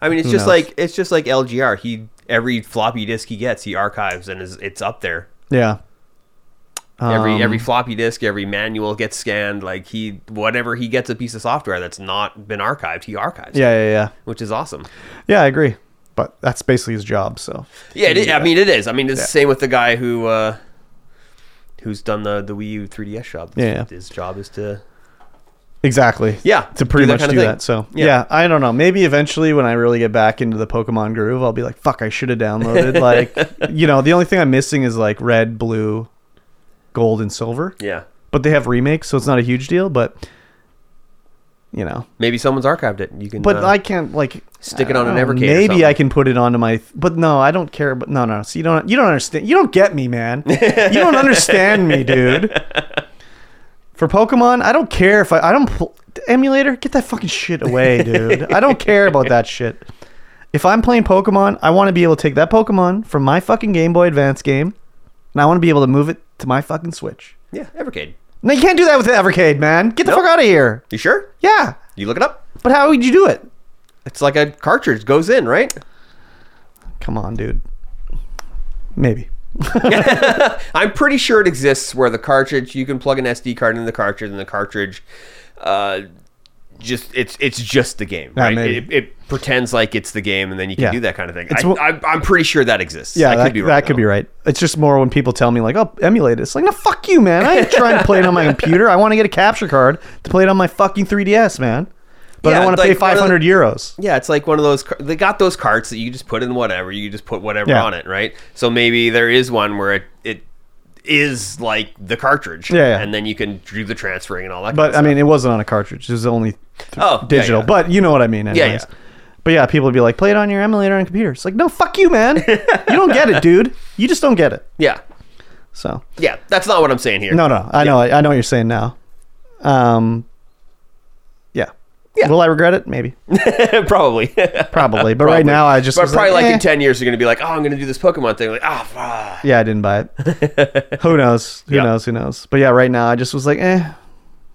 Speaker 3: I mean, it's
Speaker 4: Who
Speaker 3: just
Speaker 4: knows?
Speaker 3: like it's just like LGR. He every floppy disk he gets, he archives and is it's up there.
Speaker 4: yeah,
Speaker 3: Every
Speaker 4: Um,
Speaker 3: every floppy disk, every manual gets scanned. Like he, whatever he gets a piece of software that's not been archived, he archives. it,
Speaker 4: yeah, yeah, yeah,
Speaker 3: which is awesome.
Speaker 4: yeah. I agree. But that's basically his job. So
Speaker 3: Yeah, it, I mean, it is. I mean, it's the same with the guy who uh, who's done the the Wii U 3DS shop.
Speaker 4: Yeah.
Speaker 3: his job is to
Speaker 4: Exactly.
Speaker 3: Yeah,
Speaker 4: To pretty
Speaker 3: do that
Speaker 4: much
Speaker 3: kinda
Speaker 4: do
Speaker 3: thing.
Speaker 4: that. So
Speaker 3: Yeah.
Speaker 4: yeah. I don't know. Maybe eventually when I really get back into the Pokemon groove, I'll be like, fuck, I should have downloaded. like, you know, the only thing I'm missing is like red, blue, gold, and silver.
Speaker 3: yeah
Speaker 4: But they have remakes, so it's not a huge deal. But you know.
Speaker 3: Maybe someone's archived it. You can.
Speaker 4: But
Speaker 3: uh,
Speaker 4: I can't like
Speaker 3: stick
Speaker 4: I
Speaker 3: it on
Speaker 4: don't
Speaker 3: an
Speaker 4: know,
Speaker 3: Evercade or
Speaker 4: Maybe
Speaker 3: something.
Speaker 4: I can put it onto my. But no, I don't care. But no, no. So you don't. You don't understand. You don't get me, man. you don't understand me, dude. For Pokemon, I don't care if I. I don't pl- emulator. Get that fucking shit away, dude. I don't care about that shit. If I'm playing Pokemon, I want to be able to take that Pokemon from my fucking Game Boy Advance game, and I want to be able to move it to my fucking Switch.
Speaker 3: yeah, Evercade.
Speaker 4: No, you can't do that with the Evercade, man. Get the
Speaker 3: Nope.
Speaker 4: fuck out of here.
Speaker 3: You sure?
Speaker 4: Yeah,
Speaker 3: You look it up.
Speaker 4: but how would you do it?
Speaker 3: It's like a cartridge goes in, right?
Speaker 4: Come on, dude. Maybe.
Speaker 3: I'm pretty sure it exists where the cartridge you can plug an SD card in the cartridge and the cartridge uh, just it's it's just the game,
Speaker 4: Yeah,
Speaker 3: right?
Speaker 4: maybe.
Speaker 3: it, it pretends like it's the game, and then you can
Speaker 4: Yeah.
Speaker 3: do that kind of thing.
Speaker 4: It's
Speaker 3: I,
Speaker 4: wha-
Speaker 3: I, I'm pretty sure that exists.
Speaker 4: Yeah,
Speaker 3: I
Speaker 4: that,
Speaker 3: could be wrong,
Speaker 4: that could
Speaker 3: though.
Speaker 4: be right. It's just more when people tell me like, "Oh, emulate it." It's like, "No, fuck you, man. I ain't trying to play it on my computer. I want to get a capture card to play it on my fucking 3DS, man. But I
Speaker 3: Yeah,
Speaker 4: don't want to
Speaker 3: like,
Speaker 4: pay
Speaker 3: one of the-
Speaker 4: 500 euros."
Speaker 3: Yeah, it's like one of those. car- They got those carts that you just put in whatever. You just put whatever
Speaker 4: Yeah.
Speaker 3: on it, right? So maybe there is one where it it is like the cartridge.
Speaker 4: Yeah, yeah.
Speaker 3: and then you can do the transferring and all that.
Speaker 4: But um, I
Speaker 3: kind of
Speaker 4: mean, it wasn't on a cartridge. It was only th-
Speaker 3: Oh, yeah,
Speaker 4: digital.
Speaker 3: yeah.
Speaker 4: But you know what I mean, anyways.
Speaker 3: yeah.
Speaker 4: But yeah, people would be like, "Play it on your emulator on computer." It's like, "No, fuck you, man. you don't get it, dude. You just don't get it."
Speaker 3: stuff. yeah,
Speaker 4: So
Speaker 3: yeah. That's not what I'm saying here.
Speaker 4: No, no, I know, I know what you're saying now. Um, yeah.
Speaker 3: Yeah.
Speaker 4: Will I regret it? Maybe,
Speaker 3: probably.
Speaker 4: probably. But right now, I just
Speaker 3: But
Speaker 4: was
Speaker 3: probably like,
Speaker 4: eh.
Speaker 3: in ten years, you're gonna be like, oh, I'm gonna do this Pokemon thing. Like, ah, fuck.
Speaker 4: Yeah, I didn't buy it. who knows? Who
Speaker 3: Yeah.
Speaker 4: knows? Who knows? But yeah, right now, I just was like, eh,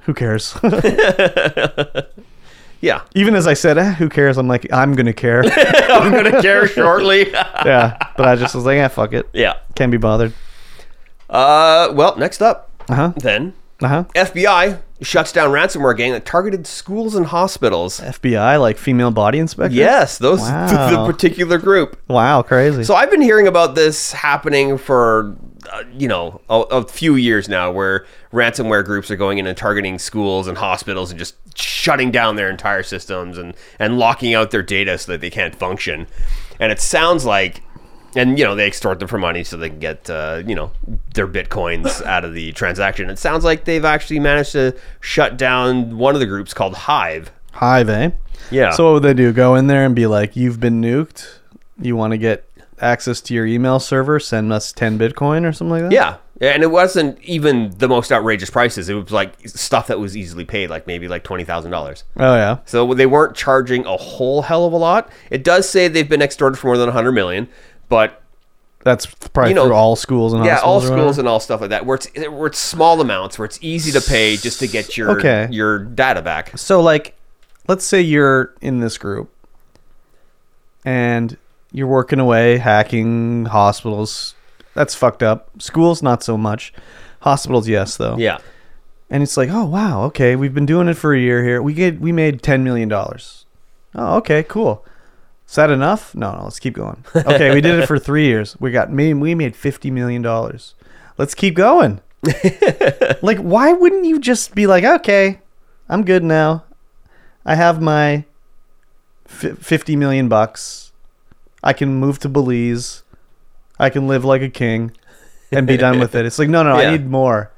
Speaker 4: who cares?
Speaker 3: yeah,
Speaker 4: Even as I said, eh, who cares? I'm like, I'm gonna care.
Speaker 3: I'm gonna care shortly.
Speaker 4: yeah, but I just was like, eh, fuck it.
Speaker 3: yeah.
Speaker 4: Can't be bothered.
Speaker 3: Uh, well, next up,
Speaker 4: Uh huh.
Speaker 3: then
Speaker 4: Uh huh.
Speaker 3: FBI shuts down ransomware gang that targeted schools and hospitals.
Speaker 4: FBI, like female body inspector.
Speaker 3: Yes, those
Speaker 4: Wow.
Speaker 3: the particular group.
Speaker 4: Wow, crazy.
Speaker 3: So I've been hearing about this happening for uh, you know a, a few years now, where ransomware groups are going in and targeting schools and hospitals and just shutting down their entire systems and and locking out their data so that they can't function. And it sounds like. And you know they extort them for money so they can get uh, you know their bitcoins out of the transaction. It sounds like they've actually managed to shut down one of the groups called Hive.
Speaker 4: Hive, eh?
Speaker 3: Yeah.
Speaker 4: So what would they do? Go in there and be like, "You've been nuked. You want to get access to your email server? Send us ten Bitcoin or something like that."
Speaker 3: Yeah. Yeah, and it wasn't even the most outrageous prices. It was like stuff that was easily paid, like maybe like twenty thousand dollars.
Speaker 4: Oh yeah.
Speaker 3: So they weren't charging a whole hell of a lot. It does say they've been extorted for more than hundred million, but
Speaker 4: That's probably
Speaker 3: You know,
Speaker 4: through all schools and
Speaker 3: yeah, all
Speaker 4: hospitals or
Speaker 3: schools
Speaker 4: whatever.
Speaker 3: and all stuff like that, where it's where it's small amounts, where it's easy to pay just to get your
Speaker 4: Okay.
Speaker 3: your data back.
Speaker 4: so like, let's say you're in this group, and you're working away hacking hospitals. That's fucked up. Schools not so much. Hospitals, yes though.
Speaker 3: Yeah,
Speaker 4: and it's like, oh wow, okay, we've been doing it for a year here. We get we made ten million dollars. Oh, okay, cool. Is that enough? No, no, let's keep going. Okay, we did it for three years. We got me we made fifty million dollars. Let's keep going. like, why wouldn't you just be like, okay, I'm good now. I have my fi fifty million bucks. I can move to Belize. I can live like a king and be done with it. It's like, no, no,
Speaker 3: Yeah.
Speaker 4: I need more.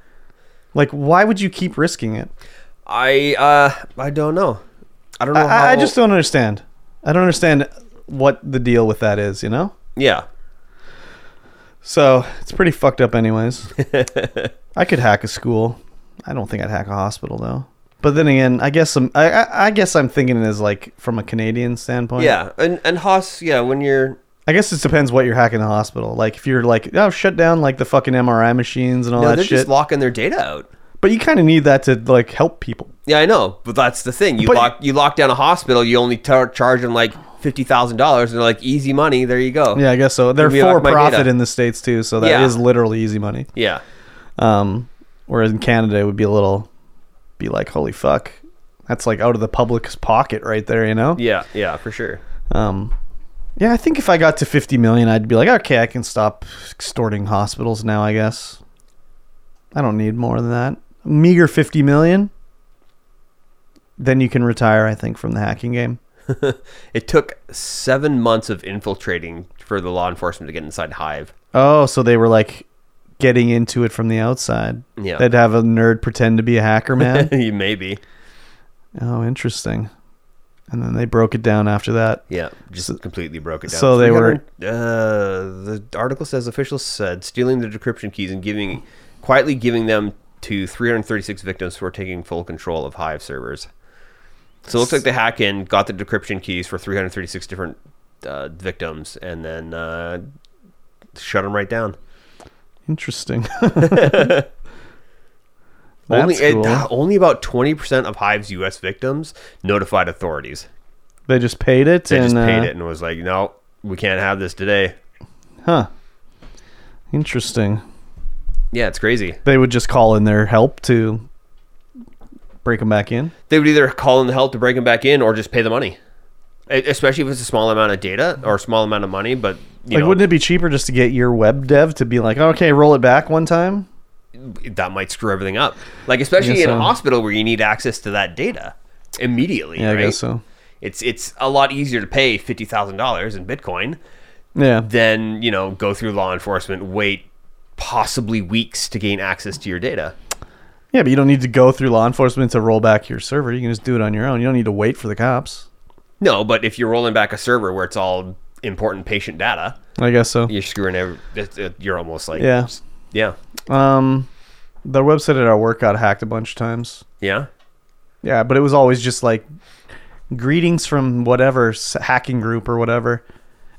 Speaker 4: Like, why would you keep risking it?
Speaker 3: I uh, I don't know. I don't know. how,
Speaker 4: I, I just don't understand. I don't understand what the deal with that is, you know?
Speaker 3: Yeah,
Speaker 4: So it's pretty fucked up, anyways. I could hack a school. I don't think I'd hack a hospital, though. But then again, I guess I'm, I, I, I guess I'm thinking it as like from a Canadian standpoint.
Speaker 3: yeah, and and Haas. Yeah, when you're
Speaker 4: I guess it depends what you're hacking a hospital. Like if you're like, oh, shut down like the fucking MRI machines and all
Speaker 3: no, they're
Speaker 4: that shit.
Speaker 3: just locking their data out.
Speaker 4: but you kind of need that to like help people.
Speaker 3: Yeah, I know, but that's the thing. You
Speaker 4: But-
Speaker 3: lock you lock down a hospital. You only tar- charge them like fifty thousand dollars, and they're like easy money. There you go.
Speaker 4: Yeah, I guess so. They're
Speaker 3: Give me back
Speaker 4: for
Speaker 3: my
Speaker 4: profit
Speaker 3: data.
Speaker 4: in the states too, so that is
Speaker 3: Yeah.
Speaker 4: literally easy money.
Speaker 3: yeah,
Speaker 4: Um, whereas in Canada, it would be a little, be like, holy fuck, that's like out of the public's pocket right there, you know?
Speaker 3: yeah, yeah, for sure.
Speaker 4: Um, yeah, I think if I got to 50 million, I'd be like, okay, I can stop extorting hospitals now, I guess. I don't need more than that. Meager 50 million. Then you can retire, I think, from the hacking game.
Speaker 3: It took seven months of infiltrating for the law enforcement to get inside Hive.
Speaker 4: Oh, so they were like getting into it from the outside.
Speaker 3: Yeah.
Speaker 4: They'd have a nerd pretend to be a hacker man.
Speaker 3: Maybe
Speaker 4: Oh, interesting. And then they broke it down after that.
Speaker 3: Yeah, just completely broke it down.
Speaker 4: so they were-
Speaker 3: 300 Uh, the article says officials said stealing the decryption keys and giving quietly giving them to 336 victims who are taking full control of Hive servers. So it looks like the hack in got the decryption keys for 336 different uh, victims and then uh, shut them right down.
Speaker 4: Interesting.
Speaker 3: Only
Speaker 4: That's cool.
Speaker 3: it, only about 20% of Hive's U.S. victims notified authorities.
Speaker 4: they just paid it.
Speaker 3: They
Speaker 4: and,
Speaker 3: just paid
Speaker 4: uh,
Speaker 3: it and was like, no, we can't have this today.
Speaker 4: Huh. Interesting.
Speaker 3: Yeah, it's crazy.
Speaker 4: They would just call in their help to break them back in.
Speaker 3: they would either call in the help to break them back in or just pay the money. E- Especially if it's a small amount of data or a small amount of money, but you
Speaker 4: like,
Speaker 3: know,
Speaker 4: wouldn't it be cheaper just to get your web dev to be like, okay, roll it back one time?
Speaker 3: that might screw everything up. Like especially
Speaker 4: guess
Speaker 3: in a
Speaker 4: so.
Speaker 3: hospital where you need access to that data immediately.
Speaker 4: Yeah,
Speaker 3: right?
Speaker 4: I guess so.
Speaker 3: It's it's a lot easier to pay fifty thousand dollars in Bitcoin
Speaker 4: Yeah.
Speaker 3: than you know go through law enforcement, wait possibly weeks to gain access to your data.
Speaker 4: Yeah, but you don't need to go through law enforcement to roll back your server. You can just do it on your own. You don't need to wait for the cops.
Speaker 3: No, but if you're rolling back a server where it's all important patient data,
Speaker 4: I guess so.
Speaker 3: you're screwing every. it's- it- You're almost like
Speaker 4: Yeah.
Speaker 3: yeah,
Speaker 4: Um, the website at our work got hacked a bunch of times.
Speaker 3: yeah.
Speaker 4: Yeah, but it was always just like greetings from whatever s- hacking group or whatever,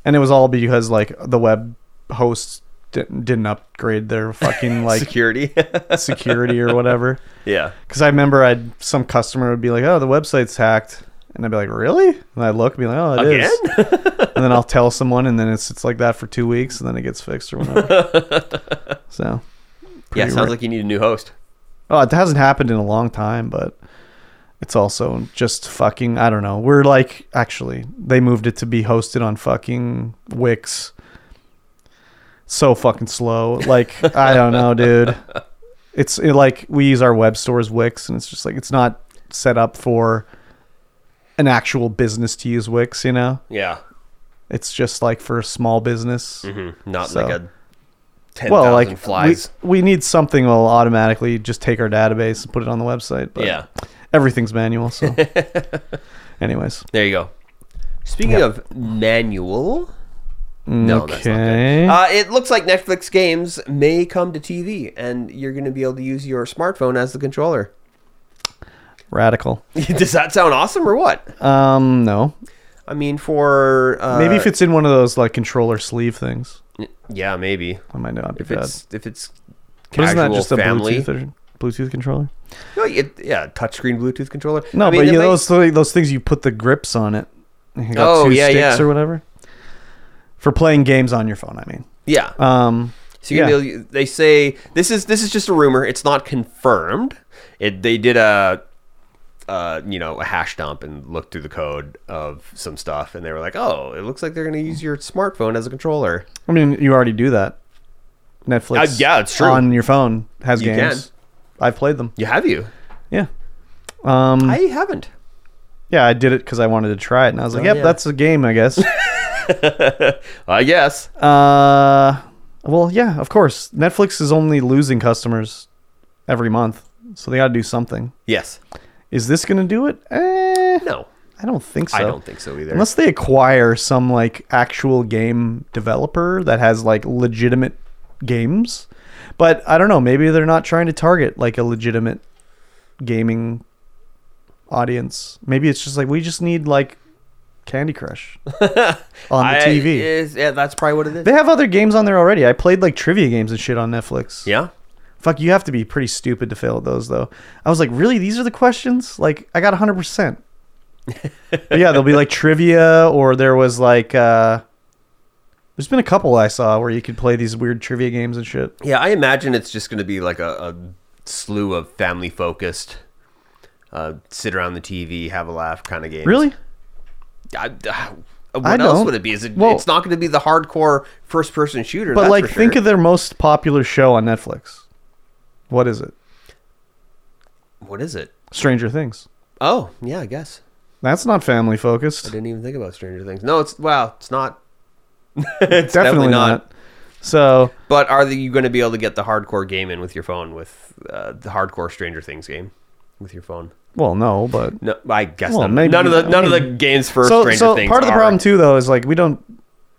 Speaker 4: and it was all because like the web hosts didn't, didn't upgrade their fucking like
Speaker 3: Security.
Speaker 4: security or whatever.
Speaker 3: Yeah.
Speaker 4: Because I remember I'd some customer would be like, "Oh, the website's hacked," and I'd be like, "Really?" And I'd look, and be like, "Oh, it is." and then I'll tell someone, and then it's it's like that for two weeks, and then it gets fixed or whatever. so,
Speaker 3: Yeah,
Speaker 4: pretty
Speaker 3: sounds
Speaker 4: rare.
Speaker 3: like you need a new host.
Speaker 4: Oh, it hasn't happened in a long time, but it's also just fucking. I don't know. We're like, actually, they moved it to be hosted on fucking Wix. So fucking slow. Like, I don't know, dude. It's it, like we use our web store as Wix, and it's just like it's not set up for an actual business to use Wix. You know,
Speaker 3: Yeah.
Speaker 4: it's just like for a small business.
Speaker 3: Not
Speaker 4: So-
Speaker 3: like a 10,000
Speaker 4: Well, like
Speaker 3: flies.
Speaker 4: We, we need something that'll automatically just take our database and put it on the website. But
Speaker 3: yeah.
Speaker 4: everything's manual. So, anyways,
Speaker 3: There you go. Speaking of manual, no, that's not
Speaker 4: okay.
Speaker 3: good. Uh, it looks like Netflix games may come to TV, and you're going to be able to use your smartphone as the controller.
Speaker 4: radical.
Speaker 3: Does that sound awesome or what?
Speaker 4: Um, no,
Speaker 3: I mean, for uh,
Speaker 4: maybe if it's in one of those like controller sleeve things,
Speaker 3: yeah, maybe
Speaker 4: I might not be
Speaker 3: if
Speaker 4: bad.
Speaker 3: it's if it's
Speaker 4: But isn't
Speaker 3: casual
Speaker 4: that just a
Speaker 3: family.
Speaker 4: Bluetooth or Bluetooth controller?
Speaker 3: no, it, yeah, touchscreen Bluetooth controller.
Speaker 4: No,
Speaker 3: I mean,
Speaker 4: but
Speaker 3: it
Speaker 4: you know,
Speaker 3: might-
Speaker 4: those th- those things you put the grips on it. You got
Speaker 3: Oh,
Speaker 4: two
Speaker 3: yeah,
Speaker 4: sticks
Speaker 3: yeah.
Speaker 4: or whatever. For playing games on your phone, I mean.
Speaker 3: yeah,
Speaker 4: Um,
Speaker 3: So you're
Speaker 4: Yeah.
Speaker 3: gonna be able- they say this is this is just a rumor. It's not confirmed. It they did a uh, you know a hash dump and looked through the code of some stuff, and they were like, "Oh, it looks like they're gonna use your smartphone as a controller."
Speaker 4: I mean, you already do that. Netflix,
Speaker 3: Uh, yeah, it's true.
Speaker 4: On your phone has
Speaker 3: You
Speaker 4: games. I've played them.
Speaker 3: You have you?
Speaker 4: Yeah. Um,
Speaker 3: I haven't.
Speaker 4: Yeah, I did it because I wanted to try it, and I was like,
Speaker 3: Oh,
Speaker 4: "Yep,
Speaker 3: yeah.
Speaker 4: that's a game, I guess."
Speaker 3: I guess.
Speaker 4: uh, well, yeah, of course. Netflix is only losing customers every month, so they got to do something.
Speaker 3: yes.
Speaker 4: Is this going to do it? Eh,
Speaker 3: No.
Speaker 4: I don't think so.
Speaker 3: I don't think so either.
Speaker 4: Unless they acquire some like actual game developer that has like legitimate games, but I don't know. Maybe they're not trying to target like a legitimate gaming audience. Maybe it's just like we just need like Candy Crush on the
Speaker 3: I-
Speaker 4: TV.
Speaker 3: is- yeah, that's probably what it is.
Speaker 4: They have other games on there already. I played like trivia games and shit on Netflix.
Speaker 3: yeah.
Speaker 4: Fuck, you have to be pretty stupid to fail at those though. I was like, really? These are the questions? Like, I got 100%. But yeah, there'll be like trivia or there was like uh there's been a couple I saw where you could play these weird trivia games and shit.
Speaker 3: Yeah, I imagine it's just going to be like a, a slew of family focused, uh, sit around the TV, have a laugh kind of games.
Speaker 4: Really?
Speaker 3: I, uh, what
Speaker 4: I
Speaker 3: else
Speaker 4: don't.
Speaker 3: would it be? Is it,
Speaker 4: Well-
Speaker 3: it's not going to be the hardcore first person shooter.
Speaker 4: But
Speaker 3: that's
Speaker 4: like
Speaker 3: for
Speaker 4: think
Speaker 3: sure.
Speaker 4: of their most popular show on Netflix. What is it?
Speaker 3: what is it?
Speaker 4: Stranger Things.
Speaker 3: Oh yeah, I guess
Speaker 4: That's not family focused.
Speaker 3: I didn't even think about Stranger Things. No, it's wow, it's not.
Speaker 4: It's
Speaker 3: definitely not.
Speaker 4: So
Speaker 3: But are the, you going to be able to get the hardcore game in with your phone with uh, the hardcore Stranger Things game? with your phone.
Speaker 4: Well, no, but
Speaker 3: No, I guess
Speaker 4: Well,
Speaker 3: none,
Speaker 4: maybe-
Speaker 3: none of the none of the
Speaker 4: maybe.
Speaker 3: games for
Speaker 4: so
Speaker 3: Stranger
Speaker 4: so
Speaker 3: Things.
Speaker 4: part of the
Speaker 3: are-
Speaker 4: problem too though is like we don't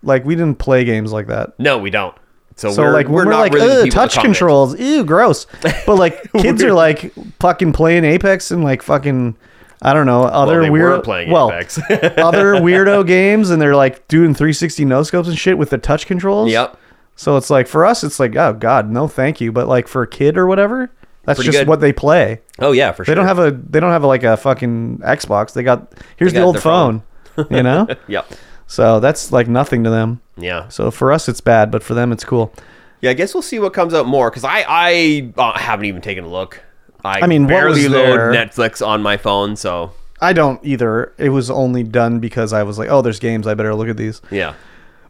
Speaker 4: like we didn't play games like that.
Speaker 3: No, we don't. So,
Speaker 4: So
Speaker 3: we're,
Speaker 4: like when
Speaker 3: we're,
Speaker 4: we're,
Speaker 3: not
Speaker 4: like
Speaker 3: really the
Speaker 4: "Ugh,
Speaker 3: people to
Speaker 4: touch
Speaker 3: comment."
Speaker 4: controls, ew, gross. But like kids are like fucking playing Apex and like fucking I don't know other
Speaker 3: they
Speaker 4: weird
Speaker 3: were playing
Speaker 4: well,
Speaker 3: Apex.
Speaker 4: other weirdo games and they're like doing 360 no scopes and shit with the touch controls.
Speaker 3: Yep.
Speaker 4: So it's like for us, it's like oh god, no thank you. But like for a kid or whatever, that's
Speaker 3: Pretty
Speaker 4: just
Speaker 3: good.
Speaker 4: what they play.
Speaker 3: Oh yeah, for
Speaker 4: They
Speaker 3: sure.
Speaker 4: don't have a they don't have like a fucking Xbox. They got here's
Speaker 3: They
Speaker 4: the
Speaker 3: got
Speaker 4: old
Speaker 3: their phone.
Speaker 4: phone, you know.
Speaker 3: Yep.
Speaker 4: So that's like nothing to them.
Speaker 3: Yeah.
Speaker 4: So for us, it's bad, but for them, it's cool.
Speaker 3: Yeah, I guess we'll see what comes out more because I I uh, haven't even taken a look. I,
Speaker 4: I mean, what
Speaker 3: barely
Speaker 4: was
Speaker 3: load
Speaker 4: there-
Speaker 3: Netflix on my phone, so
Speaker 4: I don't either. It was only done because I was like, oh, there's games. I better look at these.
Speaker 3: yeah,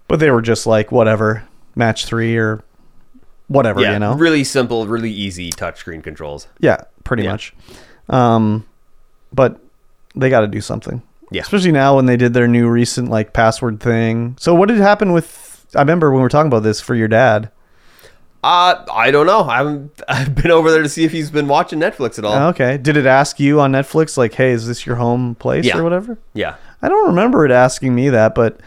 Speaker 4: But they were just like whatever, match three or whatever,
Speaker 3: yeah,
Speaker 4: you know.
Speaker 3: really simple, really easy touchscreen controls.
Speaker 4: Yeah, pretty
Speaker 3: Yeah.
Speaker 4: much. Um, but they got to do something.
Speaker 3: Yeah.
Speaker 4: Especially now when they did their new recent like password thing. So what did happen with? I remember when we were talking about this for your dad.
Speaker 3: Uh, I don't know. I haven't. I've been over there to see if he's been watching Netflix at all.
Speaker 4: Okay. Did it ask you on Netflix like, hey, is this your home place
Speaker 3: Yeah.
Speaker 4: or whatever?
Speaker 3: Yeah,
Speaker 4: I don't remember it asking me that, but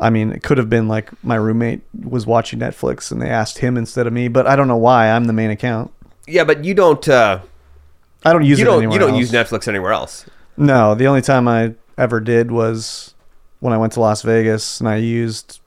Speaker 4: I mean, it could have been like my roommate was watching Netflix and they asked him instead of me. But I don't know why. I'm the main account.
Speaker 3: yeah, but you don't. Uh,
Speaker 4: I don't use
Speaker 3: you
Speaker 4: it
Speaker 3: don't.
Speaker 4: anywhere
Speaker 3: You don't
Speaker 4: else.
Speaker 3: use Netflix anywhere else.
Speaker 4: No, the only time I ever did was when I went to Las Vegas and I used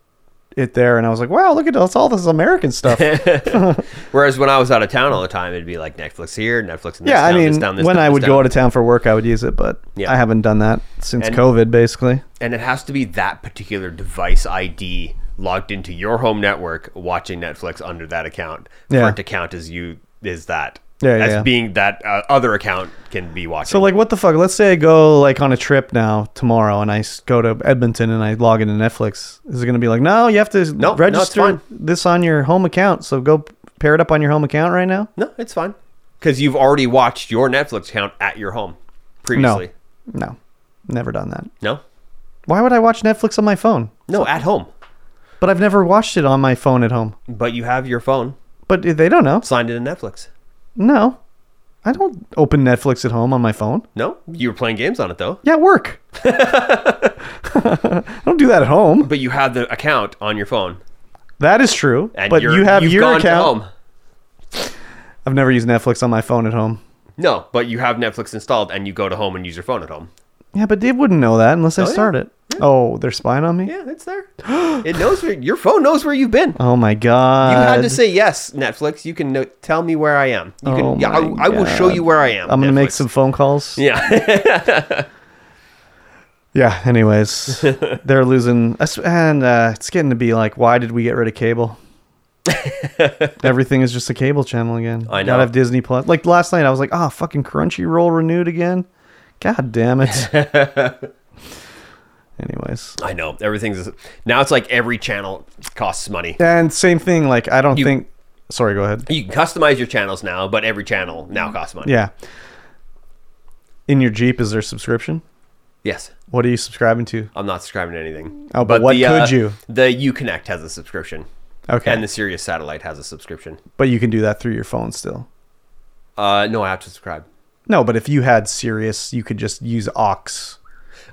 Speaker 4: it there, and I was like, "Wow, look at all- it's all this American stuff." yeah,
Speaker 3: Whereas when I was out of town all the time, it'd be like Netflix here, Netflix. In this
Speaker 4: I
Speaker 3: town,
Speaker 4: mean,
Speaker 3: this town, this
Speaker 4: when
Speaker 3: town,
Speaker 4: I
Speaker 3: this
Speaker 4: would
Speaker 3: town.
Speaker 4: go out of town for work, I would use it, but
Speaker 3: Yeah.
Speaker 4: I haven't done that since
Speaker 3: And-
Speaker 4: COVID, basically.
Speaker 3: and it has to be that particular device ID logged into your home network watching Netflix under that account
Speaker 4: Yeah.
Speaker 3: for it to count as you is that
Speaker 4: Yeah, yeah,
Speaker 3: as
Speaker 4: yeah.
Speaker 3: being that uh, other account can be watching.
Speaker 4: So, like, what the fuck? Let's say I go like on a trip now tomorrow, and I s- go to Edmonton and I log into Netflix. Is it going to be like, no, you have to
Speaker 3: no, it's
Speaker 4: register
Speaker 3: fine.
Speaker 4: this on your home account? So go p- pair it up on your home account right now.
Speaker 3: no, it's fine because you've already watched your Netflix account at your home previously.
Speaker 4: No, no, never done that.
Speaker 3: No,
Speaker 4: Why would I watch Netflix on my phone?
Speaker 3: no, at home,
Speaker 4: But I've never watched it on my phone at home.
Speaker 3: but you have your phone
Speaker 4: But they don't know.
Speaker 3: signed into Netflix.
Speaker 4: No. I don't open Netflix at home on my phone.
Speaker 3: No, you were playing games on it though,
Speaker 4: Yeah, work. I don't do that at home.
Speaker 3: but you have the account on your phone,
Speaker 4: That is true.
Speaker 3: and
Speaker 4: But
Speaker 3: you're,
Speaker 4: you have
Speaker 3: you've
Speaker 4: your
Speaker 3: gone to
Speaker 4: account.
Speaker 3: home.
Speaker 4: I've never used Netflix on my phone at home.
Speaker 3: No, but you have Netflix installed, and you go to home and use your phone at home.
Speaker 4: Yeah, but they wouldn't know that unless I
Speaker 3: Oh, yeah.
Speaker 4: start it. Oh, they're spying on me?
Speaker 3: Yeah, it's there. it knows where your phone knows where you've been.
Speaker 4: Oh my god.
Speaker 3: You had to say yes, Netflix. You can know, tell me where I am. You can.
Speaker 4: Oh
Speaker 3: yeah, I,
Speaker 4: my
Speaker 3: I will show
Speaker 4: God.
Speaker 3: you where I am.
Speaker 4: I'm gonna make
Speaker 3: Netflix.
Speaker 4: some phone calls.
Speaker 3: Yeah,
Speaker 4: Yeah, anyways. they're losing us- and uh, it's getting to be like, why did we get rid of cable? Everything is just a cable channel again.
Speaker 3: I know.
Speaker 4: Not have Disney Plus. Like last night I was like, ah, fucking Crunchyroll renewed again. God damn it. anyways.
Speaker 3: I know. Everything's now. It's like every channel costs money.
Speaker 4: And same thing, like I don't
Speaker 3: You-
Speaker 4: think sorry, go ahead.
Speaker 3: You can customize your channels now, but every channel now costs money.
Speaker 4: Yeah. In your Jeep is there subscription?
Speaker 3: Yes.
Speaker 4: What are you subscribing to?
Speaker 3: I'm not subscribing to anything.
Speaker 4: Oh, but what could you?
Speaker 3: The UConnect has a subscription,
Speaker 4: Okay.
Speaker 3: and the Sirius Satellite has a subscription.
Speaker 4: but you can do that through your phone still.
Speaker 3: Uh, no, I have to subscribe.
Speaker 4: No, but if you had Sirius, you could just use aux.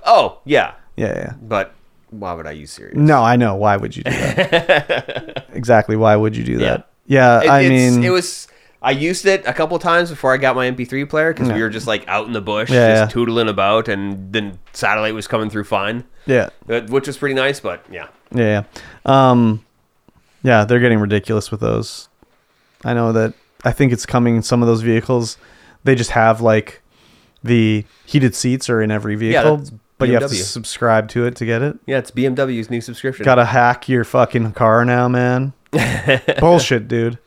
Speaker 3: Oh, yeah,
Speaker 4: Yeah, yeah.
Speaker 3: but why would I use Sirius?
Speaker 4: No, I know. Why would you do that? exactly. Why would you do that? Yeah,
Speaker 3: It-
Speaker 4: I
Speaker 3: it's-
Speaker 4: mean,
Speaker 3: it was. I used it a couple times before I got my MP3 player because we
Speaker 4: Yeah.
Speaker 3: were just like out in the bush,
Speaker 4: Yeah,
Speaker 3: just
Speaker 4: yeah.
Speaker 3: tootling about, and then satellite was coming through fine,
Speaker 4: yeah,
Speaker 3: uh, which was pretty nice. But yeah,
Speaker 4: yeah, yeah. Um, yeah, they're getting ridiculous with those. I know that. I think it's coming. in Some of those vehicles, they just have like the heated seats are in every vehicle,
Speaker 3: that's
Speaker 4: but you have to
Speaker 3: BMW.
Speaker 4: subscribe to it to get it.
Speaker 3: yeah, it's BMW's new subscription.
Speaker 4: Gotta hack your fucking car now, man. Bullshit, dude.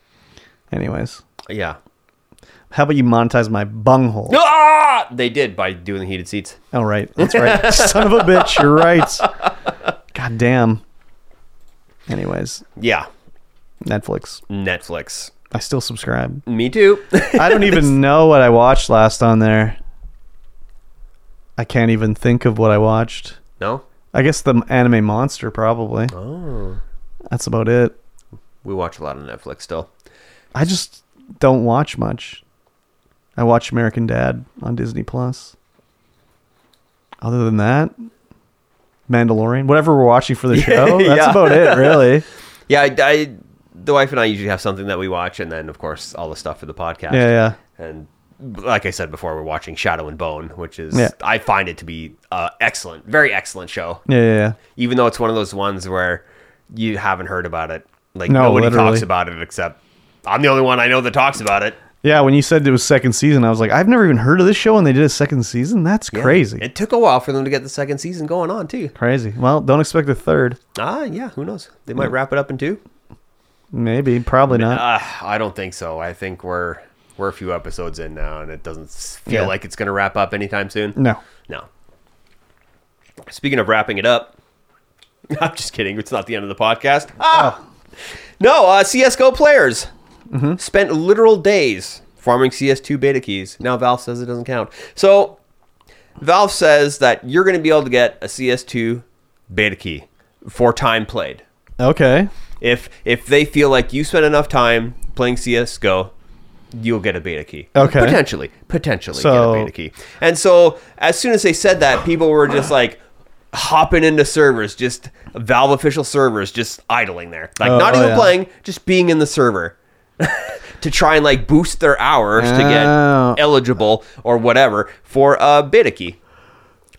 Speaker 4: Anyways,
Speaker 3: Yeah,
Speaker 4: how about you monetize my bunghole?
Speaker 3: ah! they did by doing the heated seats.
Speaker 4: Oh right, that's right. Son of a bitch, you're right. God damn. Anyways,
Speaker 3: Yeah,
Speaker 4: Netflix.
Speaker 3: Netflix.
Speaker 4: I still subscribe.
Speaker 3: Me too.
Speaker 4: I don't even know what I watched last on there. I can't even think of what I watched.
Speaker 3: no,
Speaker 4: I guess the anime monster probably.
Speaker 3: oh,
Speaker 4: That's about it.
Speaker 3: we watch a lot of Netflix still.
Speaker 4: I just don't watch much. I watch American Dad on Disney Plus. Other than that, Mandalorian, whatever we're watching for the show, that's
Speaker 3: Yeah.
Speaker 4: about it, really.
Speaker 3: Yeah, I, I- the wife and I usually have something that we watch, and then of course all the stuff for the podcast.
Speaker 4: Yeah, yeah.
Speaker 3: And like I said before, we're watching Shadow and Bone, which is
Speaker 4: Yeah.
Speaker 3: I find it to be uh, excellent, very excellent show.
Speaker 4: Yeah, yeah, yeah.
Speaker 3: Even though it's one of those ones where you haven't heard about it, like
Speaker 4: No,
Speaker 3: nobody
Speaker 4: literally.
Speaker 3: talks about it except I'm the only one I know that talks about it.
Speaker 4: Yeah, when you said it was second season, I was like, I've never even heard of this show, and they did a second season. That's
Speaker 3: Yeah.
Speaker 4: crazy,
Speaker 3: It took a while for them to get the second season going on too.
Speaker 4: crazy. Well, don't expect a third.
Speaker 3: Ah, yeah, who knows? They might wrap it up in two.
Speaker 4: Maybe, probably not.
Speaker 3: Uh, I don't think so. I think we're we're a few episodes in now, and it doesn't s- feel
Speaker 4: Yeah.
Speaker 3: like it's going to wrap up anytime soon.
Speaker 4: No.
Speaker 3: No. Speaking of wrapping it up, I'm just kidding. It's not the end of the podcast. Ah! No, uh, CSGO players spent literal days farming CS2 beta keys. Now Valve says it doesn't count. So Valve says that you're going to be able to get a CS2 beta key for time played.
Speaker 4: Okay.
Speaker 3: If if they feel like you spent enough time playing CS:GO, you'll get a beta key.
Speaker 4: Okay.
Speaker 3: Potentially, potentially
Speaker 4: So-
Speaker 3: get a beta key. And so as soon as they said that, people were just like hopping into servers, just Valve official servers, just idling there, like
Speaker 4: Oh,
Speaker 3: not
Speaker 4: oh,
Speaker 3: even
Speaker 4: yeah.
Speaker 3: playing, just being in the server. to try and like boost their hours to
Speaker 4: Oh.
Speaker 3: get eligible or whatever for a beta key.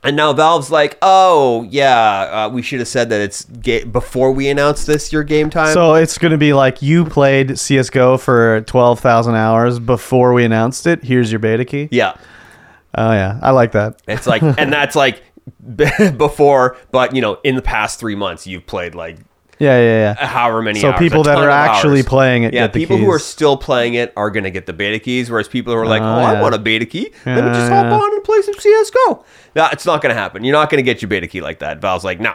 Speaker 3: And now Valve's like, oh yeah, uh, we should have said that it's ga- before we announced this your game time.
Speaker 4: So it's going to be like you played CS:GO for twelve thousand hours before we announced it. Here's your beta key.
Speaker 3: yeah,
Speaker 4: Oh yeah, I like that.
Speaker 3: it's like, and that's like before, but you know, in the past three months, you've played like
Speaker 4: Yeah, yeah, yeah.
Speaker 3: however many.
Speaker 4: So
Speaker 3: hours,
Speaker 4: people
Speaker 3: a
Speaker 4: that
Speaker 3: ton
Speaker 4: are
Speaker 3: of
Speaker 4: actually
Speaker 3: hours.
Speaker 4: playing it
Speaker 3: yeah,
Speaker 4: get the
Speaker 3: people who
Speaker 4: keys.
Speaker 3: are still playing it are gonna get the beta keys, whereas people who are like, oh,
Speaker 4: Oh,
Speaker 3: I
Speaker 4: yeah.
Speaker 3: want a beta key, let me just
Speaker 4: Yeah,
Speaker 3: hop
Speaker 4: yeah.
Speaker 3: on and play some CS:GO. No, it's not gonna happen. You're not gonna get your beta key like that. Valve's like, no,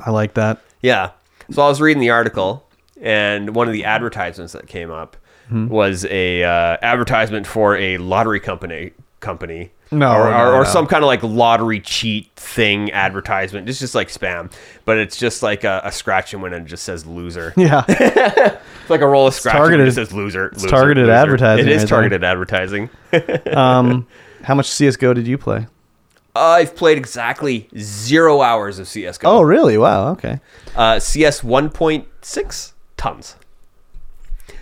Speaker 4: I like that.
Speaker 3: Yeah. So I was reading the article, and one of the advertisements that came up
Speaker 4: Hmm.
Speaker 3: was a uh, advertisement for a lottery company company.
Speaker 4: No,
Speaker 3: or,
Speaker 4: no,
Speaker 3: or, or
Speaker 4: no.
Speaker 3: some kind of like lottery cheat thing advertisement. It's just like spam, but it's just like a, a scratch and win and it just says loser.
Speaker 4: Yeah.
Speaker 3: It's like a roll of scratch and win, it
Speaker 4: targeted-
Speaker 3: just says loser. loser,
Speaker 4: targeted
Speaker 3: loser.
Speaker 4: advertising
Speaker 3: It is
Speaker 4: right there.
Speaker 3: targeted advertising.
Speaker 4: um, how much CS:GO did you play?
Speaker 3: I've played exactly zero hours of CS:GO.
Speaker 4: Oh, really? Wow. Okay.
Speaker 3: uh, CS 1.6 tons.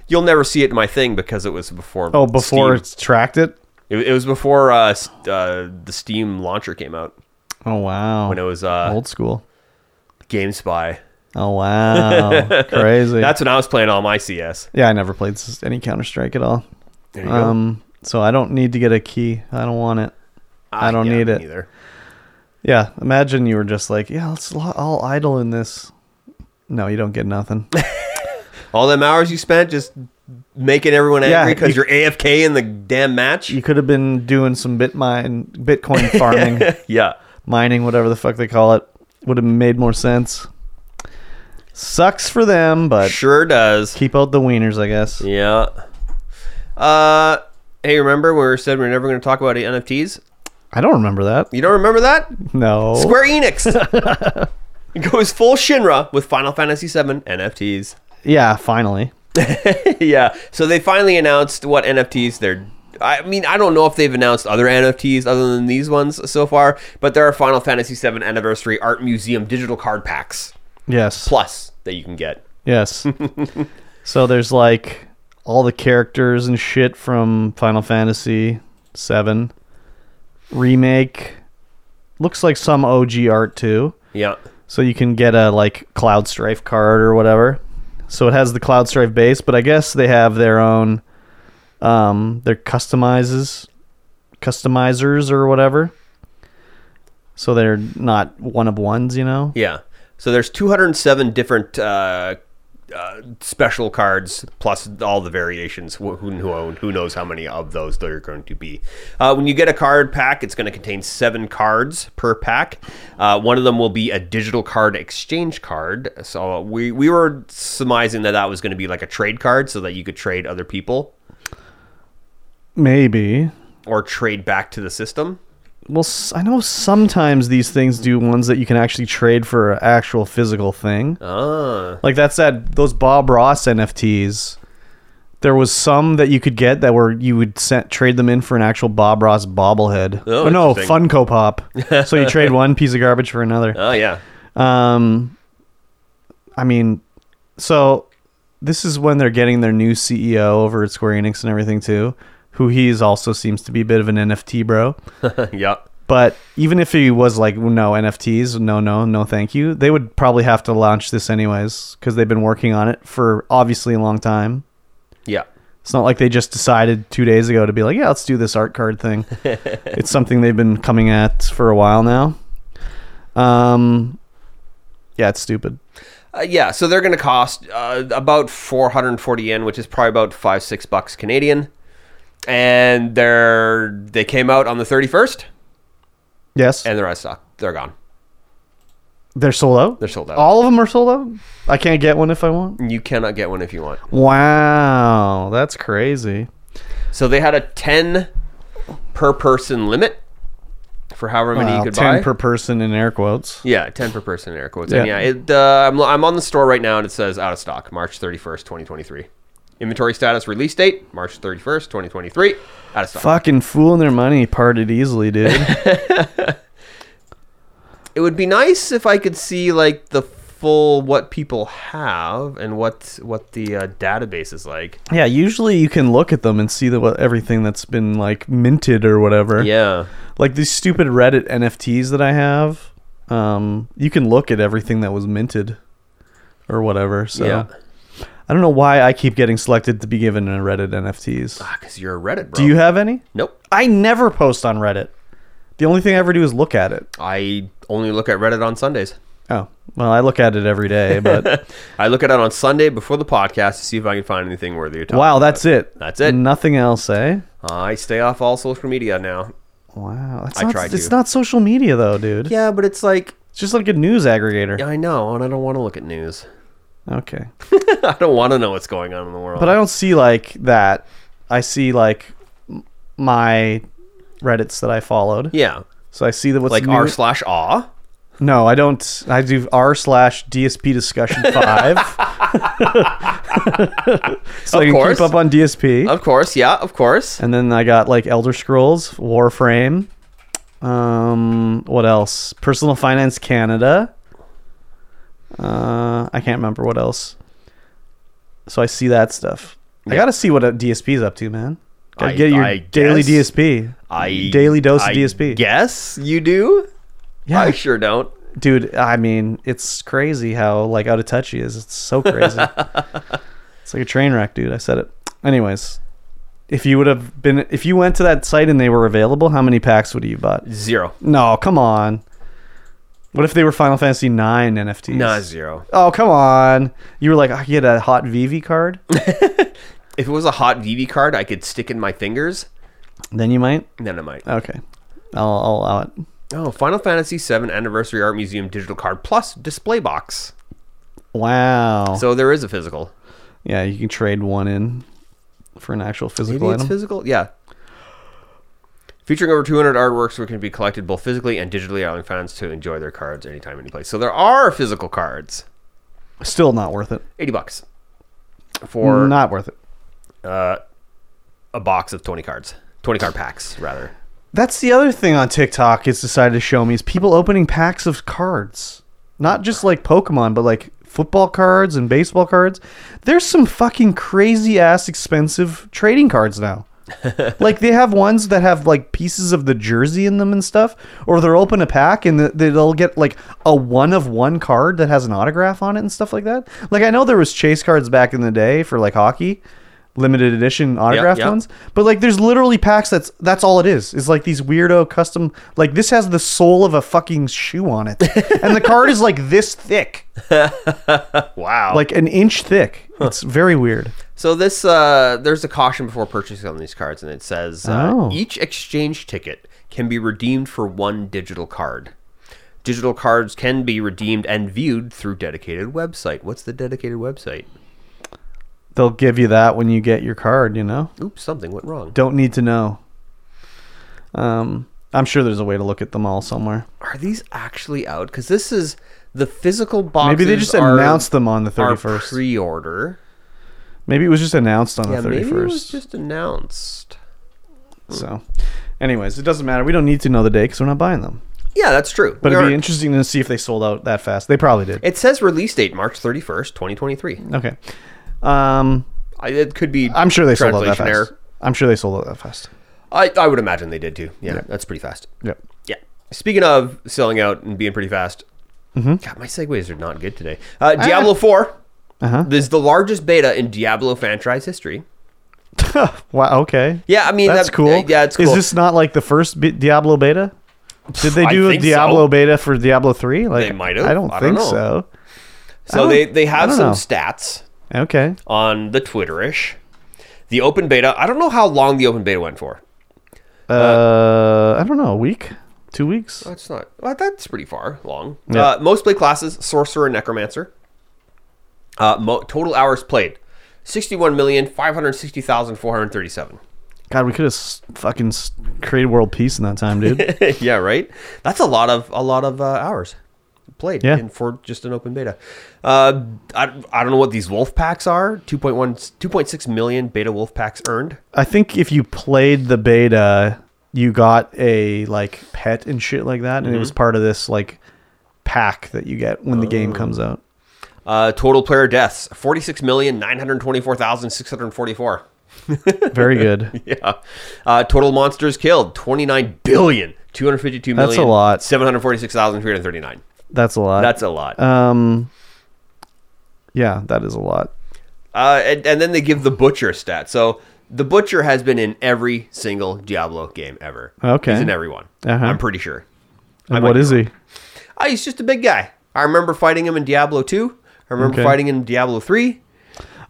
Speaker 3: You'll never see it in my thing because it was before.
Speaker 4: Oh, before
Speaker 3: Steam.
Speaker 4: it's tracked it.
Speaker 3: It, it was before uh, s- uh, the Steam launcher came out
Speaker 4: Oh wow.
Speaker 3: when it was uh,
Speaker 4: old school.
Speaker 3: GameSpy.
Speaker 4: Oh wow. Crazy.
Speaker 3: That's when I was playing all my CS.
Speaker 4: yeah. I never played s- any Counter Strike at all.
Speaker 3: There you go.
Speaker 4: Um, so I don't need to get a key. I don't want it. I don't
Speaker 3: yeah,
Speaker 4: need
Speaker 3: me
Speaker 4: it.
Speaker 3: either.
Speaker 4: Yeah, imagine you were just like, yeah, let's lo- I'll idle in this. No, you don't get nothing.
Speaker 3: All them hours you spent just making everyone
Speaker 4: Yeah,
Speaker 3: angry because
Speaker 4: you-
Speaker 3: you're AFK in the damn match.
Speaker 4: you could have been doing some bit mine, Bitcoin farming,
Speaker 3: yeah.
Speaker 4: mining, whatever the fuck they call it. Would have made more sense. Sucks for them, but
Speaker 3: Sure does.
Speaker 4: keep out the wieners, I guess.
Speaker 3: Yeah. Uh, hey, remember when we said we are never going to talk about NFTs?
Speaker 4: I don't remember that.
Speaker 3: You don't remember that?
Speaker 4: No.
Speaker 3: Square Enix goes full Shinra with Final Fantasy VII NFTs.
Speaker 4: Yeah, finally.
Speaker 3: yeah, so they finally announced what NFTs they're. I mean, I don't know if they've announced other NFTs other than these ones so far, but there are Final Fantasy VII Anniversary Art Museum digital card packs
Speaker 4: Yes.
Speaker 3: plus that you can get.
Speaker 4: Yes. so there's like all the characters and shit from Final Fantasy VII remake. Looks like some OG art too.
Speaker 3: Yeah,
Speaker 4: So you can get a like Cloud Strife card or whatever. So it has the Cloud Strife base, but I guess they have their own um their customizes customizers or whatever. So they're not one of ones, you know?
Speaker 3: yeah. So there's 207 different uh, uh, special cards plus all the variations. Wh- Who, who, own, who knows how many of those there are going to be? Uh, when you get a card pack, it's going to contain seven cards per pack. Uh, one of them will be a digital card exchange card. So we we were surmising that that was going to be like a trade card, so that you could trade other people
Speaker 4: Maybe.
Speaker 3: or trade back to the system.
Speaker 4: Well, s- I know sometimes these things do ones that you can actually trade for an actual physical thing.
Speaker 3: Ah,
Speaker 4: Like that's that those Bob Ross NFTs There was some that you could get that were you would set, trade them in for an actual Bob Ross bobblehead.
Speaker 3: Oh,
Speaker 4: no,
Speaker 3: interesting.
Speaker 4: Funko Pop. so you trade one piece of garbage for another.
Speaker 3: Oh yeah.
Speaker 4: Um, I mean, so this is when they're getting their new CEO over at Square Enix and everything too, who he's also seems to be a bit of an NFT bro.
Speaker 3: yeah.
Speaker 4: But even if he was like, no NFTs, no, no, no, thank you, they would probably have to launch this anyways because they've been working on it for obviously a long time.
Speaker 3: Yeah.
Speaker 4: It's not like they just decided two days ago to be like, yeah, let's do this art card thing. it's something they've been coming at for a while now. Um, yeah, it's stupid.
Speaker 3: Uh, yeah. So they're going to cost uh, about 440 yen, which is probably about five six bucks Canadian. And they're they came out on the 31st,
Speaker 4: Yes,
Speaker 3: and they're out of stock. They're gone.
Speaker 4: they're sold out.
Speaker 3: They're sold out.
Speaker 4: All of them are sold out. I can't get one if I want.
Speaker 3: You cannot get one if you want.
Speaker 4: Wow, that's crazy.
Speaker 3: So they had a 10 per person limit for however many
Speaker 4: Wow,
Speaker 3: you could
Speaker 4: Uh, Ten
Speaker 3: buy.
Speaker 4: per person in air quotes.
Speaker 3: yeah, 10 per person in air quotes. And
Speaker 4: Yeah.
Speaker 3: yeah, it, uh, I'm, I'm on the store right now and it says out of stock, March 31st, 2023. Inventory status release date, March 31st, 2023. Out of stock.
Speaker 4: Fucking fooling their money parted easily, dude.
Speaker 3: It would be nice if I could see like the full what people have and what what the uh, database is like.
Speaker 4: yeah, usually you can look at them and see the, what, everything that's been like minted or whatever.
Speaker 3: Yeah.
Speaker 4: Like these stupid Reddit NFTs that I have. Um, you can look at everything that was minted or whatever. So
Speaker 3: Yeah.
Speaker 4: I don't know why I keep getting selected to be given a Reddit NFTs.
Speaker 3: Because you're a Reddit, Ah, bro.
Speaker 4: Do you have any?
Speaker 3: Nope.
Speaker 4: I never post on Reddit. The only thing I ever do is look at it.
Speaker 3: I only look at Reddit on Sundays.
Speaker 4: Oh, well, I look at it every day, but
Speaker 3: I look at it on Sunday before the podcast to see if I can find anything worthy of talking.
Speaker 4: wow, that's it.
Speaker 3: That's it.
Speaker 4: Nothing else, eh?
Speaker 3: I stay off all social media now.
Speaker 4: Wow, that's
Speaker 3: I
Speaker 4: not,
Speaker 3: tried
Speaker 4: It's
Speaker 3: to.
Speaker 4: not social media though, dude.
Speaker 3: Yeah, but it's like
Speaker 4: It's just like a news aggregator.
Speaker 3: I know, and I don't want to look at news.
Speaker 4: Okay,
Speaker 3: I don't want to know what's going on in the world.
Speaker 4: but I don't see like that. I see like m- my Reddit's that I followed.
Speaker 3: yeah,
Speaker 4: So I see that what's
Speaker 3: like
Speaker 4: new-
Speaker 3: r slash aw.
Speaker 4: No, I don't. I do r slash DSP discussion five. so I can
Speaker 3: course.
Speaker 4: keep up on DSP.
Speaker 3: Of course, yeah, of course.
Speaker 4: And then I got like Elder Scrolls, Warframe. Um, what else? Personal Finance Canada. Uh, I can't remember what else. So I see that stuff. I
Speaker 3: Yeah.
Speaker 4: gotta see what a DSP is up to, man. Gotta
Speaker 3: I-
Speaker 4: get your
Speaker 3: I
Speaker 4: daily
Speaker 3: guess.
Speaker 4: DSP.
Speaker 3: I
Speaker 4: daily dose
Speaker 3: I
Speaker 4: of DSP.
Speaker 3: Yes, you do.
Speaker 4: yeah,
Speaker 3: I sure don't.
Speaker 4: dude. I mean, it's crazy how like out of touch he is. It's so crazy. it's like a train wreck, dude. I said it. Anyways, if you would have been, if you went to that site and they were available, how many packs would you have bought?
Speaker 3: Zero.
Speaker 4: No, come on. What if they were Final Fantasy Nine NFTs?
Speaker 3: Nah, zero.
Speaker 4: Oh, come on. You were like, I get a hot Vivi card.
Speaker 3: If it was a hot VV card, I could stick in my fingers.
Speaker 4: then you might.
Speaker 3: Then I might.
Speaker 4: Okay, I'll, I'll allow it.
Speaker 3: Oh, Final Fantasy VII Anniversary Art Museum Digital Card Plus Display Box.
Speaker 4: Wow.
Speaker 3: So there is a physical.
Speaker 4: yeah, you can trade one in for an actual
Speaker 3: Maybe
Speaker 4: physical
Speaker 3: it's
Speaker 4: item.
Speaker 3: physical. Yeah. Featuring over 200 artworks which can be collected both physically and digitally, allowing fans to enjoy their cards anytime, any place. So there are physical cards.
Speaker 4: Still not worth it.
Speaker 3: 80 bucks for
Speaker 4: not worth it.
Speaker 3: a box of 20 cards. 20 card packs, rather.
Speaker 4: That's the other thing on TikTok it's decided to show me is people opening packs of cards. Not just like Pokemon, but like football cards and baseball cards. There's some fucking crazy ass expensive trading cards now. like they have ones that have like pieces of the jersey in them and stuff, or they'll open a pack and th- they'll get like a one of one card that has an autograph on it and stuff like that. Like I know there was chase cards back in the day for like hockey, limited edition autographed
Speaker 3: yeah.
Speaker 4: ones, but like there's literally packs that's that's all it is. It's like these weirdo custom like this has the sole of a fucking shoe on it, and the card is like this thick,
Speaker 3: Wow.
Speaker 4: like an inch thick. It's very weird.
Speaker 3: So this uh, there's a caution before purchasing on these cards, and it says uh,
Speaker 4: Oh.
Speaker 3: each exchange ticket can be redeemed for one digital card. Digital cards can be redeemed and viewed through dedicated website. What's the dedicated website?
Speaker 4: They'll give you that when you get your card, you know.
Speaker 3: Oops, something went wrong.
Speaker 4: Don't need to know. Um, I'm sure there's a way to look at them all somewhere.
Speaker 3: Are these actually out? Because this is the physical boxes.
Speaker 4: Maybe they just
Speaker 3: are-
Speaker 4: announced them on the
Speaker 3: are
Speaker 4: 31st.
Speaker 3: pre-order.
Speaker 4: Maybe it was just announced on
Speaker 3: Yeah,
Speaker 4: the
Speaker 3: maybe
Speaker 4: thirty
Speaker 3: it was
Speaker 4: first.
Speaker 3: just announced.
Speaker 4: So, anyways, it doesn't matter. We don't need to know the day because we're not buying them.
Speaker 3: Yeah, that's true.
Speaker 4: But
Speaker 3: We
Speaker 4: it'd
Speaker 3: are-
Speaker 4: be interesting to see if they sold out that fast. They probably did.
Speaker 3: it says release date March 31st, 2023.
Speaker 4: okay. Um,
Speaker 3: I, it could be.
Speaker 4: I'm sure they sold out that
Speaker 3: translation
Speaker 4: fast.
Speaker 3: error.
Speaker 4: I'm sure they sold out that fast.
Speaker 3: I, I would imagine they did too. Yeah, that's pretty fast.
Speaker 4: Yep.
Speaker 3: Yeah. Speaking of selling out and being pretty fast,
Speaker 4: Mm-hmm.
Speaker 3: God, my segues are not good today. Uh, Diablo 4
Speaker 4: Uh-huh.
Speaker 3: is the largest beta in Diablo franchise history.
Speaker 4: Wow. Okay.
Speaker 3: Yeah, I mean,
Speaker 4: That's
Speaker 3: that-
Speaker 4: cool.
Speaker 3: Yeah, it's cool.
Speaker 4: Is this not like the first bi- Diablo beta? Did they
Speaker 3: I
Speaker 4: do a
Speaker 3: think so.
Speaker 4: Diablo beta for Diablo three? Like
Speaker 3: They might have.
Speaker 4: I don't
Speaker 3: I don't
Speaker 4: think
Speaker 3: know.
Speaker 4: so.
Speaker 3: so
Speaker 4: I
Speaker 3: they,
Speaker 4: don't-
Speaker 3: they
Speaker 4: I
Speaker 3: have
Speaker 4: don't
Speaker 3: some
Speaker 4: know.
Speaker 3: stats
Speaker 4: Okay.
Speaker 3: on the Twitterish. The open beta, I don't know how long the open beta went for.
Speaker 4: Uh, I don't know. A week, two weeks.
Speaker 3: That's not, well, that's pretty far long.
Speaker 4: Yeah.
Speaker 3: Uh, most play classes, Sorcerer and Necromancer. Uh, mo- total hours played, 61,560,437.
Speaker 4: God, we could have s- fucking s- created world peace in that time, dude.
Speaker 3: yeah, right. That's a lot of a lot of uh, hours played
Speaker 4: Yeah.
Speaker 3: in for just an open beta. Uh, I, I don't know what these wolf packs are. 2.1 2.6 million beta wolf packs earned.
Speaker 4: I think if you played the beta, you got a like pet and shit like that, and it
Speaker 3: Mm-hmm.
Speaker 4: was part of this like pack that you get when the game comes
Speaker 3: Oh.
Speaker 4: out.
Speaker 3: Uh, total player deaths 46,924,644.
Speaker 4: Very good.
Speaker 3: Yeah. Uh, total monsters killed 29 billion
Speaker 4: That's a lot.
Speaker 3: 746,339.
Speaker 4: That's a lot.
Speaker 3: That's a lot. Uh,
Speaker 4: um. Yeah, that is a lot.
Speaker 3: Uh, and, and then they give the butcher stat. So the butcher has been in every single Diablo game ever.
Speaker 4: Okay.
Speaker 3: He's in every one.
Speaker 4: Uh-huh.
Speaker 3: I'm pretty sure.
Speaker 4: And what
Speaker 3: might
Speaker 4: is
Speaker 3: be
Speaker 4: he?
Speaker 3: Oh, he's just a big guy. I remember fighting him in Diablo 2. I remember
Speaker 4: Okay.
Speaker 3: fighting him in Diablo 3.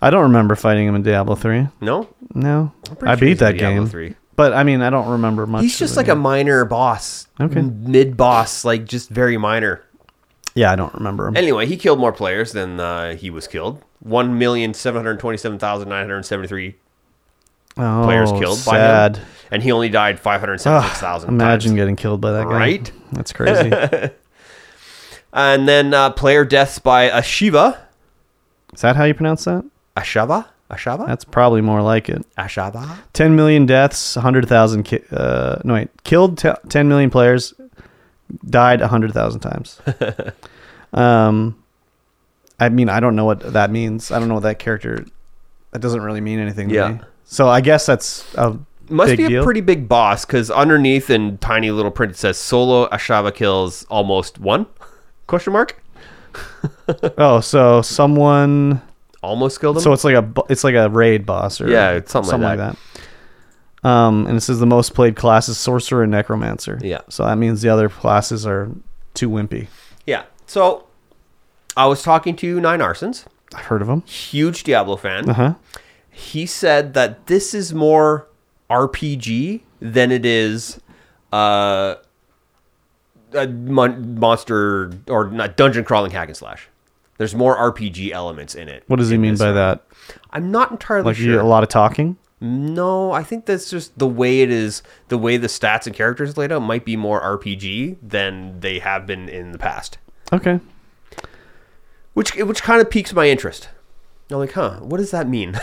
Speaker 4: I don't remember fighting him in Diablo three.
Speaker 3: No?
Speaker 4: No,
Speaker 3: pretty
Speaker 4: I
Speaker 3: sure he's
Speaker 4: beat
Speaker 3: in
Speaker 4: that
Speaker 3: Diablo
Speaker 4: game.
Speaker 3: 3.
Speaker 4: But I mean, I don't remember much.
Speaker 3: He's
Speaker 4: of
Speaker 3: just
Speaker 4: the
Speaker 3: like a minor boss.
Speaker 4: Okay.
Speaker 3: Mid boss, like just very minor.
Speaker 4: Yeah, I don't remember him.
Speaker 3: Anyway, he killed more players than uh, he was killed. 1,727,973
Speaker 4: oh,
Speaker 3: players killed
Speaker 4: sad.
Speaker 3: by him. And he only died 576,000
Speaker 4: Imagine
Speaker 3: times.
Speaker 4: getting killed by that guy.
Speaker 3: Right?
Speaker 4: That's crazy.
Speaker 3: And then uh, player deaths by Ashiva.
Speaker 4: Is that how you pronounce that?
Speaker 3: Ashava? Ashava?
Speaker 4: That's probably more like it.
Speaker 3: Ashava?
Speaker 4: 10 million deaths, 100,000 ki- uh no wait, killed t- 10 million players, died 100,000 times. um I mean, I don't know what that means. I don't know what that character that doesn't really mean anything to
Speaker 3: Yeah.
Speaker 4: me. So I guess that's a
Speaker 3: Must
Speaker 4: big
Speaker 3: be a
Speaker 4: deal.
Speaker 3: pretty big boss because underneath in tiny little print it says solo Ashava kills almost one question mark
Speaker 4: Oh, so someone
Speaker 3: almost killed him.
Speaker 4: So it's like a bo- it's like a raid boss or
Speaker 3: Yeah, it's something like that.
Speaker 4: that. Um, and it says the most played class is sorcerer and necromancer.
Speaker 3: Yeah.
Speaker 4: So that means the other classes are too wimpy.
Speaker 3: yeah. So I was talking to Nine Arsons,
Speaker 4: I've heard of them.
Speaker 3: huge Diablo fan.
Speaker 4: Uh huh.
Speaker 3: He said that this is more RPG than it is uh, a mon- monster or not dungeon crawling hack and slash. There's more RPG elements in it.
Speaker 4: What does he
Speaker 3: in
Speaker 4: mean
Speaker 3: this
Speaker 4: by
Speaker 3: one.
Speaker 4: that?
Speaker 3: I'm not entirely
Speaker 4: Like
Speaker 3: sure.
Speaker 4: you, a lot of talking.
Speaker 3: No, I think that's just the way it is. The way the stats and characters laid out might be more RPG than they have been in the past,
Speaker 4: Okay.
Speaker 3: which which kind of piques my interest. I'm like, huh, what does that mean?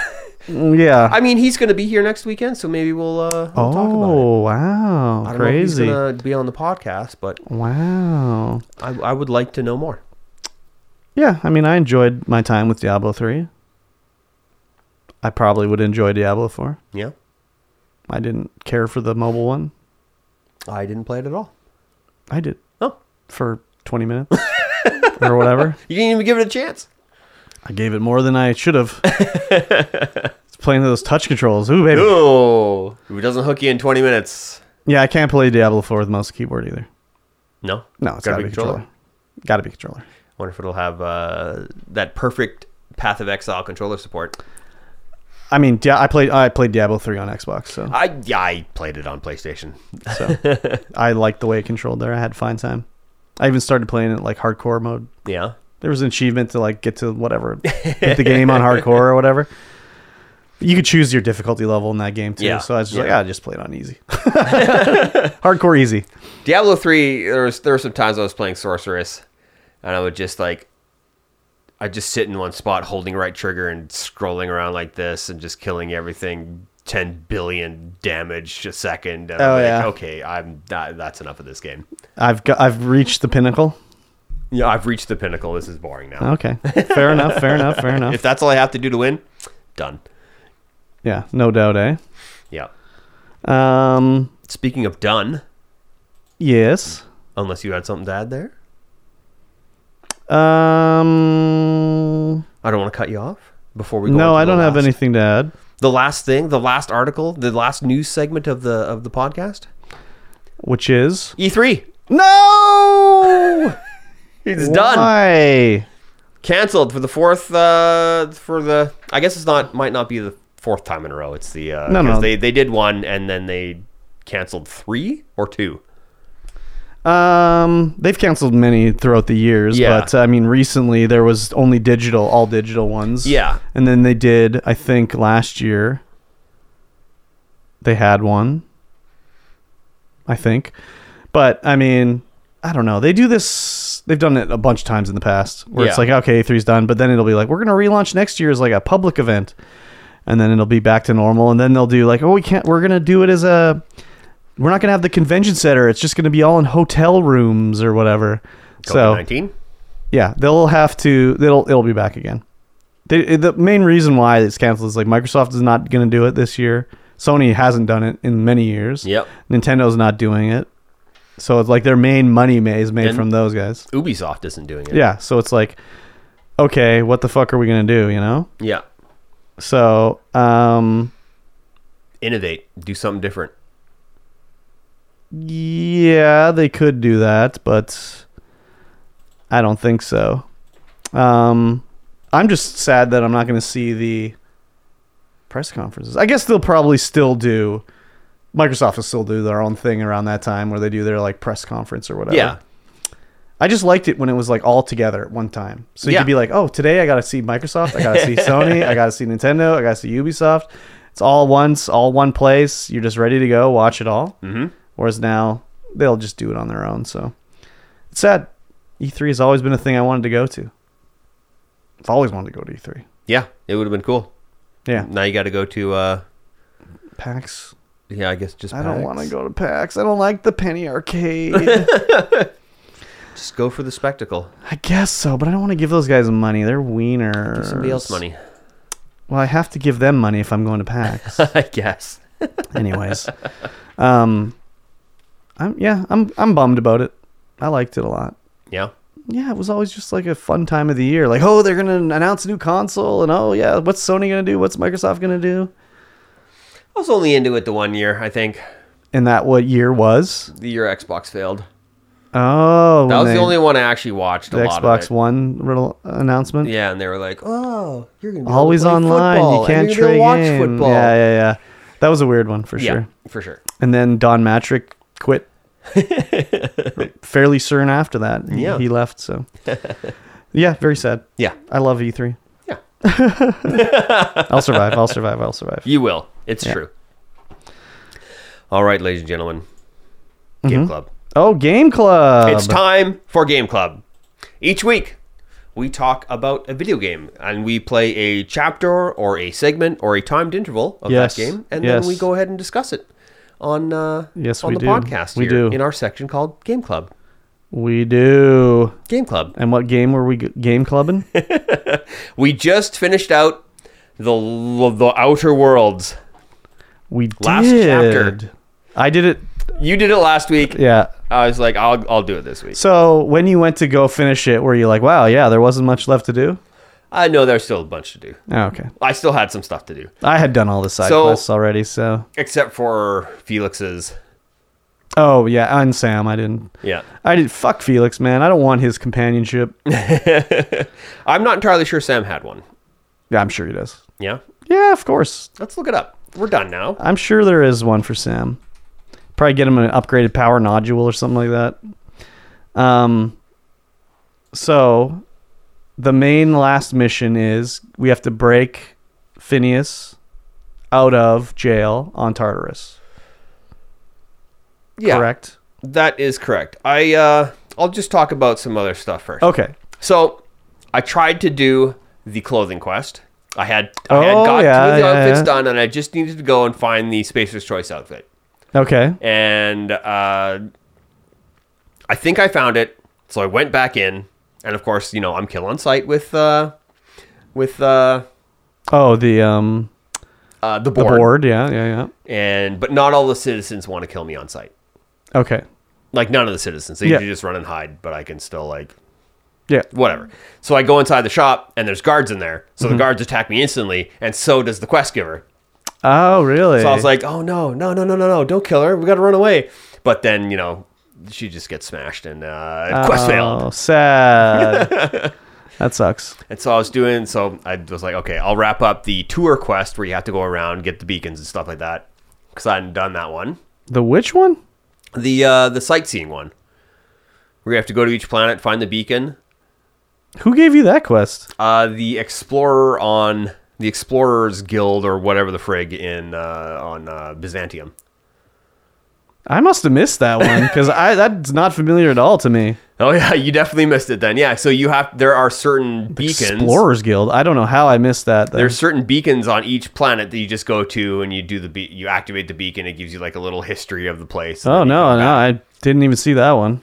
Speaker 4: Mm, Yeah.
Speaker 3: I mean, he's going to be here next weekend, so maybe we'll, uh, we'll talk about it.
Speaker 4: oh wow!
Speaker 3: I don't
Speaker 4: Crazy.
Speaker 3: know if he's going to be on the podcast, but
Speaker 4: Wow.
Speaker 3: I, I would like to know more.
Speaker 4: Yeah. I mean, I enjoyed my time with Diablo three. I probably would enjoy Diablo four.
Speaker 3: Yeah,
Speaker 4: I didn't care for the mobile one.
Speaker 3: I didn't play it at all.
Speaker 4: I did.
Speaker 3: Oh,
Speaker 4: for 20 minutes or whatever.
Speaker 3: you didn't even give it a chance.
Speaker 4: I gave it more than I should have. it's playing those touch controls. Ooh, baby.
Speaker 3: Oh, if it doesn't hook you in 20 minutes.
Speaker 4: Yeah, I can't play Diablo 4 with mouse and keyboard either.
Speaker 3: No,
Speaker 4: No, it's gotta, be controller. Gotta be controller.
Speaker 3: Wonder if it'll have uh, that perfect Path of Exile controller support.
Speaker 4: I mean, Dia- I played I played Diablo 3 on Xbox, so
Speaker 3: I yeah, I played it on PlayStation.
Speaker 4: so I liked the way it controlled there. I had a fine time. I even started playing it like hardcore mode.
Speaker 3: Yeah,
Speaker 4: There was an achievement to like get to whatever get the game on hardcore or whatever. You could choose your difficulty level in that game too.
Speaker 3: Yeah.
Speaker 4: So I was just like,
Speaker 3: Yeah.
Speaker 4: yeah, just play it on easy. hardcore easy.
Speaker 3: Diablo three. There was there were some times I was playing Sorceress, and I would just like I just sit in one spot holding right trigger and scrolling around like this and just killing everything 10 billion damage a second. And
Speaker 4: Oh,
Speaker 3: I'm like,
Speaker 4: yeah.
Speaker 3: okay, I'm that, that's enough of this game.
Speaker 4: I've got, I've reached the pinnacle.
Speaker 3: Yeah, I've reached the pinnacle. This is boring now.
Speaker 4: Okay, fair enough, fair enough, fair enough.
Speaker 3: If that's all I have to do to win, done.
Speaker 4: Yeah, no doubt, eh?
Speaker 3: Yeah.
Speaker 4: Um,
Speaker 3: Speaking of done,
Speaker 4: yes.
Speaker 3: unless you had something to add there,
Speaker 4: Um,
Speaker 3: I don't want to cut you off before we go
Speaker 4: no,
Speaker 3: into
Speaker 4: I
Speaker 3: the
Speaker 4: don't have
Speaker 3: last-
Speaker 4: anything to add.
Speaker 3: The last thing, the last article, the last news segment of the of the podcast.
Speaker 4: Which is
Speaker 3: E3.
Speaker 4: no.
Speaker 3: It's done.
Speaker 4: Why?
Speaker 3: canceled for the fourth uh for the I guess it's not might not be the fourth time in a row. It's the uh
Speaker 4: No, no.
Speaker 3: 'cause they they did one and then they canceled 3 or 2.
Speaker 4: Um, they've canceled many throughout the years,
Speaker 3: Yeah.
Speaker 4: but I mean, recently there was only digital, all digital ones.
Speaker 3: Yeah.
Speaker 4: and then they did. I think last year they had one. I think, but I mean, I don't know. They do this. They've done it a bunch of times in the past, where it's
Speaker 3: Yeah.
Speaker 4: like, okay, three's done, but then it'll be like, we're gonna relaunch next year as like a public event, and then it'll be back to normal, and then they'll do like, oh, we can't. We're gonna do it as a we're not going to have the convention center. It's just going to be all in hotel rooms or whatever. So
Speaker 3: COVID-19.
Speaker 4: yeah, they'll have to. They'll it'll be back again. They, the main reason why it's canceled is like Microsoft is not going to do it this year. Sony hasn't done it in many years.
Speaker 3: Yep.
Speaker 4: Nintendo's not doing it. So it's like their main money ma- is made
Speaker 3: And-
Speaker 4: from those guys.
Speaker 3: Ubisoft isn't doing it.
Speaker 4: Yeah. So it's like, okay, what the fuck are we going to do? You know.
Speaker 3: Yeah.
Speaker 4: So um,
Speaker 3: Innovate, do something different.
Speaker 4: Yeah, they could do that, but I don't think so. Um, I'm just sad that I'm not going to see the press conferences. I guess they'll probably still do. Microsoft will still do their own thing around that time where they do their like press conference or whatever.
Speaker 3: Yeah.
Speaker 4: I just liked it when it was like all together at one time. So you
Speaker 3: Yeah.
Speaker 4: could be like, oh, today I got to see Microsoft, I got to see Sony, I got to see Nintendo, I got to see Ubisoft. It's all once, all one place. You're just ready to go, watch it all. Mm-hmm. Whereas now they'll just do it on their own. So it's sad. E3 has always been a thing I wanted to go to. I've always wanted to go to E3.
Speaker 3: Yeah, it would have been cool.
Speaker 4: Yeah.
Speaker 3: Now you got to go to uh
Speaker 4: PAX.
Speaker 3: yeah, I guess just
Speaker 4: I don't
Speaker 3: PAX.
Speaker 4: want to go to PAX. I don't like the penny arcade.
Speaker 3: Just go for the spectacle.
Speaker 4: I guess so, but I don't want to give those guys money. They're wieners.
Speaker 3: Somebody else money.
Speaker 4: Well, I have to give them money if I'm going to PAX.
Speaker 3: I guess.
Speaker 4: Anyways, um, I'm yeah, I'm I'm bummed about it. I liked it a lot.
Speaker 3: Yeah.
Speaker 4: Yeah, it was always just like a fun time of the year. Like, oh, they're gonna announce a new console, and oh yeah, what's Sony gonna do? What's Microsoft gonna do?
Speaker 3: I was only into it the one year, I think.
Speaker 4: And that what year was?
Speaker 3: The year Xbox failed.
Speaker 4: Oh,
Speaker 3: That
Speaker 4: when
Speaker 3: was
Speaker 4: they-
Speaker 3: the only one I actually watched
Speaker 4: the
Speaker 3: a lot of
Speaker 4: Xbox
Speaker 3: it.
Speaker 4: One real announcement.
Speaker 3: Yeah, and they were like, "Oh, you're gonna be able to
Speaker 4: Always
Speaker 3: play
Speaker 4: online.
Speaker 3: football,
Speaker 4: You
Speaker 3: and
Speaker 4: can't
Speaker 3: you're gonna be
Speaker 4: trade
Speaker 3: able to
Speaker 4: game.
Speaker 3: watch football."
Speaker 4: Yeah, yeah, yeah. That was a weird one for
Speaker 3: Yeah,
Speaker 4: sure.
Speaker 3: for sure.
Speaker 4: And then Don Matrick quit fairly soon after that. He-
Speaker 3: Yeah.
Speaker 4: He left, so. Yeah, very sad.
Speaker 3: Yeah,
Speaker 4: I love E3.
Speaker 3: Yeah.
Speaker 4: I'll survive. I'll survive. I'll survive.
Speaker 3: you will. It's
Speaker 4: Yeah.
Speaker 3: true. All right, ladies and gentlemen, Game Club.
Speaker 4: Oh, Game Club.
Speaker 3: It's time for Game Club. Each week, we talk about a video game and we play a chapter or a segment or a timed interval of
Speaker 4: Yes,
Speaker 3: that game, and
Speaker 4: yes.
Speaker 3: then we go ahead and discuss it on uh,
Speaker 4: Yes,
Speaker 3: on
Speaker 4: we
Speaker 3: the
Speaker 4: do.
Speaker 3: podcast.
Speaker 4: We
Speaker 3: here
Speaker 4: do.
Speaker 3: in our section called Game Club.
Speaker 4: We do.
Speaker 3: Game Club.
Speaker 4: And what game were we g- game clubbing?
Speaker 3: We just finished out the the Outer Worlds.
Speaker 4: We
Speaker 3: Last
Speaker 4: did.
Speaker 3: chapter.
Speaker 4: I did it.
Speaker 3: You did it last week.
Speaker 4: Yeah.
Speaker 3: I was like, I'll I'll do it this week.
Speaker 4: So when you went to go finish it, were you like, wow, yeah, there wasn't much left to do?
Speaker 3: I know there's still a bunch to do.
Speaker 4: Oh, okay.
Speaker 3: I still had some stuff to do,
Speaker 4: I had done all the side
Speaker 3: So-
Speaker 4: quests already, so.
Speaker 3: except for Felix's.
Speaker 4: Oh, yeah. And Sam, I didn't.
Speaker 3: Yeah,
Speaker 4: I did. Fuck Felix, man. I don't want his companionship.
Speaker 3: I'm not entirely sure Sam had one.
Speaker 4: yeah, I'm sure he does.
Speaker 3: Yeah,
Speaker 4: Yeah, of course.
Speaker 3: let's look it up. We're done now.
Speaker 4: I'm sure there is one for Sam. Probably get him an upgraded power nodule or something like that. Um, so the main last mission is we have to break Phineas out of jail on Tartarus.
Speaker 3: Yeah,
Speaker 4: Correct? Oh.
Speaker 3: That is correct. I uh, I'll just talk about some other stuff first.
Speaker 4: Okay.
Speaker 3: So I tried to do the clothing quest. I had I had
Speaker 4: Oh,
Speaker 3: got two
Speaker 4: yeah,
Speaker 3: of the
Speaker 4: yeah,
Speaker 3: outfits
Speaker 4: yeah.
Speaker 3: done, and I just needed to go and find the Spacer's Choice outfit.
Speaker 4: Okay.
Speaker 3: And uh, I think I found it, so I went back in, and of course, you know, I'm kill on sight with uh, with uh,
Speaker 4: Oh, the um
Speaker 3: uh, the
Speaker 4: the
Speaker 3: board.
Speaker 4: board. Yeah, yeah,
Speaker 3: and but not all the citizens want to kill me on sight.
Speaker 4: yeah. Okay.
Speaker 3: Like none of the citizens, they
Speaker 4: Yeah.
Speaker 3: usually just run and hide, but I can still like
Speaker 4: Yeah.
Speaker 3: whatever. So I go inside the shop and there's guards in there. So
Speaker 4: Mm-hmm.
Speaker 3: the guards attack me instantly, and so does the quest giver.
Speaker 4: Oh, really?
Speaker 3: So I was like, oh no, no, no, no, no, no, don't kill her. We gotta run away. But then, you know, she just gets smashed and uh, quest failed.
Speaker 4: Oh, sad. that sucks.
Speaker 3: And so I was doing, so I was like, okay, I'll wrap up the tour quest where you have to go around, get the beacons and stuff like that. Because I hadn't done that one.
Speaker 4: The which one?
Speaker 3: The uh, the sightseeing one, where you have to go to each planet, find the beacon.
Speaker 4: Who gave you that quest?
Speaker 3: Uh, the explorer on the Explorers Guild or whatever the frig in uh, on uh, Byzantium.
Speaker 4: I must have missed that one because I that's not familiar at all to me.
Speaker 3: Oh yeah, you definitely missed it then. Yeah, so you have there are certain beacons.
Speaker 4: Explorers Guild. I don't know how I missed that. then.
Speaker 3: There's certain beacons on each planet that you just go to and you do the be- you activate the beacon. It gives you like a little history of the place. and
Speaker 4: oh
Speaker 3: then you
Speaker 4: no,
Speaker 3: come
Speaker 4: no,
Speaker 3: back.
Speaker 4: I didn't even see that one.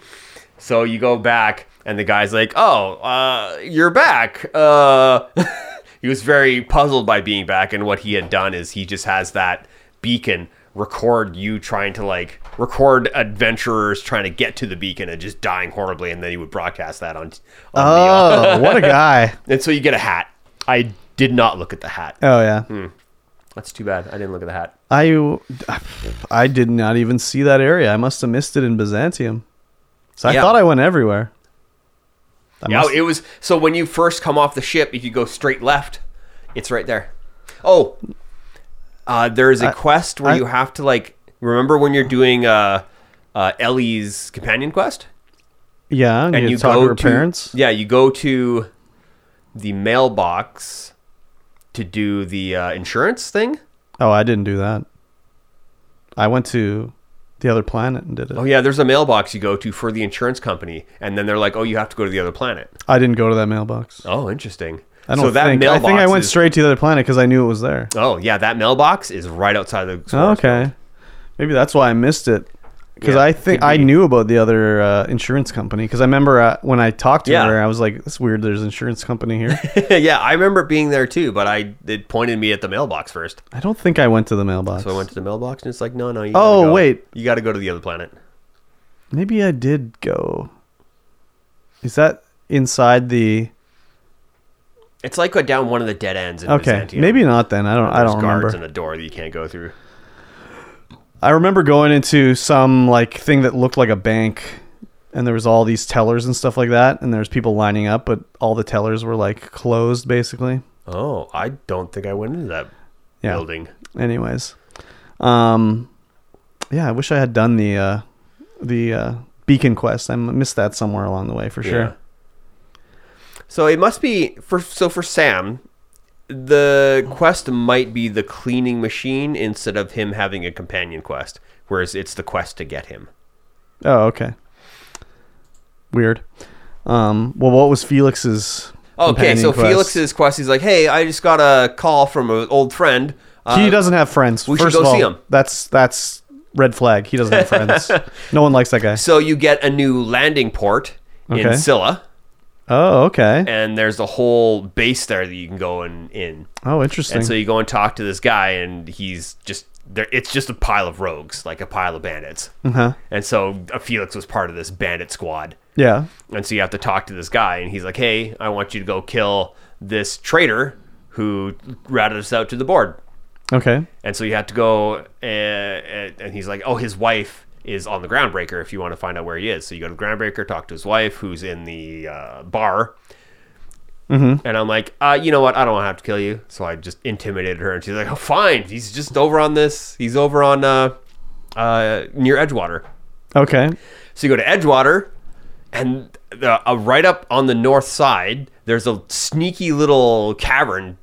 Speaker 3: So you go back and the guy's like, "Oh, uh, you're back." Uh, he was very puzzled by being back, and what he had done is he just has that beacon record you trying to like record adventurers trying to get to the beacon and just dying horribly, and then he would broadcast that on. on the, uh,
Speaker 4: Oh, what a guy.
Speaker 3: And so you get a hat. I did not look at the hat.
Speaker 4: Oh yeah.
Speaker 3: Hmm. That's too bad. I didn't look at the hat.
Speaker 4: I I did not even see that area. I must have missed it in Byzantium. So I
Speaker 3: Yeah.
Speaker 4: thought I went everywhere. I
Speaker 3: Yeah,
Speaker 4: must-
Speaker 3: it was. So when you first come off the ship, if you go straight left, it's right there. Oh, uh, there is a quest where
Speaker 4: I-
Speaker 3: you have to like remember when you're doing uh, uh, Ellie's companion quest,
Speaker 4: yeah, and you,
Speaker 3: you
Speaker 4: talk to her
Speaker 3: to
Speaker 4: parents.
Speaker 3: Yeah, you go to the mailbox to do the uh, insurance thing.
Speaker 4: Oh, I didn't do that. I went to the other planet and did it.
Speaker 3: Oh yeah, there's a mailbox you go to for the insurance company, and then they're like, "Oh, you have to go to the other planet."
Speaker 4: I didn't go to that mailbox.
Speaker 3: Oh, interesting.
Speaker 4: I don't think. I think I went
Speaker 3: is-
Speaker 4: straight to the other planet because I knew it was there.
Speaker 3: Oh yeah, that mailbox is right outside the.
Speaker 4: Oh, okay, maybe that's why I missed it. Because
Speaker 3: Yeah,
Speaker 4: I think
Speaker 3: could
Speaker 4: I
Speaker 3: be.
Speaker 4: knew about the other uh, insurance company. Because I remember uh, when I talked to
Speaker 3: Yeah.
Speaker 4: her, I was like, "That's weird. There's an insurance company here."
Speaker 3: yeah, I remember it being there too, but I it pointed me at the mailbox first.
Speaker 4: I don't think I went to the mailbox.
Speaker 3: So I went to the mailbox and it's like, no, no. You
Speaker 4: Oh,
Speaker 3: gotta go.
Speaker 4: wait.
Speaker 3: you got to go to the other planet.
Speaker 4: Maybe I did go. Is that inside the?
Speaker 3: It's like uh, down one of the dead ends. In
Speaker 4: Okay,
Speaker 3: Byzantium.
Speaker 4: maybe not. Then I don't. I
Speaker 3: There's
Speaker 4: don't
Speaker 3: guards
Speaker 4: remember.
Speaker 3: and a door that you can't go through.
Speaker 4: I remember going into some like thing that looked like a bank, and there was all these tellers and stuff like that, and there was people lining up, but all the tellers were like closed basically.
Speaker 3: Oh, I don't think I went into that
Speaker 4: Yeah.
Speaker 3: building.
Speaker 4: Anyways, um, yeah, I wish I had done the uh, the uh, beacon quest. I m- missed that somewhere along the way for sure.
Speaker 3: Yeah. So it must be for so for Sam, the quest might be the cleaning machine instead of him having a companion quest, whereas it's the quest to get him.
Speaker 4: Oh, okay. Weird. Um, well, what was Felix's?
Speaker 3: Oh, Okay,
Speaker 4: companion
Speaker 3: so
Speaker 4: quest?
Speaker 3: Felix's quest is like, hey, I just got a call from an old friend. Uh,
Speaker 4: he doesn't have friends.
Speaker 3: we should
Speaker 4: First
Speaker 3: go
Speaker 4: of all,
Speaker 3: see him.
Speaker 4: That's that's red flag. He doesn't have friends. no one likes that guy.
Speaker 3: So you get a new landing port in
Speaker 4: Okay.
Speaker 3: Scylla,
Speaker 4: Oh, okay.
Speaker 3: and there's a whole base there that you can go in. in.
Speaker 4: Oh, interesting.
Speaker 3: And so you go and talk to this guy, and he's just there. It's just a pile of rogues, like a pile of bandits.
Speaker 4: uh-huh.
Speaker 3: And so uh, Felix was part of this bandit squad.
Speaker 4: Yeah.
Speaker 3: And so you have to talk to this guy, and he's like, "Hey, I want you to go kill this traitor who ratted us out to the board."
Speaker 4: Okay.
Speaker 3: And so you had to go, uh, and and he's like, "Oh, his wife is on the groundbreaker. If you want to find out where he is, so you go to the groundbreaker, talk to his wife, who's in the uh, bar." Mm-hmm. And I'm like, uh, you know what? I don't want to have to kill you, so I just intimidated her, and she's like, "Oh, fine. He's just over on this. He's over on uh, uh, near Edgewater."
Speaker 4: Okay.
Speaker 3: So you go to Edgewater, and the, uh, right up on the north side, there's a sneaky little cavern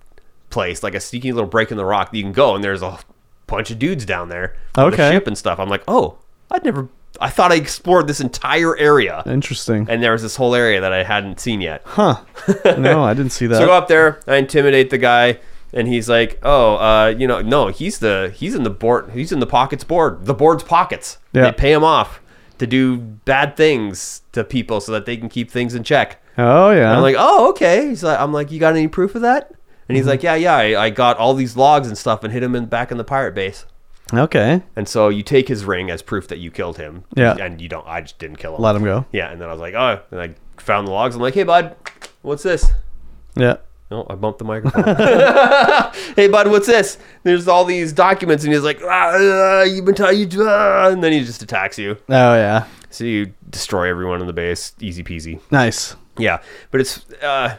Speaker 3: place, like a sneaky little break in the rock that you can go, and there's a bunch of dudes down there. on the
Speaker 4: Okay.
Speaker 3: ship and stuff. I'm like, oh, I'd never, I thought I explored this entire area,
Speaker 4: Interesting.
Speaker 3: and there was this whole area that I hadn't seen yet.
Speaker 4: Huh. No, I didn't see that.
Speaker 3: So uh, I go up there, I intimidate the guy, and he's like, "Oh, uh, you know, no, he's the he's in the board, he's in the pockets board, the board's pockets.
Speaker 4: Yeah.
Speaker 3: They pay him off to do bad things to people so that they can keep things in check."
Speaker 4: oh yeah.
Speaker 3: And I'm like, "Oh, okay." He's like, "I'm like, you got any proof of that?" And
Speaker 4: Mm-hmm.
Speaker 3: he's like, "Yeah, yeah, I, I got all these logs and stuff and hid them in back in the pirate base."
Speaker 4: okay.
Speaker 3: And so you take his ring as proof that you killed him.
Speaker 4: Yeah.
Speaker 3: And you don't. I just didn't kill him.
Speaker 4: Let him go.
Speaker 3: Yeah. And then I was like, "Oh," and I found the logs. I'm like, "Hey, bud, what's this?"
Speaker 4: Yeah.
Speaker 3: No, I bumped the microphone. hey, bud, what's this? There's all these documents, and he's like, ah, uh, "You've been tied," you- ah," and then he just attacks you.
Speaker 4: Oh yeah.
Speaker 3: So you destroy everyone in the base, easy peasy.
Speaker 4: Nice.
Speaker 3: Yeah, but it's uh,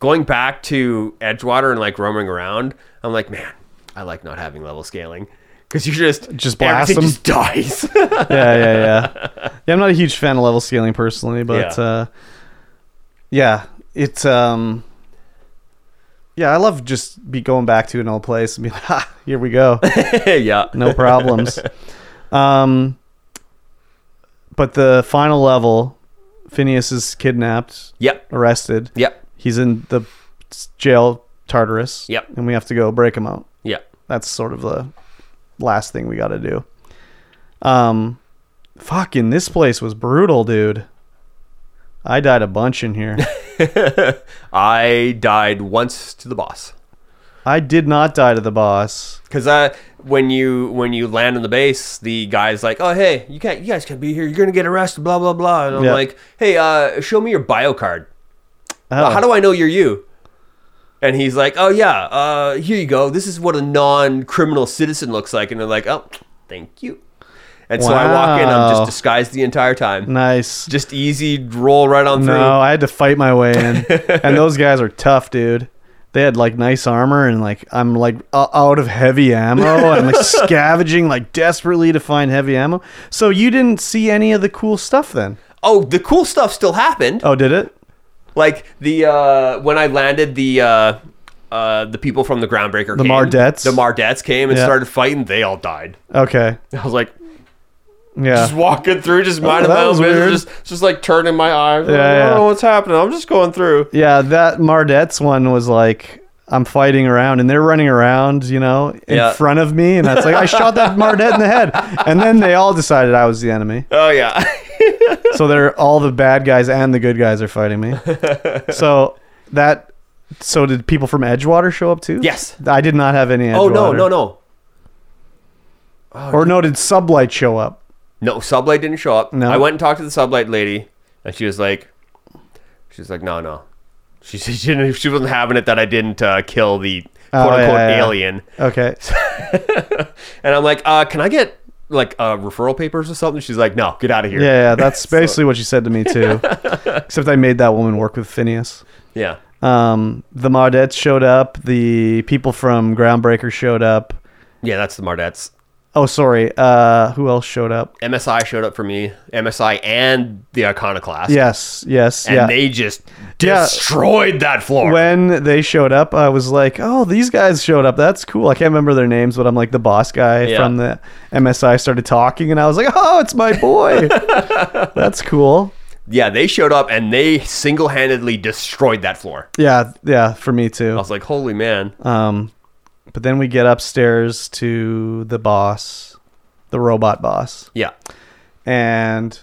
Speaker 3: going back to Edgewater and like roaming around. I'm like, man, I like not having level scaling because you just
Speaker 4: Just blast
Speaker 3: everything
Speaker 4: them.
Speaker 3: just dies.
Speaker 4: Yeah, yeah, yeah. Yeah, I'm not a huge fan of level scaling personally, but
Speaker 3: Yeah.
Speaker 4: yeah. uh yeah, it's um yeah, I love just be going back to an old place and be like, ha, here we go.
Speaker 3: yeah,
Speaker 4: no problems. um, but the final level, Phineas is kidnapped,
Speaker 3: yep,
Speaker 4: arrested.
Speaker 3: yep,
Speaker 4: He's in the jail, Tartarus.
Speaker 3: Yep.
Speaker 4: And we have to go break him out.
Speaker 3: yep.
Speaker 4: That's sort of the last thing we got to do. Um, fucking this place was brutal, dude. I died a bunch in here.
Speaker 3: I died once to the boss.
Speaker 4: I did not die to the boss.
Speaker 3: Cause uh, when you when you land on the base, the guy's like, "Oh hey, you can't, you guys can't be here. You're gonna get arrested." Blah blah blah. And I'm
Speaker 4: Yeah.
Speaker 3: like, "Hey, uh, show me your bio card. Uh,
Speaker 4: Oh,
Speaker 3: How do I know you're you?" And he's like, "Oh yeah, uh, here you go. This is what a non-criminal citizen looks like." And they're like, "Oh, thank you." And so I walk in. I'm
Speaker 4: Wow.
Speaker 3: just disguised the entire time.
Speaker 4: nice.
Speaker 3: Just easy roll right on through.
Speaker 4: No, I had to fight my way in, and those guys are tough, dude. They had like nice armor, and like I'm like o- out of heavy ammo. I'm like scavenging like desperately to find heavy ammo. So you didn't see any of the cool stuff then?
Speaker 3: Oh, the cool stuff still happened.
Speaker 4: Oh, did it?
Speaker 3: Like the uh, when I landed, the uh, uh, the people from the Groundbreaker, the came,
Speaker 4: Mardettes?
Speaker 3: the Mardettes came and
Speaker 4: Yeah.
Speaker 3: started fighting. They all died.
Speaker 4: Okay,
Speaker 3: I was like, just
Speaker 4: yeah. Oh,
Speaker 3: walking through, just minding
Speaker 4: that
Speaker 3: my own
Speaker 4: was
Speaker 3: business,
Speaker 4: weird.
Speaker 3: just just like turning my eyes.
Speaker 4: Yeah,
Speaker 3: I don't
Speaker 4: yeah.
Speaker 3: know what's happening. I'm just going through.
Speaker 4: Yeah, that Mardette's one was like I'm fighting around and they're running around, you know, in
Speaker 3: Yeah.
Speaker 4: front of me, and that's like I shot that Mardette in the head, and then they all decided I was the enemy.
Speaker 3: Oh yeah,
Speaker 4: so they're all the bad guys and the good guys are fighting me. so that so did people from Edgewater show up too?
Speaker 3: Yes.
Speaker 4: I did not have any Edgewater.
Speaker 3: oh no, no, no,
Speaker 4: Or no, did Sublight show up?
Speaker 3: no. Sublight didn't show up.
Speaker 4: No.
Speaker 3: I went and talked to the Sublight lady, and she was like, she was like, no, no. She she, didn't, she wasn't having it that I didn't uh, kill the quote unquote
Speaker 4: Oh, yeah, yeah.
Speaker 3: alien.
Speaker 4: Okay.
Speaker 3: And I'm like, uh, can I get like uh, referral papers or something? She's like, no, get out of here.
Speaker 4: Yeah, yeah, that's basically what she said to me too. Except I made that woman work with Phineas.
Speaker 3: Yeah.
Speaker 4: Um, the Mardettes showed up. The people from Groundbreaker showed up.
Speaker 3: Yeah, that's the Mardettes.
Speaker 4: Oh, sorry. Uh, who else showed up?
Speaker 3: MSI showed up for me. MSI and the Iconoclast.
Speaker 4: Yes, yes,
Speaker 3: And
Speaker 4: yeah.
Speaker 3: they just
Speaker 4: Yeah.
Speaker 3: destroyed that floor.
Speaker 4: when they showed up, I was like, "Oh, these guys showed up. That's cool." I can't remember their names, but I'm like the boss guy
Speaker 3: Yeah.
Speaker 4: from the MSI started talking, and I was like, "Oh, it's my boy. That's cool."
Speaker 3: yeah, they showed up and they single handedly destroyed that floor.
Speaker 4: Yeah, yeah, for me
Speaker 3: I
Speaker 4: too.
Speaker 3: was like, holy man.
Speaker 4: Um, but then we get upstairs to the boss, the robot boss,
Speaker 3: yeah.
Speaker 4: and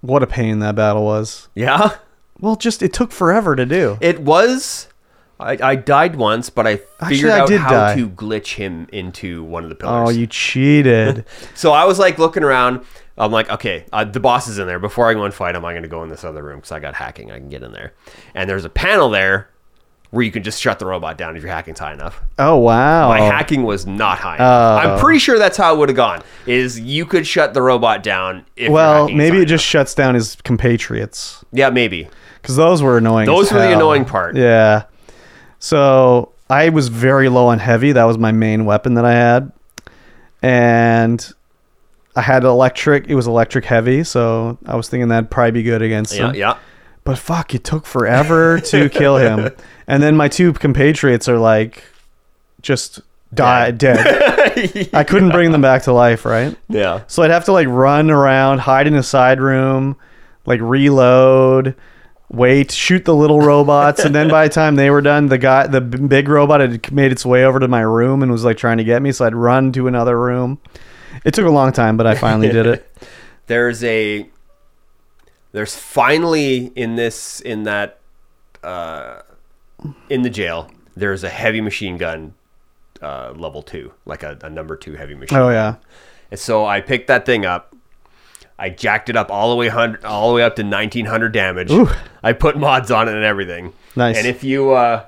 Speaker 4: what a pain that battle was.
Speaker 3: Yeah.
Speaker 4: Well, just it took forever to do.
Speaker 3: It was. I, I died once, but I figured
Speaker 4: Actually, I
Speaker 3: out
Speaker 4: did
Speaker 3: how
Speaker 4: die.
Speaker 3: to glitch him into one of the pillars.
Speaker 4: Oh, you cheated.
Speaker 3: So I was like looking around. I'm like, okay, uh, the boss is in there. Before I go and fight him, I'm going to go in this other room because I got hacking. I can get in there. And there's a panel there where you can just shut the robot down if your hacking's high enough.
Speaker 4: Oh, wow.
Speaker 3: My hacking was not high enough. I'm pretty sure that's how it would have gone. Is you could shut the robot down. if your
Speaker 4: Well,
Speaker 3: hacking is
Speaker 4: maybe
Speaker 3: high
Speaker 4: it just shuts down his compatriots
Speaker 3: enough. yeah, maybe.
Speaker 4: because those were annoying.
Speaker 3: Those
Speaker 4: as
Speaker 3: were the
Speaker 4: hell.
Speaker 3: annoying part.
Speaker 4: Yeah. So I was very low on heavy. That was my main weapon that I had, and I had electric. It was electric heavy, so I was thinking that'd probably be good against
Speaker 3: Yeah,
Speaker 4: him.
Speaker 3: yeah.
Speaker 4: But fuck, it took forever to kill him. And then my two compatriots are like, just die dead. I couldn't bring them back to life, right?
Speaker 3: Yeah.
Speaker 4: So I'd have to like run around, hide in a side room, like reload, wait, shoot the little robots, and then by the time they were done, the guy, the b- big robot had made its way over to my room and was like trying to get me. So I'd run to another room. It took a long time, but I finally did it.
Speaker 3: There's a there's finally in this in that uh in the jail, there's a heavy machine gun uh level 2, like a, a number 2 heavy machine.
Speaker 4: Oh yeah,
Speaker 3: And so I picked that thing up. I jacked it up all the way hundred, all the way up to nineteen hundred damage. I put mods on it and everything.
Speaker 4: Nice.
Speaker 3: And if you, uh,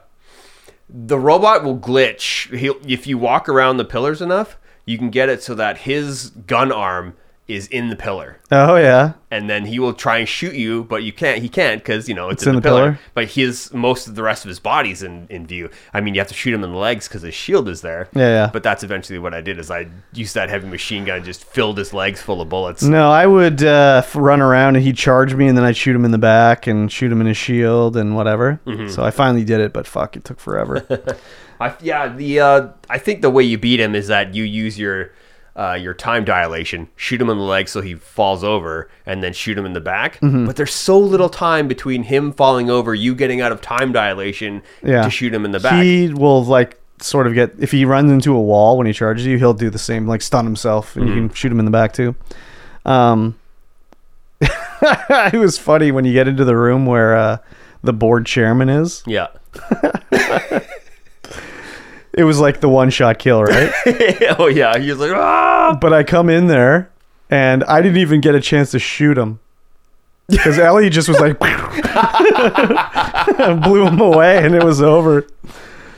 Speaker 3: the robot will glitch. He'll if you walk around the pillars enough, you can get it so that his gun arm is in the pillar,
Speaker 4: oh yeah.
Speaker 3: and then he will try and shoot you, but you can't. He can't because you know it's,
Speaker 4: It's in the pillar.
Speaker 3: But his most of the rest of his body's in in view. I mean, you have to shoot him in the legs because his shield is there.
Speaker 4: Yeah, yeah.
Speaker 3: But that's eventually what I did is I used that heavy machine gun, and just filled his legs full of bullets.
Speaker 4: No, I would uh, f- run around and he'd charge me, and then I'd shoot him in the back and shoot him in his shield and whatever.
Speaker 3: Mm-hmm.
Speaker 4: So I finally did it, but fuck, it took forever.
Speaker 3: I, yeah, the uh, I think the way you beat him is that you use your uh, your time dilation, shoot him in the leg so he falls over, and then shoot him in the back.
Speaker 4: Mm-hmm.
Speaker 3: But there's so little time between him falling over, you getting out of time dilation
Speaker 4: yeah,
Speaker 3: to shoot him in the back.
Speaker 4: He will like sort of get if he runs into a wall when he charges you, he'll do the same, like stun himself, and
Speaker 3: Mm-hmm.
Speaker 4: you can shoot him in the back too. Um, it was funny when you get into the room where uh, the board chairman is.
Speaker 3: yeah,
Speaker 4: It was like the one shot kill, right?
Speaker 3: oh yeah, he was like ah.
Speaker 4: but I come in there and I didn't even get a chance to shoot him because Ellie just was like blew him away and it was over.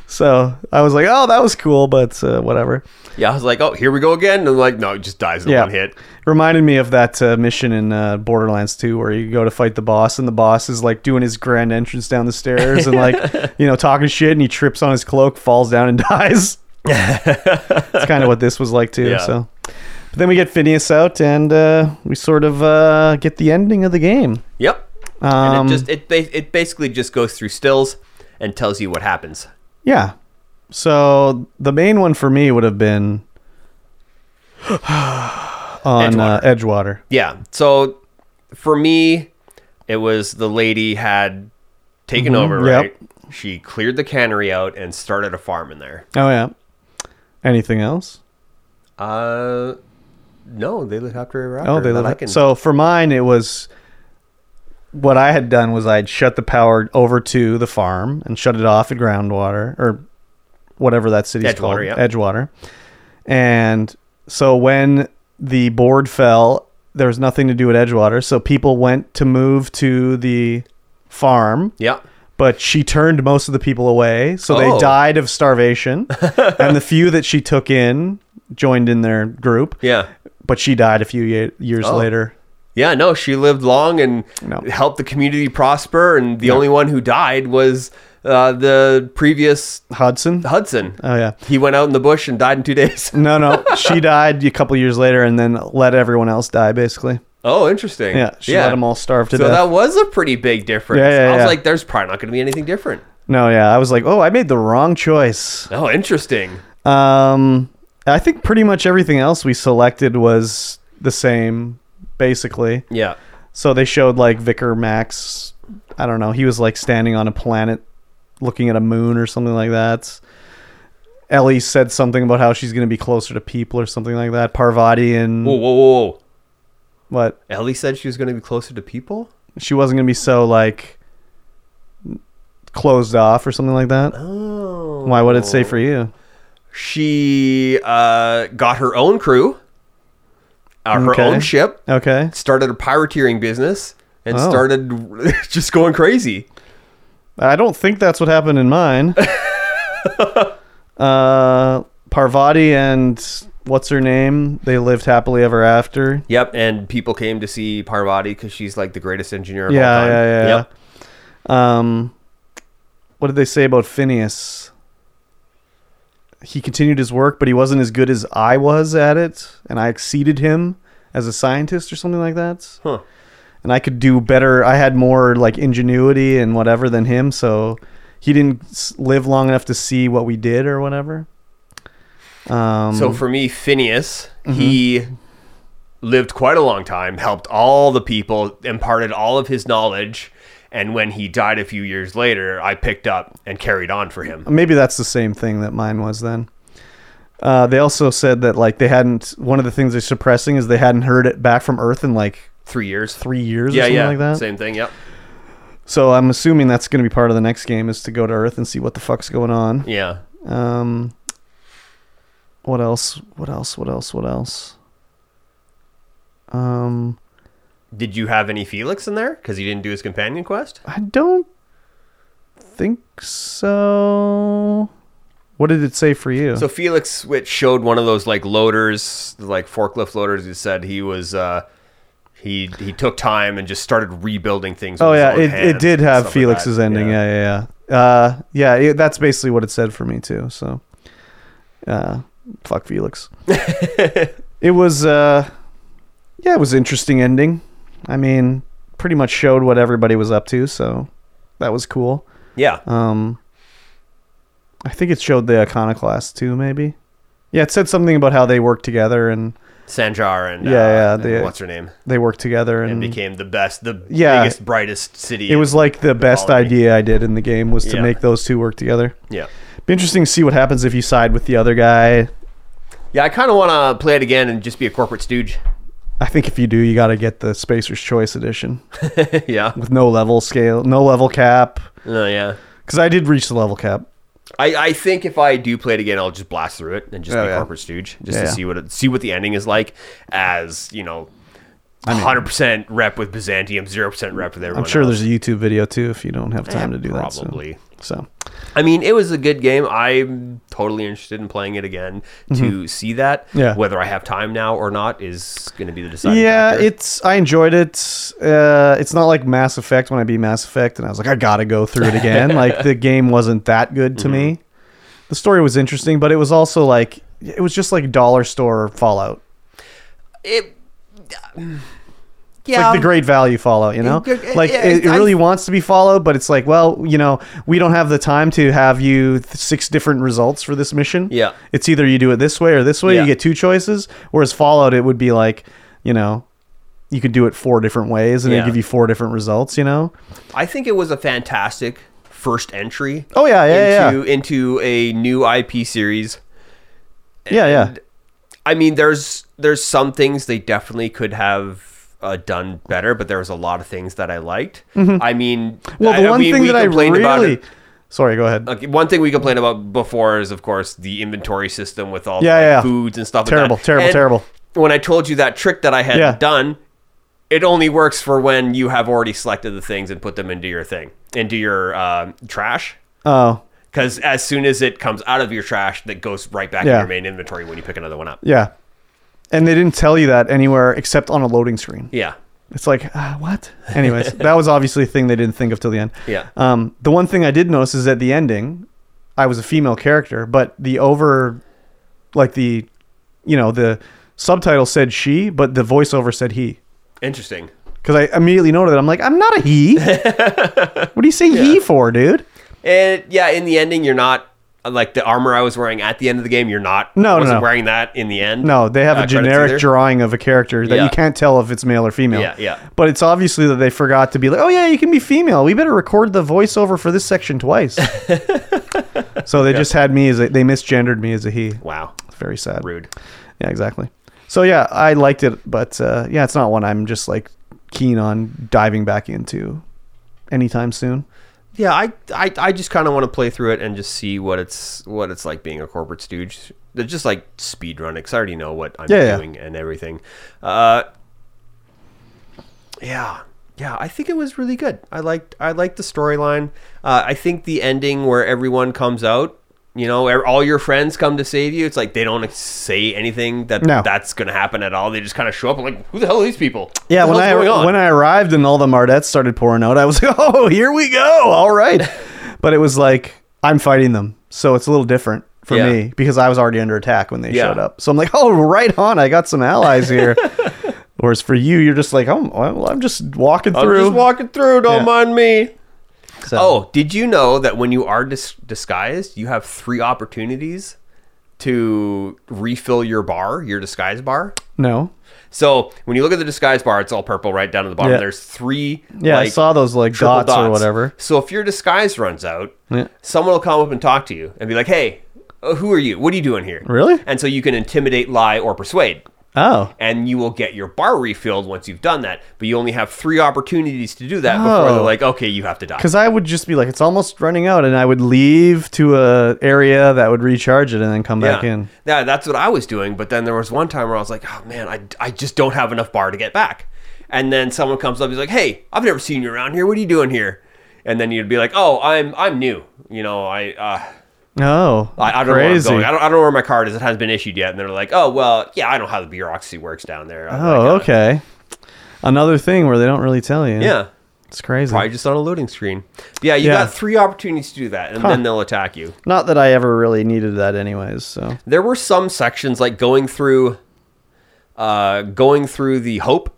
Speaker 4: So I was like, oh, that was cool, but uh, whatever.
Speaker 3: Yeah, I was like, oh, here we go again. And I'm like, no, he just dies in
Speaker 4: Yeah.
Speaker 3: one hit.
Speaker 4: Reminded me of that uh, mission in uh, Borderlands 2 where you go to fight the boss and the boss is like doing his grand entrance down the stairs and like, you know, talking shit and he trips on his cloak, falls down and dies. That's kind of what this was like too.
Speaker 3: Yeah.
Speaker 4: So but then we get Phineas out and uh, we sort of uh, get the ending of the game.
Speaker 3: Yep.
Speaker 4: Um,
Speaker 3: and it just it ba- it basically just goes through stills and tells you what happens.
Speaker 4: Yeah. So the main one for me would have been on Edgewater. Uh, Edgewater.
Speaker 3: Yeah. So for me, it was the lady had taken over,
Speaker 4: Mm-hmm. yep.
Speaker 3: right? She cleared the cannery out and started a farm in there.
Speaker 4: Oh, yeah. Anything else?
Speaker 3: Uh, no, they lived after her.
Speaker 4: Oh, they live. So for mine, it was what I had done was I'd shut the power over to the farm and shut it off at groundwater or whatever that city's
Speaker 3: Edgewater,
Speaker 4: called,
Speaker 3: yeah.
Speaker 4: Edgewater. And so when the board fell, there was nothing to do at Edgewater, so people went to move to the farm
Speaker 3: yeah,
Speaker 4: but she turned most of the people away, so they
Speaker 3: Oh.
Speaker 4: died of starvation. and the few that she took in joined in their group.
Speaker 3: yeah,
Speaker 4: But she died a few ye- years
Speaker 3: Oh.
Speaker 4: later.
Speaker 3: yeah. No, she lived long and
Speaker 4: No.
Speaker 3: helped the community prosper. And the only one who died was uh, the previous
Speaker 4: Hudson?
Speaker 3: Hudson.
Speaker 4: Oh, yeah.
Speaker 3: He went out in the bush and died in two days.
Speaker 4: No, no. she died a couple years later and then let everyone else die, basically.
Speaker 3: Oh, interesting.
Speaker 4: Yeah. She let them all starve to
Speaker 3: So
Speaker 4: death.
Speaker 3: that was a pretty big difference.
Speaker 4: Yeah, yeah,
Speaker 3: I was
Speaker 4: yeah.
Speaker 3: like, there's probably not going to be anything different.
Speaker 4: no, yeah. I was like, oh, I made the wrong choice.
Speaker 3: Oh, interesting.
Speaker 4: Um, I think pretty much everything else we selected was the same, basically.
Speaker 3: Yeah.
Speaker 4: So they showed like Vicar Max. I don't know. He was like standing on a planet, looking at a moon or something like that. Ellie said something about how she's going to be closer to people or something like that. Parvati and
Speaker 3: Whoa, whoa, whoa. whoa.
Speaker 4: what
Speaker 3: Ellie said she was going to be closer to people.
Speaker 4: she wasn't going to be so like closed off or something like that.
Speaker 3: Oh.
Speaker 4: Why would it say for you?
Speaker 3: She uh, got her own crew, uh, her
Speaker 4: Okay.
Speaker 3: own ship,
Speaker 4: Okay.
Speaker 3: started a pirateering business, and
Speaker 4: Oh.
Speaker 3: started just going crazy.
Speaker 4: I don't think that's what happened in mine. uh, Parvati and what's her name? They lived happily ever after.
Speaker 3: Yep. And people came to see Parvati because she's like the greatest engineer of all
Speaker 4: yeah,
Speaker 3: time.
Speaker 4: yeah, yeah,
Speaker 3: Yep.
Speaker 4: yeah. Um, what did they say about Phineas? He continued his work, but he wasn't as good as I was at it, and I exceeded him as a scientist or something like that.
Speaker 3: Huh.
Speaker 4: And I could do better. I had more like ingenuity and whatever than him, so he didn't s- live long enough to see what we did or whatever. Um,
Speaker 3: so for me, Phineas,
Speaker 4: mm-hmm.
Speaker 3: he lived quite a long time, helped all the people, imparted all of his knowledge, and when he died a few years later, I picked up and carried on for him.
Speaker 4: Maybe that's the same thing that mine was then. Uh, they also said that like they hadn't. One of the things they're suppressing is they hadn't heard it back from Earth in like
Speaker 3: Three years.
Speaker 4: three years. or
Speaker 3: Yeah,
Speaker 4: something
Speaker 3: yeah.
Speaker 4: like that.
Speaker 3: Same thing. Yep.
Speaker 4: So I'm assuming that's going to be part of the next game is to go to Earth and see what the fuck's going on.
Speaker 3: Yeah.
Speaker 4: Um, what else? What else? What else? What else? Um,
Speaker 3: Did you have any Felix in there? Because he didn't do his companion quest.
Speaker 4: I don't think so. What did it say for you?
Speaker 3: So Felix which showed one of those like loaders, like forklift loaders. He said he was uh, he he took time and just started rebuilding things.
Speaker 4: oh
Speaker 3: with his
Speaker 4: yeah,
Speaker 3: own
Speaker 4: it,
Speaker 3: hands
Speaker 4: it did
Speaker 3: and
Speaker 4: have
Speaker 3: stuff like
Speaker 4: Felix's
Speaker 3: that.
Speaker 4: ending. Yeah, yeah, yeah. Uh, yeah, it, that's basically what it said for me too. So, uh, fuck Felix. it was uh, yeah, it was interesting ending. I mean, pretty much showed what everybody was up to, so that was cool.
Speaker 3: yeah.
Speaker 4: Um, I think it showed the iconoclast too, maybe. Yeah, it said something about how they worked together and
Speaker 3: Sanjar and
Speaker 4: Yeah,
Speaker 3: yeah,
Speaker 4: yeah,
Speaker 3: yeah,
Speaker 4: the-
Speaker 3: what's her name,
Speaker 4: they worked together and,
Speaker 3: and became the best, the
Speaker 4: Yeah.
Speaker 3: biggest, brightest city.
Speaker 4: it was like the best
Speaker 3: colony.
Speaker 4: idea I did in the game was to
Speaker 3: Yeah.
Speaker 4: make those two work together.
Speaker 3: yeah,
Speaker 4: Be interesting to see what happens if you side with the other guy.
Speaker 3: yeah. I kind of want to play it again and just be a corporate stooge.
Speaker 4: I think if you do, you got to get the Spacer's Choice edition
Speaker 3: yeah,
Speaker 4: with no level scale, no level cap.
Speaker 3: oh yeah.
Speaker 4: Because I did reach the level cap.
Speaker 3: I, I think if I do play it again, I'll just blast through it and just
Speaker 4: Oh,
Speaker 3: be
Speaker 4: yeah.
Speaker 3: corporate stooge, just
Speaker 4: Yeah,
Speaker 3: to
Speaker 4: yeah.
Speaker 3: see what it, see what the ending is like. As you know, hundred percent rep with Byzantium, zero percent rep with everyone.
Speaker 4: I'm sure
Speaker 3: else.
Speaker 4: there's a YouTube video too if you don't have time
Speaker 3: Yeah,
Speaker 4: to do that. so-
Speaker 3: probably.
Speaker 4: So,
Speaker 3: I mean, it was a good game. I'm totally interested in playing it again to see that.
Speaker 4: Mm-hmm. Yeah.
Speaker 3: Whether I have time now or not is going to be the deciding
Speaker 4: yeah,
Speaker 3: factor.
Speaker 4: it's I enjoyed it. Uh, it's not like Mass Effect when I beat Mass Effect and I was like, I gotta go through it again. like the game wasn't that good to me. The story was interesting, but it was also like it was just like dollar store Fallout,
Speaker 3: it.
Speaker 4: It's
Speaker 3: Yeah.
Speaker 4: like the great value Fallout, you know?
Speaker 3: It- it-
Speaker 4: Like
Speaker 3: yeah,
Speaker 4: it, it
Speaker 3: I-
Speaker 4: really wants to be Fallout, but it's like, well, you know, we don't have the time to have you th- six different results for this mission.
Speaker 3: Yeah.
Speaker 4: It's either you do it this way or this way,
Speaker 3: Yeah.
Speaker 4: you get two choices. Whereas Fallout, it would be like, you know, you could do it four different ways and they
Speaker 3: Yeah.
Speaker 4: give you four different results, you know?
Speaker 3: I think it was a fantastic first entry.
Speaker 4: Oh, yeah, yeah,
Speaker 3: into, into a new IP series.
Speaker 4: yeah. Yeah, yeah.
Speaker 3: And I mean, there's there's some things they definitely could have uh, done better, but there was a lot of things that I liked. I mean,
Speaker 4: Mm-hmm. Well, the
Speaker 3: I- I
Speaker 4: one
Speaker 3: mean,
Speaker 4: thing
Speaker 3: we
Speaker 4: that I
Speaker 3: complained
Speaker 4: really.
Speaker 3: about it-
Speaker 4: Sorry, go ahead.
Speaker 3: Okay, one thing we complained about before is, of course, the inventory system with all
Speaker 4: Yeah,
Speaker 3: the like,
Speaker 4: yeah.
Speaker 3: foods and stuff.
Speaker 4: Terrible,
Speaker 3: like that.
Speaker 4: terrible,
Speaker 3: And
Speaker 4: terrible.
Speaker 3: When I told you that trick that I had
Speaker 4: Yeah.
Speaker 3: done, it only works for when you have already selected the things and put them into your thing, into your um, trash.
Speaker 4: Oh,
Speaker 3: Because as soon as it comes out of your trash, that goes right back
Speaker 4: Yeah.
Speaker 3: in your main inventory when you pick another one up.
Speaker 4: yeah. And they didn't tell you that anywhere except on a loading screen.
Speaker 3: Yeah.
Speaker 4: It's like, uh, what? Anyways, that was obviously a thing they didn't think of till the end.
Speaker 3: Yeah.
Speaker 4: Um, the one thing I did notice is at the ending, I was a female character, but the over, like the, you know, the subtitle said she, but the voiceover said he.
Speaker 3: Interesting.
Speaker 4: Because I immediately noted, I'm like, I'm not a he. what do you say he for, dude?
Speaker 3: And yeah, in the ending, you're not like the armor I was wearing at the end of the game. You're not.
Speaker 4: No,
Speaker 3: I
Speaker 4: no,
Speaker 3: wasn't
Speaker 4: no.
Speaker 3: wearing that in the end.
Speaker 4: No, they have
Speaker 3: Uh,
Speaker 4: a
Speaker 3: credits either.
Speaker 4: generic drawing of a character that
Speaker 3: Yeah.
Speaker 4: you can't tell if it's male or female.
Speaker 3: Yeah, yeah.
Speaker 4: But it's obviously that they forgot to be like, oh yeah, you can be female. We better record the voiceover for this section twice. so they just had me as a, they misgendered me as a he.
Speaker 3: Wow.
Speaker 4: It's very sad.
Speaker 3: Rude.
Speaker 4: Yeah, exactly. So yeah, I liked it, but uh, yeah, it's not one I'm just like keen on diving back into anytime soon.
Speaker 3: yeah i i, I just kind of want to play through it and just see what it's what it's like being a corporate stooge They're just like speed running because i already know what i'm
Speaker 4: Yeah, yeah.
Speaker 3: doing and everything uh yeah yeah i think it was really good i liked i liked the storyline uh, i think the ending where everyone comes out you know e- all your friends come to save you it's like they don't say anything that
Speaker 4: No.
Speaker 3: that's gonna happen at all they just kind of show up and like who the hell are these people
Speaker 4: Yeah,
Speaker 3: What
Speaker 4: when
Speaker 3: the
Speaker 4: I
Speaker 3: hell's going on?
Speaker 4: when I arrived and all the Mardettes started pouring out, I was like, "Oh, here we go! All right." but it was like I'm fighting them, so it's a little different for
Speaker 3: Yeah.
Speaker 4: me because I was already under attack when they
Speaker 3: Yeah.
Speaker 4: showed up. So I'm like, "Oh, right on! I got some allies here." Whereas for you, you're just like, "I'm well, I'm just walking
Speaker 3: I'm
Speaker 4: through."
Speaker 3: just walking through don't
Speaker 4: Yeah.
Speaker 3: mind me
Speaker 4: So-
Speaker 3: Oh, did you know that when you are dis- disguised, you have three opportunities to refill your bar, your disguise bar.
Speaker 4: No.
Speaker 3: So when you look at the disguise bar, it's all purple right down to the bottom.
Speaker 4: Yeah.
Speaker 3: There's three.
Speaker 4: Yeah, I
Speaker 3: like,
Speaker 4: saw those like
Speaker 3: triple
Speaker 4: dots, or whatever.
Speaker 3: So if your disguise runs out,
Speaker 4: Yeah.
Speaker 3: someone will come up and talk to you and be like, "Hey, uh, who are you? What are you doing here?"
Speaker 4: Really?
Speaker 3: And so you can intimidate, lie, or persuade,
Speaker 4: Oh.
Speaker 3: and you will get your bar refilled once you've done that. But you only have three opportunities to do that before
Speaker 4: Oh.
Speaker 3: they're like, "Okay, you have to die."
Speaker 4: Because I would just be like, it's almost running out, and I would leave to a area that would recharge it, and then come back in.
Speaker 3: Yeah, that's what I was doing. But then there was one time where I was like, oh man, I, I just don't have enough bar to get back. And then someone comes up, he's like, hey, I've never seen you around here. What are you doing here? And then you'd be like, oh, I'm I'm new. You know, I uh,
Speaker 4: Oh,
Speaker 3: I, I don't know where I'm
Speaker 4: crazy.
Speaker 3: going. I don't, I don't know where my card is. It hasn't been issued yet. And they're like, oh well, yeah, I know how the bureaucracy works down there. I'm like,
Speaker 4: oh,
Speaker 3: "Uh,
Speaker 4: okay. Another thing where they don't really tell you.
Speaker 3: Yeah.
Speaker 4: it's crazy.
Speaker 3: Probably just on a loading screen. Yeah, you
Speaker 4: Yeah.
Speaker 3: got three opportunities to do that, and then they'll attack you.
Speaker 4: Not that I ever really needed that, anyways. So
Speaker 3: there were some sections like going through uh going through the hope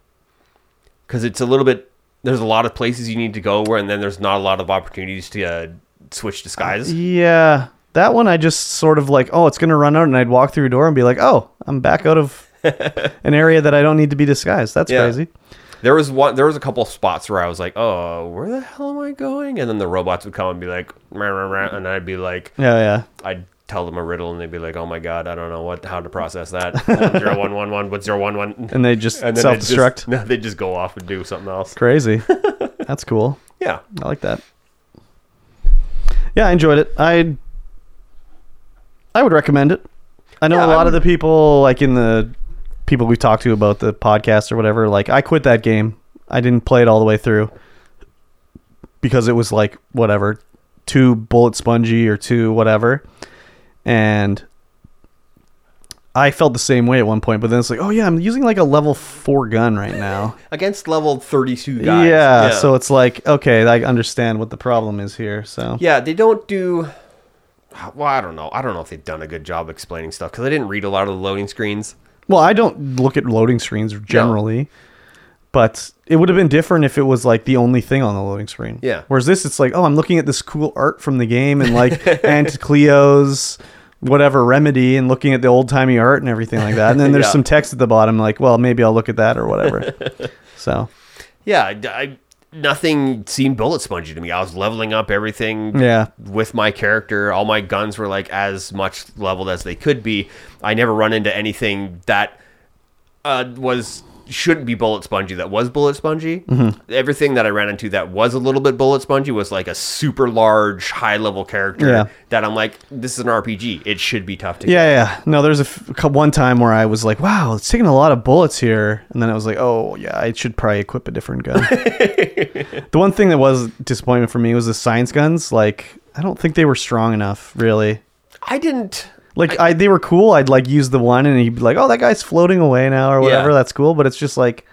Speaker 3: because it's a little bit there's a lot of places you need to go where and then there's not a lot of opportunities to uh, switch disguise
Speaker 4: yeah, that one I just sort of like, oh, it's gonna run out, and I'd walk through a door and be like, oh, I'm back out of an area that I don't need to be disguised. That's
Speaker 3: Yeah.
Speaker 4: crazy.
Speaker 3: there was one there was a couple spots where i was like oh where the hell am i going and then the robots would come and be like "Rah, rah, rah," and i'd be like
Speaker 4: Yeah, yeah.
Speaker 3: i'd tell them a riddle and they'd be like oh my god i don't know what how to process that zero one one one what's zero one one
Speaker 4: And they just
Speaker 3: and then
Speaker 4: self
Speaker 3: they'd just-
Speaker 4: destruct.
Speaker 3: no they just go off and do something else
Speaker 4: Crazy. That's cool.
Speaker 3: yeah
Speaker 4: I like that. Yeah, I enjoyed it. I I would recommend it. I know
Speaker 3: Yeah,
Speaker 4: a
Speaker 3: I
Speaker 4: lot of the people like in the people we talked to about the podcast or whatever like I quit that game. I didn't play it all the way through because it was like whatever two bullet spongy or two whatever and I felt the same way at one point, but then it's like, oh yeah, I'm using like a level four gun right now.
Speaker 3: against level 32 guys
Speaker 4: Yeah, so it's like okay, I understand what the problem is here. So
Speaker 3: Yeah, they don't do. Well, I don't know. I don't know if they've done a good job explaining stuff because I didn't read a lot of the loading screens.
Speaker 4: well, I don't look at loading screens generally, but it would have been different if it was like the only thing on the loading screen.
Speaker 3: Yeah.
Speaker 4: Whereas this, it's like oh, I'm looking at this cool art from the game and like Aunt Cleo's whatever remedy and looking at the old timey art and everything like that. And then there's
Speaker 3: Yeah.
Speaker 4: some text at the bottom like, well, maybe I'll look at that or whatever. so
Speaker 3: Yeah, I, I- nothing seemed bullet spongy to me. I was leveling up everything.
Speaker 4: yeah,
Speaker 3: With my character, all my guns were like as much leveled as they could be. I never run into anything that uh, was shouldn't be bullet spongy that was bullet spongy.
Speaker 4: Mm-hmm.
Speaker 3: Everything that I ran into that was a little bit bullet spongy was like a super large high level character
Speaker 4: Yeah.
Speaker 3: that I'm like, this is an RPG. It should be tough to
Speaker 4: Yeah, yeah. No, there's a f- cou- one time where I was like, "Wow, it's taking a lot of bullets here," and then I was like, "Oh, yeah, I should probably equip a different gun." the one thing that was disappointment for me was the science guns. Like, I don't think they were strong enough, really.
Speaker 3: I didn't.
Speaker 4: Like, I, they were cool. I'd like use the one, and he'd be like, "Oh, that guy's floating away now," or whatever.
Speaker 3: Yeah.
Speaker 4: That's cool. But it's just like,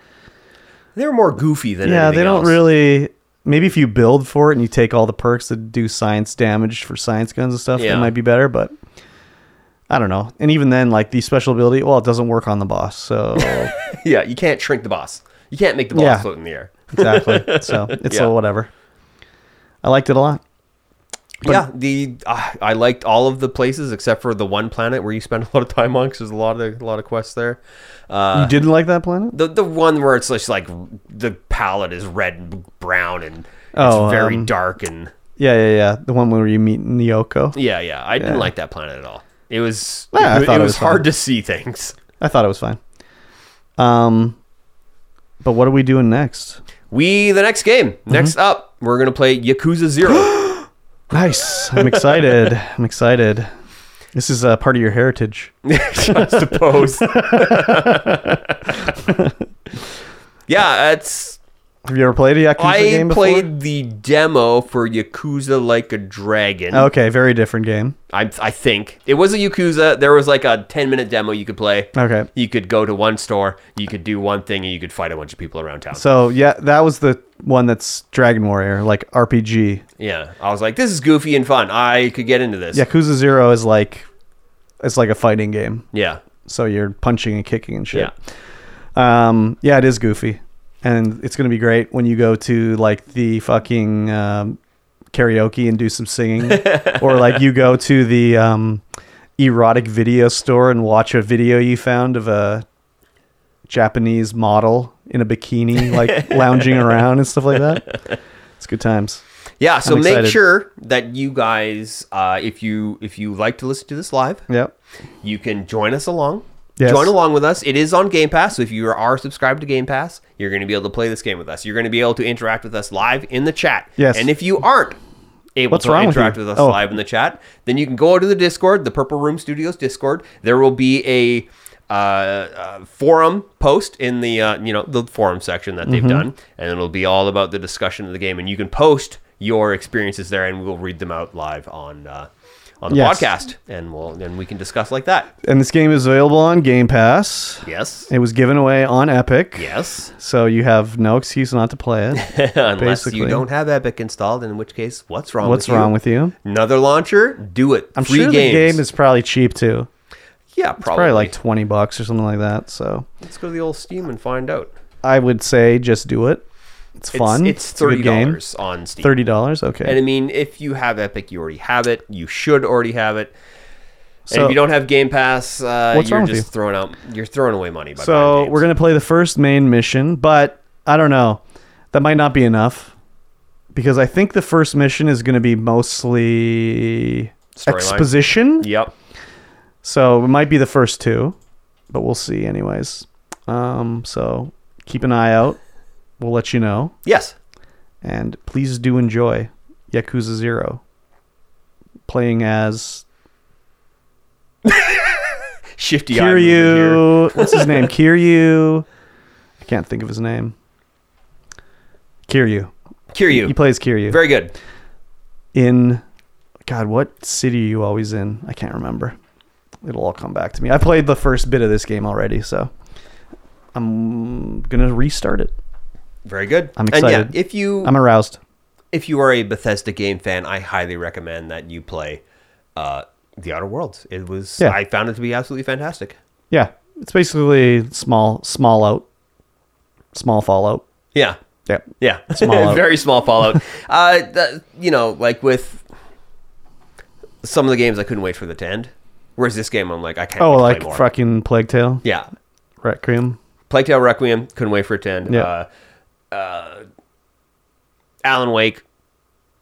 Speaker 3: They were more goofy than
Speaker 4: yeah,
Speaker 3: anything
Speaker 4: they don't
Speaker 3: else.
Speaker 4: really. Maybe if you build for it and you take all the perks that do science damage for science guns and stuff,
Speaker 3: Yeah.
Speaker 4: that might be better. But I don't know. And even then, like the special ability, well, it doesn't work on the boss. So
Speaker 3: Yeah, you can't shrink the boss. You can't make the boss
Speaker 4: Yeah.
Speaker 3: float in the air.
Speaker 4: exactly. So it's
Speaker 3: Yeah.
Speaker 4: a whatever. I liked it a lot.
Speaker 3: yeah, the uh, I liked all of the places except for the one planet where you spend a lot of time on because there's a lot of a lot of quests there. Uh.
Speaker 4: you didn't like that planet?
Speaker 3: The the one where it's just like the palette is red and brown and
Speaker 4: Oh,
Speaker 3: it's very
Speaker 4: um,
Speaker 3: dark and
Speaker 4: Yeah, yeah, yeah. The one where you meet Nyoko.
Speaker 3: yeah, yeah. I didn't
Speaker 4: yeah.
Speaker 3: like that planet at all. It was
Speaker 4: Yeah, I
Speaker 3: it, it
Speaker 4: thought it
Speaker 3: was
Speaker 4: was
Speaker 3: hard
Speaker 4: fun.
Speaker 3: to see things.
Speaker 4: I thought it was fine. Um, but what are we doing next?
Speaker 3: We the next game
Speaker 4: Mm-hmm.
Speaker 3: next up we're gonna play Yakuza Zero.
Speaker 4: Nice. I'm excited. I'm excited. This is uh, part of your heritage.
Speaker 3: I suppose. yeah, it's.
Speaker 4: Have you ever played a Yakuza
Speaker 3: I
Speaker 4: game before?
Speaker 3: played the demo for Yakuza Like a Dragon.
Speaker 4: Okay, very different game.
Speaker 3: I, I think it was a Yakuza. There was like a ten minute demo you could play.
Speaker 4: Okay.
Speaker 3: You could go to one store, you could do one thing, and you could fight a bunch of people around town.
Speaker 4: So yeah, that was the one that's Dragon Warrior, like RPG.
Speaker 3: yeah, I was like, this is goofy and fun. I could get into this.
Speaker 4: Yakuza Zero is like it's like a fighting game.
Speaker 3: yeah,
Speaker 4: So you're punching and kicking and shit.
Speaker 3: yeah.
Speaker 4: Yeah. Um yeah, it is goofy. And it's gonna be great when you go to like the fucking um, karaoke and do some singing. or like you go to the um erotic video store and watch a video you found of a Japanese model in a bikini, like lounging around and stuff like that. It's good times.
Speaker 3: Yeah, so
Speaker 4: I'm
Speaker 3: make
Speaker 4: excited.
Speaker 3: sure that you guys, uh, if you if you like to listen to this live,
Speaker 4: Yep.
Speaker 3: you can join us along.
Speaker 4: Yes.
Speaker 3: Join along with us. It is on Game Pass, so if you are subscribed to Game Pass, you're going to be able to play this game with us. You're going to be able to interact with us live in the chat.
Speaker 4: Yes.
Speaker 3: And if you aren't able
Speaker 4: What's
Speaker 3: to
Speaker 4: wrong with
Speaker 3: interact
Speaker 4: you?
Speaker 3: with, us
Speaker 4: Oh.
Speaker 3: live in the chat, then you can go to the Discord, the Purple Room Studios Discord. There will be a uh, uh, forum post in the uh, you know the forum section that they've
Speaker 4: Mm-hmm.
Speaker 3: done, and it'll be all about the discussion of the game. And you can post your experiences there, and we'll read them out live on uh, on the
Speaker 4: Yes.
Speaker 3: podcast, and we'll and we can discuss like that.
Speaker 4: And this game is available on Game Pass.
Speaker 3: Yes.
Speaker 4: It was given away on Epic.
Speaker 3: Yes.
Speaker 4: So you have no excuse not to play it.
Speaker 3: Unless you
Speaker 4: Basically.
Speaker 3: don't have Epic installed, in which case, what's wrong
Speaker 4: What's
Speaker 3: with you?
Speaker 4: wrong with you?
Speaker 3: Another launcher? Do it.
Speaker 4: I'm
Speaker 3: Free
Speaker 4: sure
Speaker 3: games.
Speaker 4: the game is probably cheap too.
Speaker 3: yeah, probably.
Speaker 4: Probably like 20 bucks or something like that. So
Speaker 3: Let's go to the old Steam and find out.
Speaker 4: I would say just do it. It's
Speaker 3: It's-
Speaker 4: fun.
Speaker 3: It's,
Speaker 4: a
Speaker 3: thirty
Speaker 4: good game.
Speaker 3: dollars on Steam.
Speaker 4: Thirty dollars. Okay.
Speaker 3: And I mean, if you have Epic, you already have it. You should already have it. and
Speaker 4: So-
Speaker 3: if you don't have Game Pass, uh,
Speaker 4: What's
Speaker 3: you're
Speaker 4: wrong with
Speaker 3: just
Speaker 4: you?
Speaker 3: throwing out. You're throwing away money. By
Speaker 4: so we're gonna play the first main mission, but I don't know. That might not be enough because I think the first mission is gonna be mostly
Speaker 3: Storyline.
Speaker 4: exposition.
Speaker 3: Yep.
Speaker 4: So it might be the first two, but we'll see. Anyways, um, so keep an eye out. We'll let you know,
Speaker 3: Yes.
Speaker 4: and please do enjoy Yakuza Zero. Playing as
Speaker 3: Shifty. eye movement here.
Speaker 4: Kiryu. What's his name? Kiryu. I can't think of his name. Kiryu.
Speaker 3: Kiryu.
Speaker 4: He plays Kiryu
Speaker 3: Very good.
Speaker 4: in God. What city are you always in? I can't remember. It'll all come back to me. I played the first bit of this game already, so I'm gonna restart it.
Speaker 3: Very good.
Speaker 4: I'm
Speaker 3: And
Speaker 4: excited.
Speaker 3: yeah, if you
Speaker 4: I'm aroused.
Speaker 3: if you are a Bethesda game fan, I highly recommend that you play uh, The Outer Worlds. It was
Speaker 4: Yeah.
Speaker 3: I found it to be absolutely fantastic.
Speaker 4: Yeah, it's basically small, small out, small fallout.
Speaker 3: Yeah,
Speaker 4: Yeah,
Speaker 3: yeah,
Speaker 4: Small out.
Speaker 3: very small Fallout. uh, the, you know, like with some of the games, I couldn't wait for the to end. Whereas this game, I'm like, I can't.
Speaker 4: Oh,
Speaker 3: wait to
Speaker 4: like
Speaker 3: play more.
Speaker 4: fucking Plague Tale,
Speaker 3: yeah,
Speaker 4: Requiem.
Speaker 3: Plague Tale Requiem, couldn't wait for it to end.
Speaker 4: Yeah.
Speaker 3: Uh, uh, Alan Wake.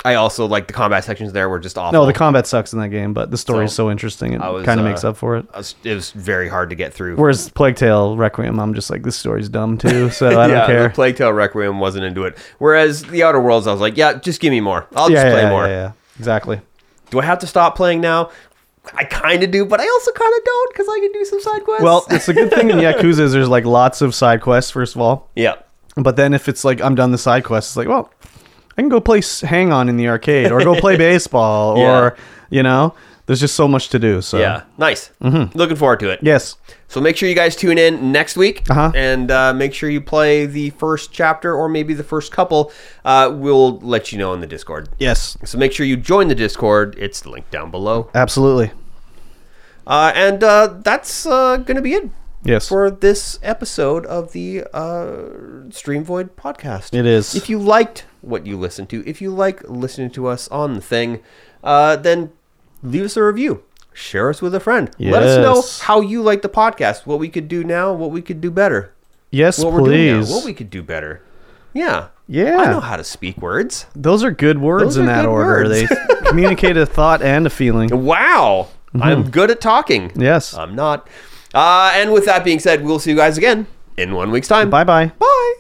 Speaker 3: I also like the combat sections there were just awful.
Speaker 4: No, the combat sucks in that game, but the story is
Speaker 3: So,
Speaker 4: so interesting. It
Speaker 3: I was,
Speaker 4: kind of
Speaker 3: uh,
Speaker 4: makes up for it.
Speaker 3: I was- it was very hard to get through.
Speaker 4: Whereas Plague Tale Requiem, I'm just like this story's dumb too, so I don't
Speaker 3: yeah,
Speaker 4: care.
Speaker 3: The Plague Tale Requiem wasn't into it. Whereas The Outer Worlds, I was like, yeah, just give me more. I'll
Speaker 4: yeah,
Speaker 3: just
Speaker 4: yeah,
Speaker 3: play
Speaker 4: yeah,
Speaker 3: more.
Speaker 4: yeah, yeah, exactly.
Speaker 3: Do I have to stop playing now? I kind of do, but I also kind of don't because I can do some side quests.
Speaker 4: Well, it's a good thing in Yakuza is there's like lots of side quests first of all,
Speaker 3: yeah.
Speaker 4: but then if it's like I'm done the side quests, it's like well, I can go play s- Hang On in the arcade or go play baseball or you know, there's just so much to do. So
Speaker 3: Yeah. Nice.
Speaker 4: Mm-hmm.
Speaker 3: Looking forward to it.
Speaker 4: yes,
Speaker 3: So make sure you guys tune in next week
Speaker 4: Uh-huh.
Speaker 3: and uh, make sure you play the first chapter or maybe the first couple. Uh, we'll let you know in the Discord.
Speaker 4: yes,
Speaker 3: So make sure you join the Discord. It's linked down below.
Speaker 4: absolutely,
Speaker 3: Uh, and uh, that's uh, going to be it.
Speaker 4: yes.
Speaker 3: for this episode of the uh, Stream Void podcast.
Speaker 4: It is.
Speaker 3: If you liked what you listened to, if you like listening to us on the thing, uh, then leave us a review. Share us with a friend. Let us
Speaker 4: Yes.
Speaker 3: know how you like the podcast, what we could do now, what we could do better.
Speaker 4: yes,
Speaker 3: What we're doing now,
Speaker 4: please.
Speaker 3: what we could do better. Yeah.
Speaker 4: Yeah.
Speaker 3: I know how to speak words.
Speaker 4: Those are good words
Speaker 3: Those
Speaker 4: in
Speaker 3: are
Speaker 4: that
Speaker 3: good
Speaker 4: order.
Speaker 3: words.
Speaker 4: They communicate a thought and a feeling.
Speaker 3: Wow.
Speaker 4: Mm-hmm.
Speaker 3: I'm good at talking.
Speaker 4: Yes.
Speaker 3: I'm not. Uh, and with that being said, we'll see you guys again in one week's time.
Speaker 4: Bye bye.
Speaker 3: Bye.